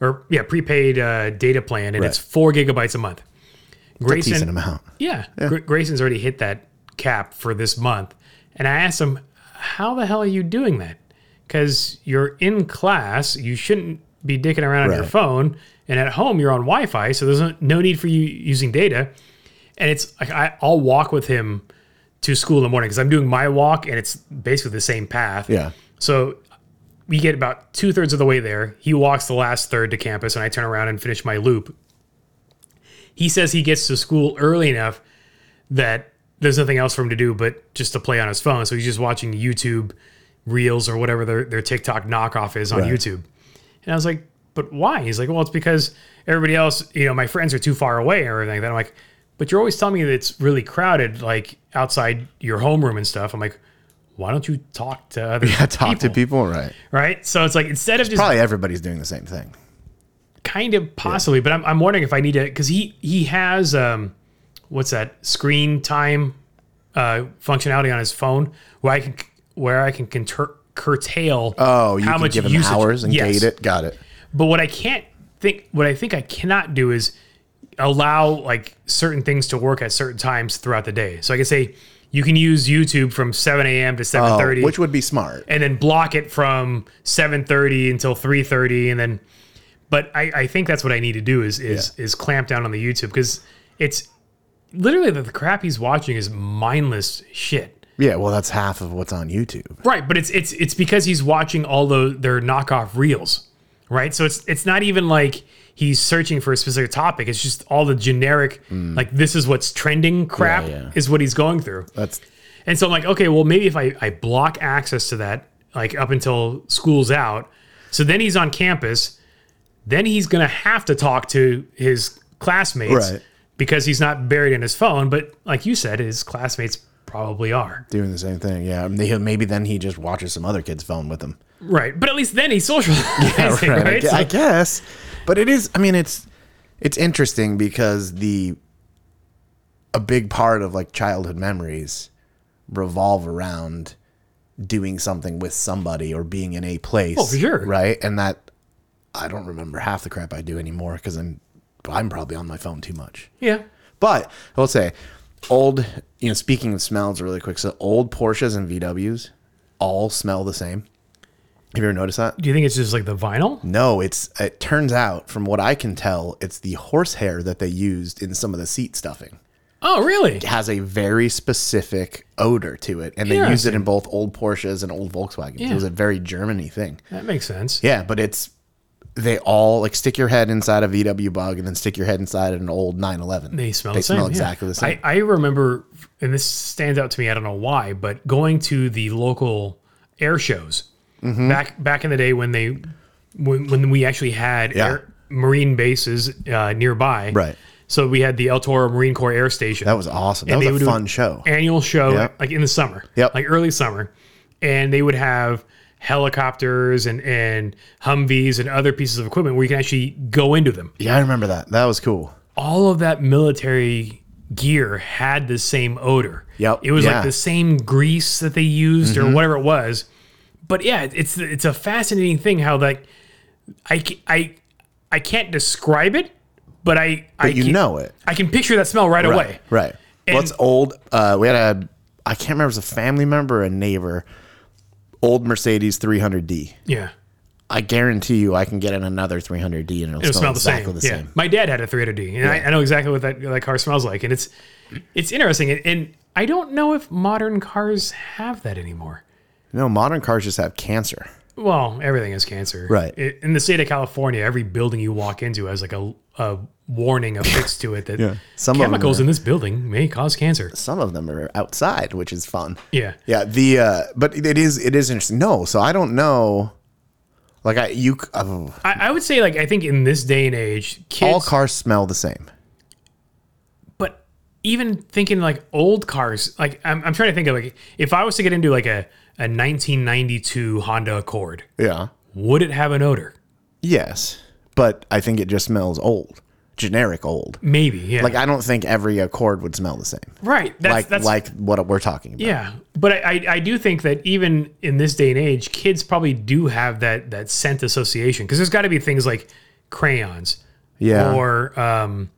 S1: or yeah prepaid uh, data plan, and it's four gigabytes a month.
S2: teasing
S1: Grayson,
S2: them out.
S1: Yeah. Gr- Grayson's already hit that cap for this month. And I asked him, how the hell are you doing that? Because you're in class. You shouldn't be dicking around on your
S2: Right.
S1: phone. And at home, you're on Wi Fi. So there's no- no need for you using data. And it's like, I, I'll walk with him to school in the morning because I'm doing my walk and it's basically the same path.
S2: Yeah.
S1: So we get about two thirds of the way there. He walks the last third to campus, and I turn around and finish my loop. He says he gets to school early enough that there's nothing else for him to do but just to play on his phone. So he's just watching YouTube reels or whatever their, their TikTok knockoff is on
S2: Right.
S1: YouTube. And I was like, but why? He's like, well, it's because everybody else, you know, my friends are too far away or everything. Then I'm like, but you're always telling me that it's really crowded, like outside your homeroom and stuff. I'm like, why don't you talk to other
S2: I talk to people, right?
S1: right? So it's like instead of just
S2: Probably everybody's doing the same thing.
S1: kind of possibly, but I'm, I'm wondering if I need to because he he has um what's that screen time uh functionality on his phone where I can where I can conter- curtail
S2: Oh, you can give them
S1: usage-
S2: hours and
S1: Yes.
S2: gate it. Got it.
S1: But what I can't think, what I think I cannot do is allow like certain things to work at certain times throughout the day. So I can say you can use YouTube from 7 a.m. to
S2: Oh,
S1: 7:30,
S2: which would be smart.
S1: and then block it from 7:30 until 3:30, and then. But I, I think that's what I need to do is is is clamp down on the YouTube because it's literally the, the crap he's watching is mindless shit.
S2: Yeah, well, that's half of what's on YouTube.
S1: Right, but it's it's it's because he's watching all the their knockoff reels, right? So it's it's not even like he's searching for a specific topic. It's just all the generic like this is what's trending crap
S2: Mm. Yeah, yeah.
S1: is what he's going through.
S2: That's
S1: And so I'm like, okay, well maybe if I I block access to that like up until school's out, so then he's on campus, then he's gonna have to talk to his classmates
S2: Right.
S1: because he's not buried in his phone. But like you said, his classmates probably are.
S2: doing the same thing. Yeah, May- maybe then he just watches some other kid's phone with him.
S1: Right, but at least then he's social.
S2: Right, I,
S1: right?
S2: gue-
S1: So-
S2: I guess, but it is. I mean, it's it's interesting because the a big part of like childhood memories revolve around doing something with somebody or being in a place.
S1: Oh, for sure.
S2: right? And that I don't remember half the crap I do anymore because I'm I'm probably on my phone too much.
S1: Yeah.
S2: But I will say, old you know, speaking of smells really quick, so old Porsches and VWs all smell the same. Have you ever noticed that?
S1: Do you think it's just like the vinyl?
S2: No, it's it turns out from what I can tell, it's the horsehair that they used in some of the seat stuffing.
S1: Oh, really?
S2: It has a very specific odor to it, and they used it in both old Porsches and old Volkswagens. It was a very Germany thing.
S1: That makes sense.
S2: Yeah, but it's they all like stick your head inside a VW bug and then stick your head inside an old 911.
S1: They smell
S2: They
S1: the same.
S2: smell
S1: yeah.
S2: exactly the same.
S1: I, I remember, and this stands out to me. I don't know why, but going to the local air shows
S2: Mm-hmm.
S1: back back in the day when they when, when we actually had
S2: Yeah.
S1: air, marine bases uh, nearby,
S2: Right.
S1: So we had the El Toro Marine Corps Air Station.
S2: that was awesome. That
S1: And
S2: was
S1: they
S2: a
S1: would do
S2: fun show.
S1: annual show,
S2: Yep.
S1: like in the summer,
S2: Yep.
S1: like early summer, and they would have helicopters and and Humvees and other pieces of equipment where you can actually go into them.
S2: Yeah, I remember that. That was cool.
S1: all of that military gear had the same odor.
S2: Yep.
S1: It was
S2: Yeah. Mm-hmm.
S1: like the same grease that they used or whatever it was. But yeah, it- it's it's a fascinating thing how like I ca- I I can't describe it, but I I
S2: You
S1: can,
S2: know it.
S1: I can picture that smell right, away.
S2: Right. What's old? Uh, we had a, I can't remember if it was a family member or a neighbor, old Mercedes 300D.
S1: Yeah.
S2: I guarantee you I can get in another 300D and
S1: It'll
S2: it'll, smell,
S1: smell the
S2: Oh, exactly
S1: same.
S2: the
S1: yeah.
S2: same.
S1: My dad had a 300D, and I, I know exactly what that that car smells like, and it's it's interesting, and, and I don't know if modern cars have that anymore.
S2: No, modern cars just have cancer.
S1: Well, everything is cancer.
S2: Right.
S1: I- in the state of California, every building you walk into has like a, a warning affixed to it that
S2: Some of them
S1: chemicals
S2: are-
S1: in this building may cause cancer.
S2: Some of them are outside, which is fun.
S1: Yeah.
S2: Yeah, the uh, but it is it is interesting. No, so I don't know. Like I you c- oh,
S1: I, I would say, like, I think in this day and age, kids,
S2: all cars smell the same.
S1: but even thinking like old cars, like, I'm, I'm trying to think of like, if I was to get into like a, a 1992 Honda Accord,
S2: Yeah.
S1: would it have an odor?
S2: Yes, but I think it just smells old, generic old.
S1: Maybe. Yeah.
S2: Like I don't think every Accord would smell the same.
S1: right. That's,
S2: Like
S1: that's,
S2: like what we're talking about.
S1: Yeah, but I, I, I do think that even in this day and age, kids probably do have that that scent association because there's got to be things like crayons
S2: Yeah.
S1: or um,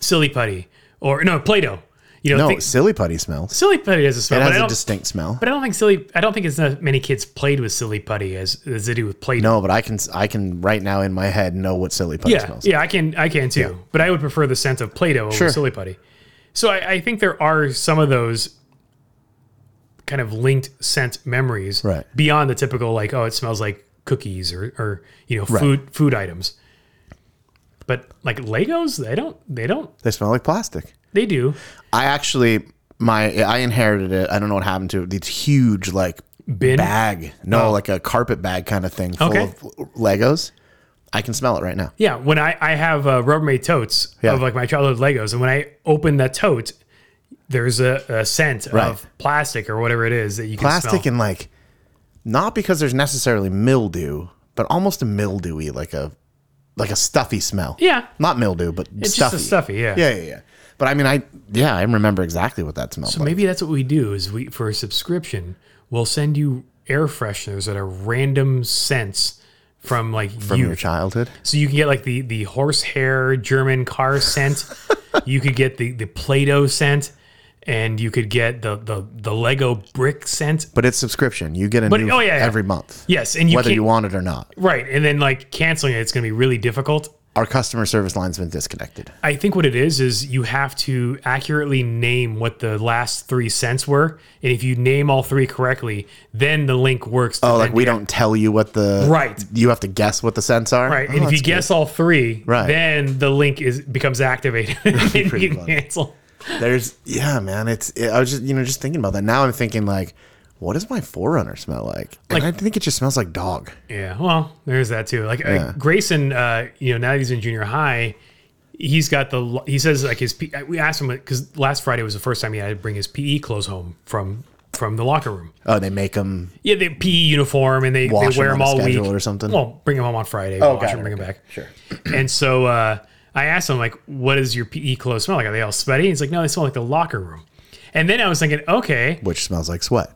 S1: silly putty or no Play-Doh. You know,
S2: no,
S1: thi-
S2: silly putty smells.
S1: silly putty doesn't smell,
S2: It
S1: but I
S2: has a
S1: don't.
S2: distinct smell.
S1: but I don't think silly. I don't think as many kids played with silly putty as as they do with Play-Doh.
S2: No, but I can I can right now in my head know what silly putty
S1: yeah,
S2: smells.
S1: yeah, I can, I can too. But I would prefer the scent of Play-Doh over
S2: Sure.
S1: silly putty. So I, I think there are some of those kind of linked scent memories,
S2: Right.
S1: Beyond the typical like, oh, it smells like cookies or, or you know, food food items. But like Legos, they don't, they don't,
S2: They smell like plastic.
S1: they do
S2: I actually my I inherited it. I don't know what happened to it. These huge like
S1: bin. Oh.
S2: bag. No, like a carpet bag kind of thing full
S1: Okay.
S2: of Legos. I can smell it right now.
S1: Yeah, when I I have uh, Rubbermaid totes
S2: Yeah.
S1: of like my childhood Legos, and when I open that tote, there's a, a scent
S2: Right.
S1: of plastic or whatever it is that you can smell.
S2: Plastic and like not because there's necessarily mildew, but almost a mildewy like a like a stuffy smell.
S1: yeah,
S2: Not mildew, but
S1: it's
S2: stuffy.
S1: just a stuffy.
S2: Yeah, yeah, yeah. But I mean I yeah, I remember exactly what that smelled
S1: So
S2: like.
S1: maybe that's what we do is we for a subscription, we'll send you air fresheners that are random scents from like
S2: From
S1: you.
S2: your childhood.
S1: So you can get like the the horsehair German car scent. you could get the the Play-Doh scent and you could get the the the Lego brick scent.
S2: But it's subscription. You get a new
S1: oh, yeah, yeah.
S2: every month.
S1: Yes, and you
S2: Whether
S1: can't,
S2: you want it or not.
S1: right, and then like canceling it, it's going to be really difficult.
S2: Our customer service line's been disconnected.
S1: I think what it is is you have to accurately name what the last three cents were, and if you name all three correctly, then the link works. To
S2: Oh,
S1: then
S2: like we don't tell you what the
S1: Right.
S2: You have to guess what the scents are.
S1: Right,
S2: Oh,
S1: and if you
S2: that's
S1: guess all three,
S2: Right.
S1: then the link is becomes activated. and you
S2: pretty
S1: can
S2: funny.
S1: cancel.
S2: good. there's yeah, man. It's it, I was just you know just thinking about that. Now I'm thinking like, what does my forerunner smell like? And I think it just smells like dog.
S1: Yeah, well, there's that too. Like uh, Grayson, uh, you know, now that he's in junior high, he's got the. l- He says like his. P- uh, We asked him because last Friday was the first time he had to bring his PE clothes home from from the locker room.
S2: Oh, they make them.
S1: Yeah, the PE E uniform, and they, they
S2: Wash
S1: wear
S2: them
S1: them
S2: on a
S1: all week
S2: schedule or something?
S1: Well, bring them home on Friday. Oh, wash
S2: got
S1: them,
S2: it,
S1: bring them back.
S2: Sure.
S1: and so uh, I asked him like, "What does your PE clothes smell like? Are they all sweaty?" He's like, "No, they smell like the locker room." And then I was thinking, okay,
S2: Which smells like sweat.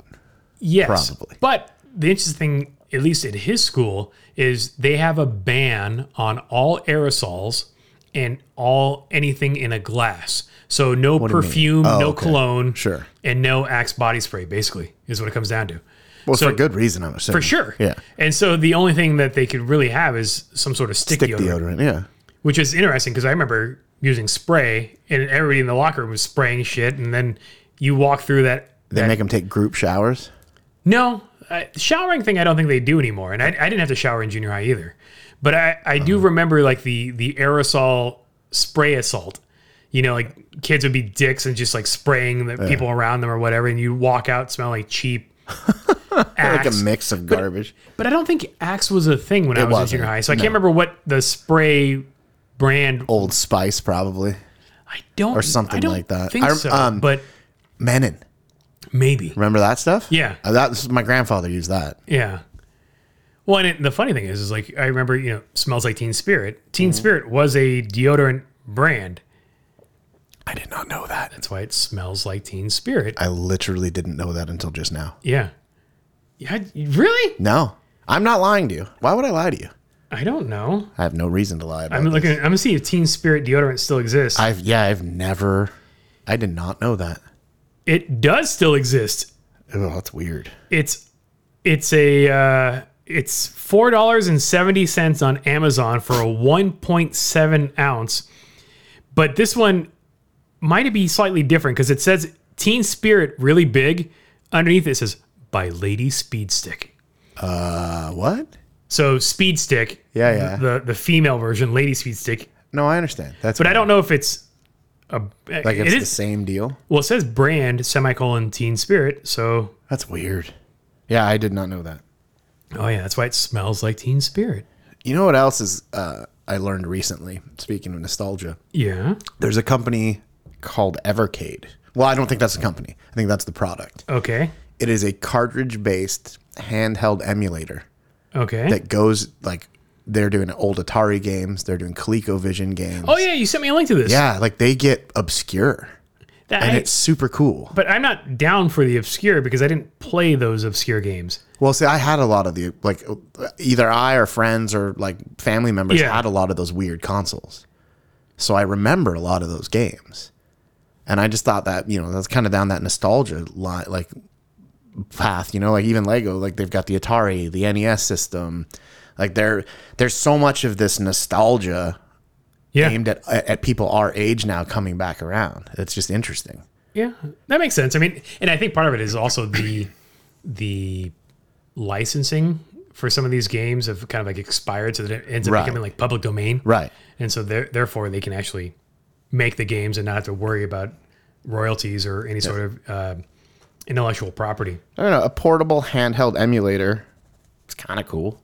S1: yes,
S2: Probably.
S1: But the interesting at least at his school, is they have a ban on all aerosols and all anything in a glass. So no
S2: do you mean?
S1: perfume,
S2: Oh,
S1: no
S2: okay.
S1: cologne,
S2: Sure.
S1: and no Axe body spray. Basically, is what it comes down to.
S2: Well,
S1: So-
S2: for good reason, I'm assuming.
S1: For sure.
S2: Yeah.
S1: And so the only thing that they could really have is some sort of stick,
S2: Stick
S1: deodorant,
S2: deodorant. Yeah.
S1: which is interesting because I remember using spray and everybody in the locker room was spraying shit. And then you walk through that.
S2: They
S1: that-
S2: make them take group showers.
S1: no, uh, showering thing I don't think they do anymore. And I, I didn't have to shower in junior high either. But I, I do
S2: Uh-huh.
S1: remember like the, the aerosol spray assault. You know, like kids would be dicks and just like spraying the people around them or whatever. And you walk out smelling like cheap.
S2: Like a
S1: Axe.
S2: mix of garbage.
S1: But I don't think Axe was a thing when I was
S2: wasn't,
S1: in junior high, so I can't remember what the spray brand.
S2: Old Spice, probably.
S1: I don't or
S2: something
S1: I don't
S2: like that.
S1: Think
S2: I rem-
S1: so,
S2: um,
S1: but
S2: Menin.
S1: maybe.
S2: Remember that stuff?
S1: Yeah.
S2: Uh, That's my grandfather used that.
S1: Yeah. Well, and it, the funny thing is, is like I remember, you know, smells like Teen Spirit. Teen Spirit was a deodorant brand.
S2: I did not know that.
S1: That's why it smells like Teen Spirit.
S2: I literally didn't know that until just now.
S1: Yeah. Yeah. Really?
S2: No, I'm not lying to you. Why would I lie to you?
S1: I don't know.
S2: I have no reason to lie about.
S1: I'm
S2: it.
S1: looking. I'm gonna see if Teen Spirit deodorant still exists.
S2: I've yeah, I've never. I did not know that.
S1: it does still exist.
S2: Oh, that's weird.
S1: it's it's a uh, it's four dollars and seventy cents on Amazon for a one point seven ounce, but this one might be slightly different because it says Teen Spirit really big. Underneath it says by Lady Speed Stick.
S2: Uh, what?
S1: So Speed Stick,
S2: Yeah, yeah.
S1: the the female version, Lady Speed Stick.
S2: No, I understand. That's
S1: But I don't know if it's a
S2: like it's
S1: it
S2: the
S1: is
S2: same deal.
S1: well. It says brand semicolon Teen Spirit. So
S2: That's weird. Yeah, I did not know that.
S1: oh yeah, that's why it smells like Teen Spirit.
S2: You know what else is uh, I learned recently? Speaking of nostalgia,
S1: Yeah.
S2: there's a company called Evercade. Well, I don't think that's a company. I think that's the product.
S1: Okay.
S2: It is a cartridge-based handheld emulator.
S1: Okay.
S2: that goes like they're doing old Atari games, they're doing ColecoVision games.
S1: Oh yeah, you sent me a link to this.
S2: yeah, like they get obscure
S1: That-
S2: and
S1: I-
S2: it's super cool.
S1: but I'm not down for the obscure because I didn't play those obscure games.
S2: Well, see, I had a lot of the like either I or friends or like family members
S1: Yeah.
S2: had a lot of those weird consoles. So I remember a lot of those games. And I just thought that, you know, that's kind of down that nostalgia line, like path, you know, like even Lego, like they've got the Atari, the NES system. Like there there's so much of this nostalgia
S1: Yeah,
S2: aimed at at people our age now coming back around. It's just interesting.
S1: yeah, that makes sense. I mean, and I think part of it is also the the licensing for some of these games have kind of like expired, so that it ends up
S2: Right.
S1: becoming like public domain,
S2: Right.
S1: and so there therefore they can actually make the games and not have to worry about royalties or any sort of uh, intellectual property.
S2: I don't know. A portable handheld emulator. It's kind of cool.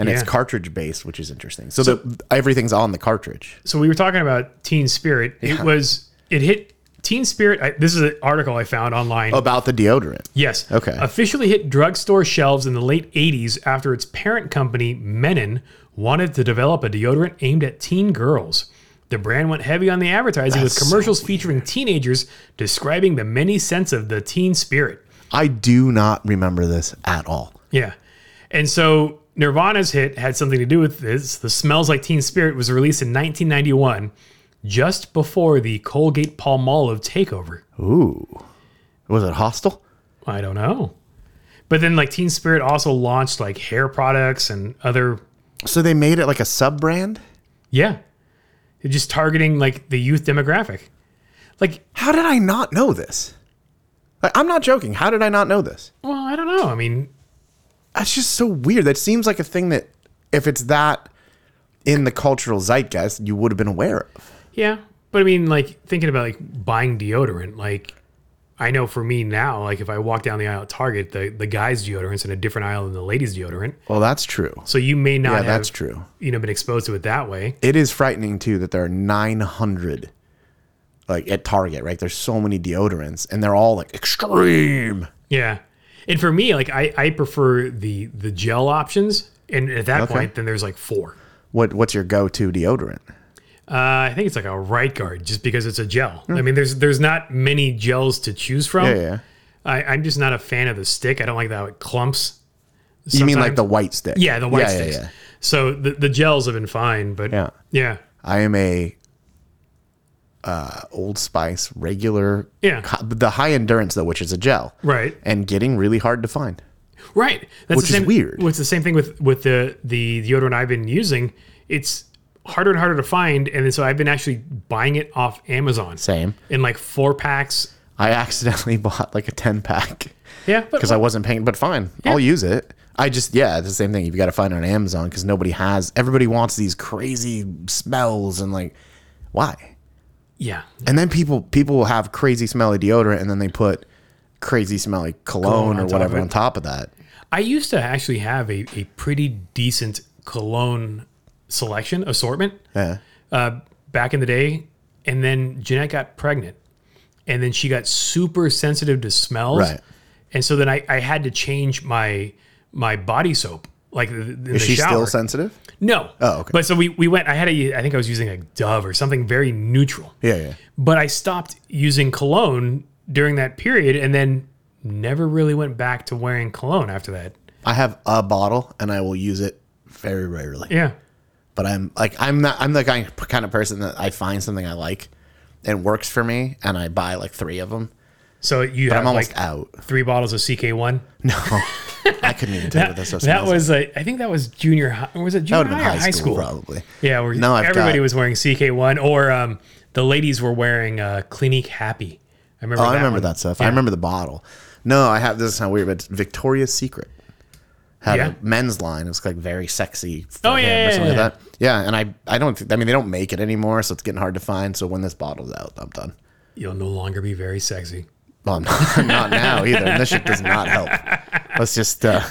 S2: And it's
S1: Yeah.
S2: cartridge based, which is interesting. So, the, everything's on the cartridge.
S1: so we were talking about Teen Spirit. It was it hit Teen Spirit. I, this is an article I found online.
S2: About the deodorant.
S1: yes.
S2: Oh, okay.
S1: Officially hit drugstore shelves in the late '80s after its parent company Menon wanted to develop a deodorant aimed at teen girls. The brand went heavy on the advertising with commercials featuring teenagers describing the many sense of the teen spirit.
S2: I do not remember this at all.
S1: Yeah. And so Nirvana's hit had something to do with this. The Smells Like Teen Spirit was released in 1991, just before the Colgate Palmolive takeover.
S2: Ooh. Was it hostile?
S1: I don't know. But then, like, Teen Spirit also launched, like, hair products and other.
S2: So they made it like a sub brand?
S1: Yeah. They're just targeting, like, the youth demographic. Like,
S2: How did I not know this? Like, I'm not joking. How did I not know this?
S1: well, I don't know. I mean,
S2: That's just so weird. That seems like a thing that, if it's that in the cultural zeitgeist, you would have been aware of.
S1: yeah. But I mean, like, thinking about, like, buying deodorant, like, I know for me now, like, if I walk down the aisle at Target, the, the guy's deodorant's in a different aisle than the lady's deodorant.
S2: Well, that's true.
S1: So you may not
S2: Yeah,
S1: have
S2: that's true.
S1: you know been exposed to it that way.
S2: It is frightening too that there are 900 like at Target, right? There's so many deodorants and they're all like extreme.
S1: Yeah. And for me, like I, I prefer the the gel options. And at that point, then there's like four.
S2: What what's your go-to deodorant?
S1: Uh, I think it's like a right guard just because it's a gel. I mean, there's there's not many gels to choose from.
S2: Hmm. Yeah, yeah.
S1: I, I'm just not a fan of the stick. I don't like how it clumps.
S2: You mean like the white stick?
S1: yeah the white
S2: yeah,
S1: sticks.
S2: Yeah, yeah.
S1: So the the gels have been fine, but
S2: Yeah.
S1: yeah.
S2: I am a uh, Old Spice regular.
S1: Yeah.
S2: co- the high endurance though, which is a gel,
S1: Right.
S2: and getting really hard to find.
S1: Right. That's
S2: Which
S1: the
S2: is
S1: same,
S2: weird.
S1: It's the same thing with with the the deodorant I've been using. It's harder and harder to find, and so I've been actually buying it off Amazon.
S2: Same.
S1: in like four packs.
S2: I accidentally bought like a ten pack
S1: Yeah, but
S2: because I wasn't paying, but fine, I'll use it. I just yeah, it's the same thing. You've got to find it on Amazon because nobody has. Everybody wants these crazy smells and like, why?
S1: yeah,
S2: And then people people will have crazy smelly deodorant and then they put crazy smelly cologne,
S1: on
S2: or
S1: top
S2: whatever
S1: of it.
S2: on top of that.
S1: I used to actually have a, a pretty decent cologne selection assortment
S2: Yeah.
S1: uh, back in the day, and then Jeanette got pregnant, and then she got super sensitive to smells,
S2: Right.
S1: and so then I, I had to change my my body soap. Like the, in the
S2: Is she
S1: shower.
S2: still sensitive?
S1: No.
S2: Oh, okay.
S1: But so we, we went, I had a, I think I was using like Dove or something very neutral.
S2: Yeah, yeah.
S1: But I stopped using cologne during that period and then never really went back to wearing cologne after that.
S2: I have a bottle and I will use it very rarely.
S1: Yeah.
S2: But I'm like I'm not I'm the kind kind of person that I find something I like and works for me and I buy like 3 of them.
S1: So you
S2: I'm
S1: have
S2: almost
S1: like
S2: out.
S1: three bottles of CK1.
S2: No. I couldn't even tell you what that stuff
S1: That
S2: smells.
S1: was, a, I think that was junior high. Or was it
S2: that
S1: junior
S2: would have
S1: high,
S2: been
S1: or high school?
S2: probably.
S1: Yeah. Where
S2: Now I've
S1: everybody
S2: got-
S1: was wearing CK1 or um, the ladies were wearing uh, Clinique Happy. I remember
S2: Oh,
S1: that
S2: I remember
S1: one.
S2: that stuff. I remember the bottle. No, I have this is kind of weird, but it's Victoria's Secret had
S1: Yeah.
S2: a men's line. It was like very sexy.
S1: Oh, yeah,
S2: for him
S1: yeah, yeah.
S2: like that. Yeah, and I I don't think- I mean they don't make it anymore, so it's getting hard to find. So when this bottle's out, I'm done.
S1: You'll no longer be very sexy.
S2: Well, I'm not, I'm not now either. And this shit does not help. Let's just uh,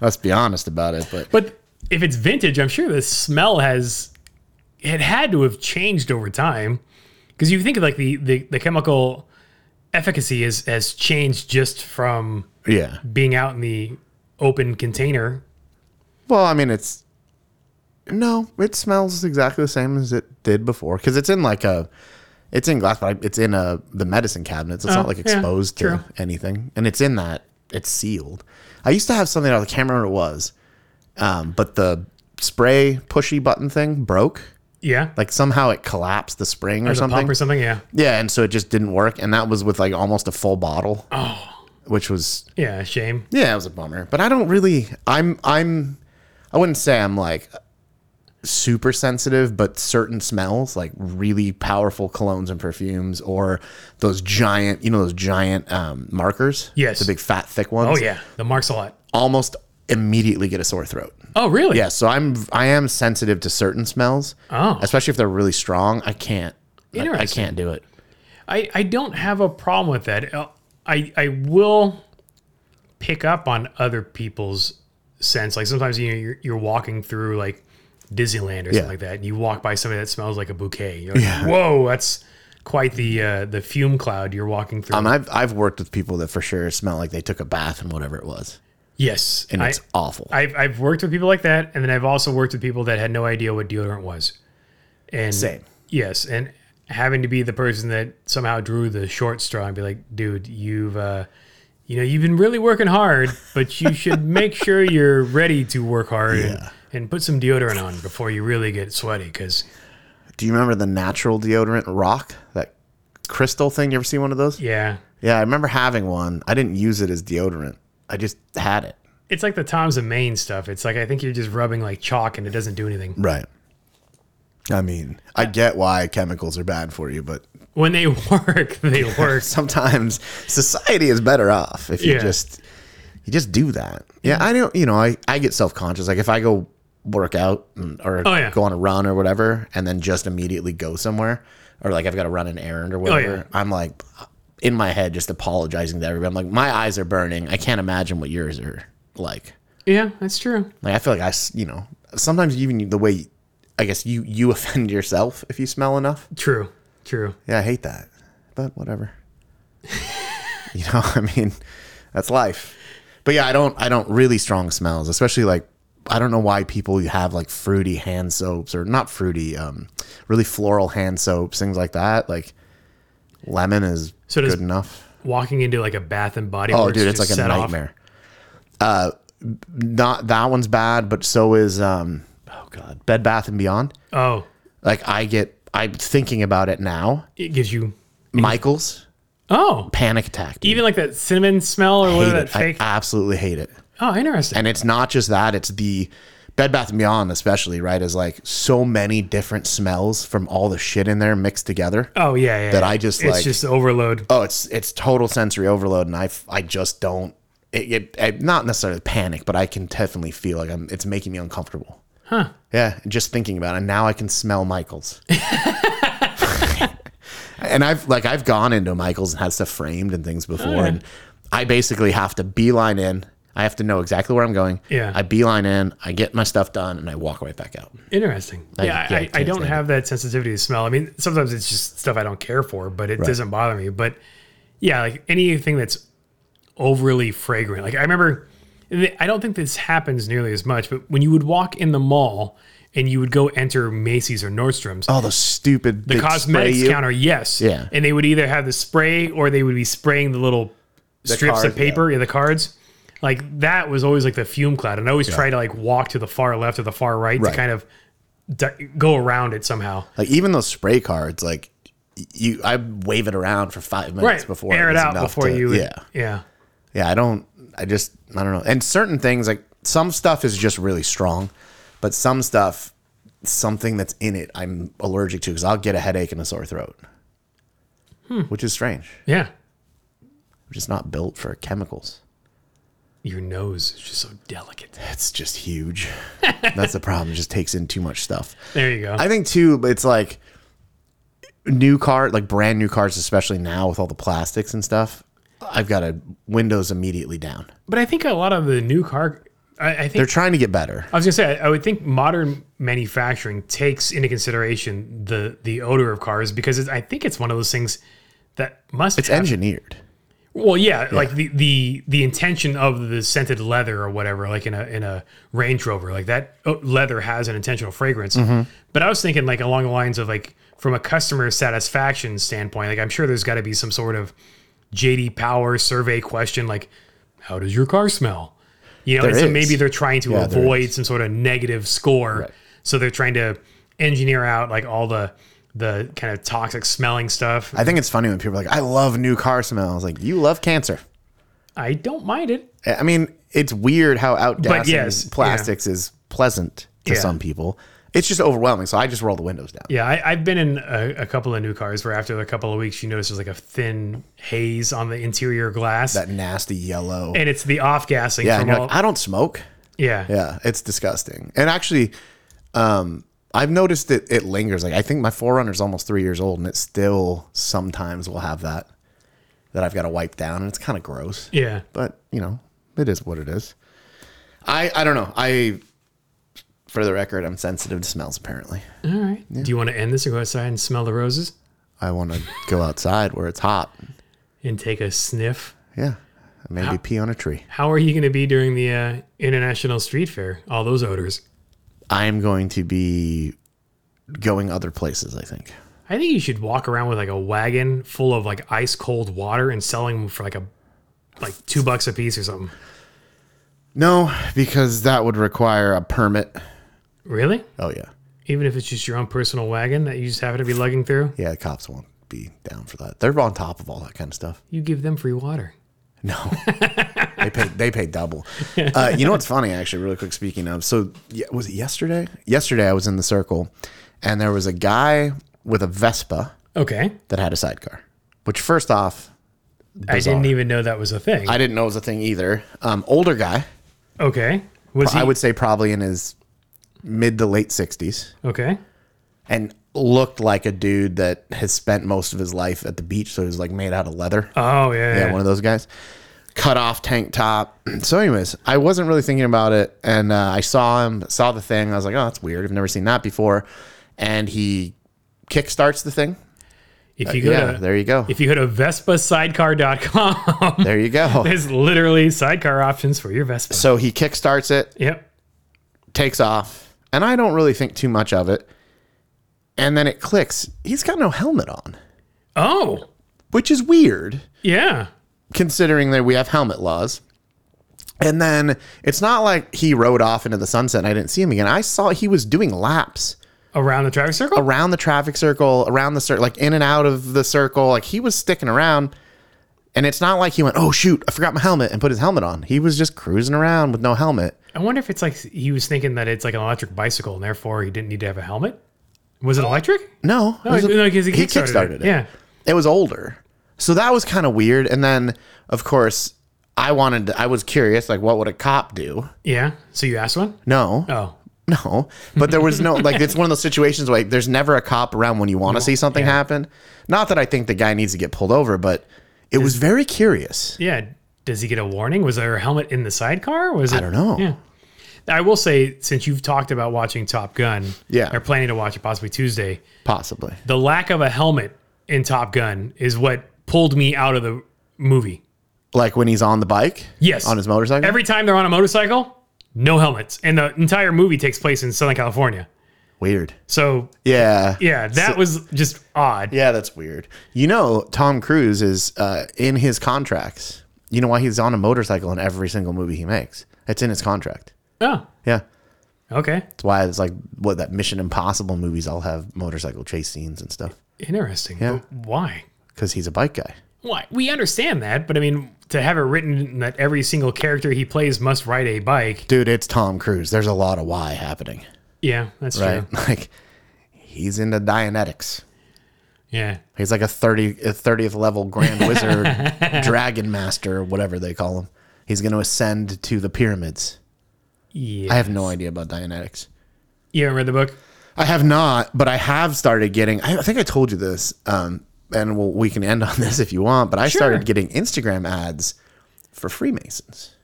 S2: let's be honest about it. But
S1: But if it's vintage, I'm sure the smell has it had to have changed over time because you think of like the, the the chemical efficacy has has changed just from
S2: yeah,
S1: being out in the open container.
S2: well, I mean it's no, it smells exactly the same as it did before because it's in like a. It's in glass, but it's in a the medicine cabinets. It's not
S1: Oh,
S2: like
S1: yeah,
S2: exposed to
S1: true.
S2: anything, and it's in that it's sealed. I used to have something I can't remember what it was, um, but the spray pushy button thing broke.
S1: Yeah,
S2: Like somehow it collapsed the spring or,
S1: or the
S2: something.
S1: pump or something. Yeah,
S2: Yeah, and so it just didn't work, and that was with like almost a full bottle. Oh, which was
S1: yeah, shame.
S2: yeah, it was a bummer. But I don't really, I'm, I'm, I wouldn't say I'm like super sensitive, but certain smells like really powerful colognes and perfumes, or those giant, you know, those giant um, markers.
S1: Yes.
S2: the big fat thick ones.
S1: Oh yeah, the marks a lot.
S2: almost immediately get a sore throat.
S1: Oh really?
S2: Yeah, so I'm I am sensitive to certain smells,
S1: Oh.
S2: especially if they're really strong. I can't, I, I
S1: Interesting.
S2: can't do it.
S1: I, I don't have a problem with that. Uh, I I will pick up on other people's sense. Like sometimes you know, you're you're walking through like Disneyland or
S2: Yeah.
S1: something like that, and you walk by somebody that smells like a bouquet. You're like, whoa, that's quite the uh, the fume cloud you're walking through.
S2: Um, I've I've worked with people that for sure smell like they took a bath and whatever it was,
S1: yes,
S2: and
S1: I,
S2: it's awful.
S1: I've I've worked with people like that, and then I've also worked with people that had no idea what deodorant was. And
S2: Same.
S1: Yes, and having to be the person that somehow drew the short straw and be like, dude, you've uh, you know you've been really working hard, but you should make sure you're ready to work hard and, and put some deodorant on before you really get sweaty because
S2: Do you remember the natural deodorant rock that crystal thing? You ever see one of those?
S1: yeah,
S2: Yeah, I remember having one. I didn't use it as deodorant. I just had it.
S1: it's like the Tom's and Maine stuff. It's like I think you're just rubbing like chalk and it doesn't do anything.
S2: Right. I mean, I get why chemicals are bad for you, but
S1: When they work, they work.
S2: sometimes society is better off if you
S1: Yeah. Mm-hmm.
S2: just you just do that. Yeah, I don't. You know, I I get self conscious. Like if I go work out and, or
S1: Oh, yeah.
S2: go on a run or whatever, and then just immediately go somewhere, or like I've got to run an
S1: Oh,
S2: errand or whatever. I'm like in my head just apologizing to everybody. I'm like, my eyes are burning. I can't imagine what yours are like.
S1: Yeah, that's true.
S2: Like I feel like I, s- you know, sometimes even the way, I guess you you offend yourself if you smell enough.
S1: True. True.
S2: Yeah, I hate that, but whatever. you know, I mean, that's life. But yeah, I don't, I don't really strong smells, especially like I don't know why people have like fruity hand soaps or not fruity, um, really floral hand soaps, things like that. Like lemon is
S1: So does-
S2: good enough.
S1: Walking into like a Bath and Body
S2: Oh,
S1: Works
S2: dude, it's
S1: just
S2: like a
S1: set off-
S2: nightmare. not that one's bad, but so is um oh god, Bed Bath and Beyond.
S1: Oh,
S2: Like I get I'm thinking about it now.
S1: it gives you.
S2: Michael's
S1: Oh,
S2: panic attack. dude.
S1: even like that cinnamon smell or
S2: I
S1: whatever
S2: hate
S1: that
S2: it. I
S1: fake.
S2: absolutely hate it.
S1: oh, interesting.
S2: And it's not just that, it's the Bed Bath and Beyond especially, right? Is like so many different smells from all the shit in there mixed together.
S1: oh yeah, yeah.
S2: that
S1: yeah.
S2: I just,
S1: it's
S2: like-
S1: just overload.
S2: oh, it's it's total sensory overload, and I f- I just don't. It, it, I- not necessarily panic, but I can definitely feel like I'm. It's making me uncomfortable. Huh? Yeah, just thinking about it. And now I can smell Michaels. and I've like I've gone into Michaels and had stuff framed and things before, and I basically have to beeline in. I have to know exactly where I'm going.
S1: Yeah.
S2: I beeline in. I get my stuff done, and I walk right back out.
S1: Interesting. yeah,
S2: yeah,
S1: I,
S2: Oh. I
S1: I, I
S2: can't
S1: don't
S2: stand
S1: have that sensitivity to smell. I mean, sometimes it's just stuff I don't care for, but it doesn't bother me. But yeah, like anything that's overly fragrant. Like I remember, and th- I don't think this happens nearly as much, but when you would walk in the mall and you would go enter Macy's or Nordstrom's,
S2: Oh, the stupid the
S1: cosmetics counter, yes.
S2: Yeah.
S1: And they would either have the spray or they would be spraying the little strips
S2: cards,
S1: of paper, yeah. the cards. Like that was always like the fume cloud. And I always try to like walk to the far left or the far right,
S2: Right.
S1: to kind of d- go around it somehow.
S2: Like even those spray cards, like you, I wave it around for five minutes
S1: Right.
S2: before
S1: Air it
S2: was
S1: out
S2: enough
S1: before
S2: to-
S1: you. would-
S2: Yeah,
S1: Yeah.
S2: yeah. I don't. I just. I don't know. And certain things, like some stuff, is just really strong, but some stuff, something that's in it, I'm allergic to because I'll get a headache and a sore throat,
S1: Hmm.
S2: which is strange.
S1: Yeah.
S2: I'm just not built for chemicals.
S1: Your nose is just so delicate.
S2: It's just huge. that's the problem. It just takes in too much stuff.
S1: There you go.
S2: I think too, it's like new car, like brand new cars, especially now with all the plastics and stuff. I've got a windows immediately down.
S1: but I think a lot of the new car, I, I think
S2: They're trying to get better.
S1: I was gonna say, I I would think modern manufacturing takes into consideration the the odor of cars because it's, I think it's one of those things that must.
S2: It's engineered.
S1: well, yeah, like the, the the intention of the scented leather or whatever, like in a in a Range Rover, like that oh, leather has an intentional fragrance.
S2: Mm-hmm.
S1: But I was thinking like along the lines of like from a customer satisfaction standpoint, like I'm sure there's got to be some sort of JD Power survey question, like how does your car smell? You know, and so
S2: is.
S1: maybe they're trying to
S2: Yeah, there
S1: avoid some sort of negative score. So they're trying to engineer out like all the the kind of toxic smelling stuff.
S2: I think it's funny when people are like, I love new car smells. Like, you love cancer.
S1: I don't mind it.
S2: I mean, it's weird how outgassing
S1: yes, yeah.
S2: plastics is pleasant to
S1: Yeah.
S2: some people. It's just overwhelming. So I just roll the windows down.
S1: Yeah, I, I've been in a, a couple of new cars where after a couple of weeks, you notice there's like a thin haze on the interior glass,
S2: That nasty yellow.
S1: and it's the off gassing.
S2: yeah,
S1: from
S2: and you're
S1: all,
S2: like, I don't smoke.
S1: yeah,
S2: Yeah, it's disgusting. And actually, um, I've noticed that it lingers. Like I think my Forerunner's almost three years old, and it still sometimes will have that that I've got to wipe down, and it's kind of gross.
S1: yeah.
S2: But you know, it is what it is. I I don't know. I for the record, I'm sensitive to smells. Apparently,
S1: All right. Do you want to end this or go outside and smell the roses
S2: I want to go outside where it's hot.
S1: and take a sniff?
S2: Yeah, maybe pee on a tree.
S1: How are you going to be during the uh, International Street Fair? All those odors.
S2: I am going to be going other places. I think.
S1: I think you should walk around with like a wagon full of like ice cold water and selling them for like a like two bucks a piece or something.
S2: No, because that would require a permit.
S1: Really?
S2: Oh yeah.
S1: Even if it's just your own personal wagon that you just happen to be lugging through,
S2: Yeah, the cops won't be down for that. They're on top of all that kind of stuff.
S1: you give them free water.
S2: No, they pay they pay double. Uh, you know what's funny? Actually, really quick. Speaking of, so ye- was it yesterday? Yesterday, I was in the circle, and there was a guy with a Vespa
S1: Okay.
S2: that had a sidecar. Which, first off,
S1: I didn't even know that was a thing.
S2: I didn't know was a thing either. Um, older guy,
S1: okay. Was he
S2: I would say probably in his mid to late sixties,
S1: okay?
S2: and looked like a dude that has spent most of his life at the beach, so he's like made out of leather.
S1: Oh yeah.
S2: Yeah, one of those guys. Cut off tank top. So, anyways, I wasn't really thinking about it, and uh, I saw him, saw the thing. I was like, "Oh, that's weird. I've never seen that before." And he kickstarts the thing.
S1: if you go
S2: uh, yeah,
S1: to
S2: there you go.
S1: if you go to VespaSidecar.com,
S2: There you go.
S1: there's literally sidecar options for your Vespa.
S2: so he kickstarts it,
S1: Yep.
S2: takes off, and I don't really think too much of it. And then it clicks. He's got no helmet on,
S1: Oh
S2: which is weird
S1: yeah.
S2: considering that we have helmet laws. And then it's not like he rode off into the sunset and I didn't see him again. I saw he was doing laps
S1: around the traffic circle.
S2: around the traffic circle, around the circle, like in and out of the circle. Like he was sticking around. And it's not like he went, oh, shoot, I forgot my helmet and put his helmet on. He was just cruising around with no helmet.
S1: I wonder if it's like he was thinking that it's like an electric bicycle, and therefore he didn't need to have a helmet. Was it electric?
S2: No. it
S1: No,
S2: was a-
S1: no, because he,
S2: he
S1: kickstarted it. Yeah,
S2: it was older. So that was kind of weird. And then, of course, I wanted, I was curious, like, what would a cop do?
S1: yeah. So you asked one?
S2: No.
S1: Oh,
S2: No, but there was no like it's one of those situations where like, there's never a cop around when you want to see something happen. Not that I think the guy needs to get pulled over, but it was very curious.
S1: yeah. Does he get a warning? Was there a helmet in the sidecar? Was it? I
S2: don't know.
S1: Yeah. I will say, since you've talked about watching Top Gun,
S2: Yeah.
S1: or planning to watch it possibly Tuesday,
S2: Possibly.
S1: the lack of a helmet in Top Gun is what pulled me out of the movie.
S2: Like when he's on the bike?
S1: Yes.
S2: On his motorcycle?
S1: Every time they're on a motorcycle, no helmets, and the entire movie takes place in Southern California.
S2: weird.
S1: So
S2: Yeah.
S1: yeah, that was just odd.
S2: Yeah, that's weird. You know, Tom Cruise is uh, in his contracts. You know why he's on a motorcycle in every single movie he makes? It's in his contract.
S1: Oh,
S2: Yeah.
S1: okay,
S2: That's why it's like what that Mission Impossible movies all have motorcycle chase scenes and stuff
S1: interesting. But why?
S2: because he's a bike guy.
S1: Why? We understand that, but I mean, to have it written that every single character he plays must ride a bike.
S2: Dude, it's Tom Cruise. There's a lot of why happening,
S1: Yeah, that's
S2: right?
S1: true.
S2: Like he's into Dianetics.
S1: Yeah.
S2: He's like a 30 a 30th level grand wizard, dragon master, whatever they call him. He's going to ascend to the pyramids.
S1: Yeah.
S2: I have no idea about Dianetics.
S1: you haven't read the book?
S2: I have not, but I have started getting. I I think I told you this, um, and we'll, we can end on this if you want. But I started getting Instagram ads for Freemasons.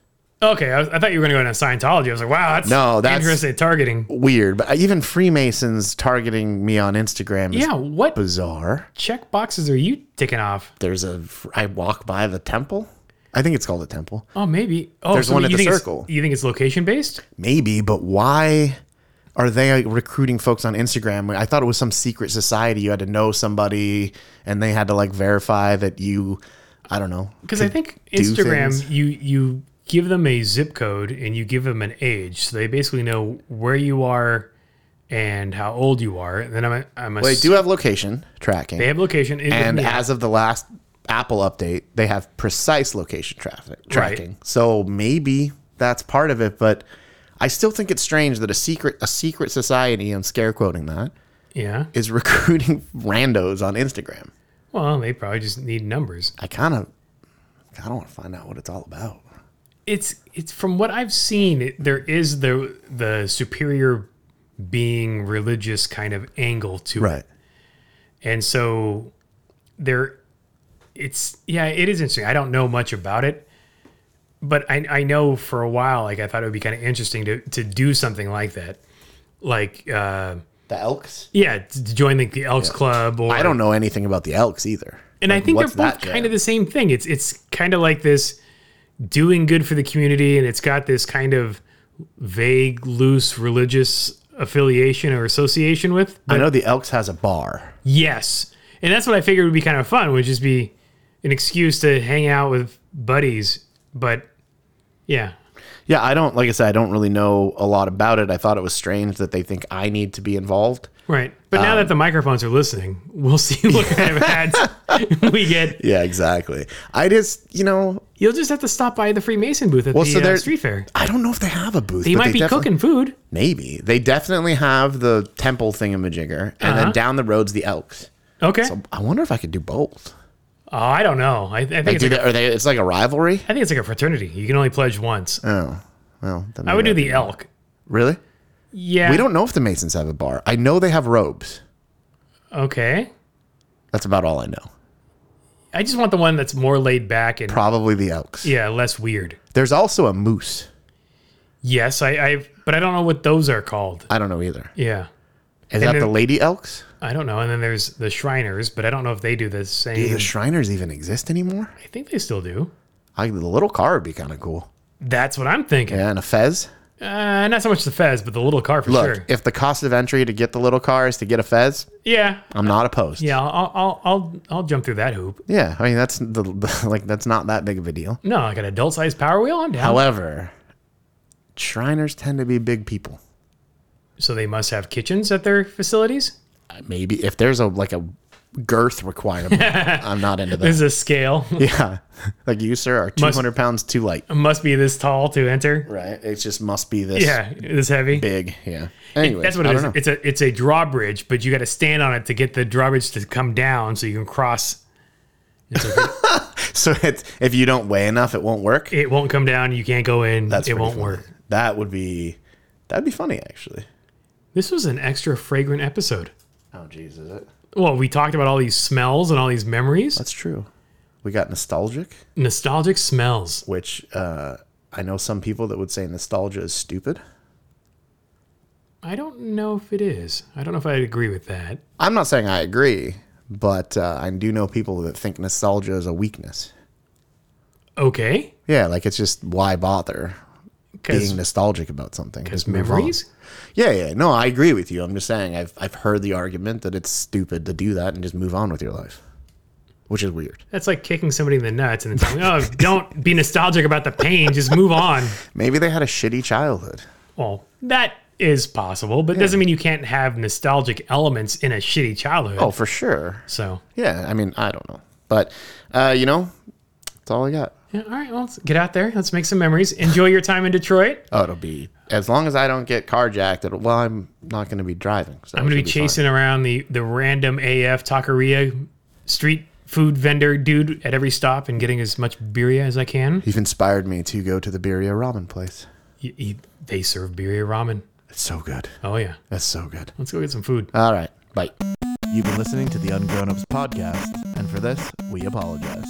S1: Okay, I, was- I thought you were going to go into Scientology. I was like, wow, that's
S2: No, that's-
S1: interesting targeting.
S2: Weird, but even Freemasons targeting me on Instagram is
S1: Yeah, what
S2: bizarre.
S1: check boxes are you ticking off?
S2: There's a. I walk by the temple. I think it's called a temple,
S1: Oh, maybe. Oh,
S2: There's one at
S1: you
S2: the
S1: think it's-
S2: circle.
S1: You think it's location based?
S2: maybe. But why are they recruiting folks on Instagram? I thought it was some secret society. You had to know somebody, and they had to like verify that you. I don't know.
S1: Because I think
S2: do
S1: Instagram,
S2: things.
S1: you you give them a zip code and you give them an age, so they basically know where you are and how old you are. And then I'm I'm a,
S2: They do have location tracking.
S1: they have location and,
S2: and
S1: yeah,
S2: as of the last Apple update, they have precise location traffic tracking. So maybe that's part of it, but I still think it's strange that a secret a secret society, I'm scare quoting that,
S1: yeah.
S2: is recruiting randos on Instagram.
S1: Well, they probably just need numbers.
S2: I kind of I don't want to find out what it's all about.
S1: It's it's from what I've seen, it, there is the the superior being religious kind of angle to it. And so there it's yeah, it is interesting. I don't know much about it. But I I know for a while like I thought it would be kind of interesting to to do something like that. Like uh
S2: The Elks?
S1: yeah, to to join like the Elks Club or
S2: I don't know anything about the Elks either.
S1: and I think they're
S2: what's
S1: both
S2: that jam?
S1: kind of the same thing. It's it's kind of like this doing good for the community and it's got this kind of vague loose religious affiliation or association with
S2: I know the Elks has a bar.
S1: Yes. And that's what I figured would be kind of fun, would just be an excuse to hang out with buddies. But yeah.
S2: Yeah, I don't like I said, I don't really know a lot about it. I thought it was strange that they think I need to be involved.
S1: Right. But now
S2: Um,
S1: that the microphones are listening, we'll see what kind of ads we get.
S2: Yeah, exactly. I just, you know,
S1: You'll just have to stop by the Freemason booth at the
S2: so
S1: uh,
S2: they're-
S1: street fair.
S2: I don't know if they have a booth.
S1: They
S2: but
S1: might be
S2: definitely-
S1: cooking food.
S2: Maybe they definitely have the temple thingamajigger, and
S1: Uh-huh.
S2: then down the roads the elks.
S1: Okay.
S2: I wonder if I could do both.
S1: oh, I don't know. I, I think
S2: Like,
S1: it's
S2: do
S1: like,
S2: they, are they? It's like a rivalry.
S1: I think it's like a fraternity. You can only pledge once.
S2: Oh, well, then
S1: I would do
S2: maybe
S1: the elk.
S2: Really?
S1: Yeah.
S2: We don't know if the Masons have a bar. I know they have robes.
S1: Okay.
S2: That's about all I know.
S1: I just want the one that's more laid back and
S2: Probably the elks.
S1: yeah, less weird.
S2: There's also a moose.
S1: Yes, I, I but I don't know what those are called.
S2: I don't know either.
S1: Yeah.
S2: Is that
S1: then-
S2: the lady elks?
S1: I don't know. And then there's the Shriners, but I don't know if they do the
S2: Do
S1: same.
S2: the Shriners even exist anymore?
S1: I think they still do.
S2: I, the little car would be kind of cool.
S1: That's what I'm thinking.
S2: Yeah, and a fez.
S1: Uh, not so much the Fez, but the little car for
S2: Look,
S1: sure.
S2: if the cost of entry to get the little car is to get a Fez,
S1: Yeah,
S2: I'm not opposed.
S1: yeah. I'll, I'll, I'll, I'll jump through that hoop.
S2: Yeah, I mean that's the, the like that's not that big of a deal.
S1: No, like an adult sized Power Wheel. I'm down.
S2: However, Shriners tend to be big people.
S1: so they must have kitchens at their facilities.
S2: Uh, Maybe if there's a like a girth requirement, I'm not into that.
S1: There's a scale.
S2: Yeah, like you sir are 200 pounds too light.
S1: must be this tall to enter.
S2: Right, it just must be this
S1: Yeah, this heavy.
S2: big. Yeah. Anyway,
S1: That's what it
S2: I
S1: is.
S2: don't know.
S1: It's a it's a drawbridge, but you got to stand on it to get the drawbridge to come down so you can cross.
S2: So it's, if you don't weigh enough, it won't work.
S1: It won't come down. You can't go in. it
S2: pretty
S1: won't
S2: funny.
S1: work.
S2: That would be that'd be funny actually.
S1: This was an extra fragrant episode.
S2: Oh jeez, is it?
S1: Well, we talked about all these smells and all these memories,
S2: That's true. We got nostalgic,
S1: nostalgic smells.
S2: which uh, I know some people that would say nostalgia is stupid.
S1: I don't know if it is. I don't know if I agree with that.
S2: I'm not saying I agree, but uh, I do know people that think nostalgia is a weakness.
S1: Okay,
S2: Yeah, like it's just why bother being
S1: because
S2: nostalgic about something? Just move on.
S1: memories.
S2: Yeah, yeah. No, I agree with you. I'm just saying I've I've heard the argument that it's stupid to do that and just move on with your life, which is weird.
S1: That's like kicking somebody in the nuts and then telling, "Oh, don't be nostalgic about the pain. Just move on."
S2: Maybe they had a shitty childhood.
S1: Well, that is possible, but it doesn't mean you can't have nostalgic elements in a shitty childhood.
S2: Oh, for sure.
S1: So,
S2: Yeah, I mean, I don't know, but uh, you know, that's all I got.
S1: yeah, all right, well, let's get out there. Let's make some memories. Enjoy your time in Detroit.
S2: Oh, it'll be as long as I don't get carjacked. It'll, well, I'm not going to be driving. So
S1: I'm going to be chasing around the, the random AF taqueria street food vendor dude at every stop and getting as much birria as I can.
S2: You've inspired me to go to the Birria Ramen place.
S1: Y- y- they serve birria ramen.
S2: It's so good.
S1: Oh, yeah.
S2: That's so good.
S1: Let's go get some food.
S2: All right, bye.
S3: You've been listening to the Ungrown Ups podcast, and for this, we apologize.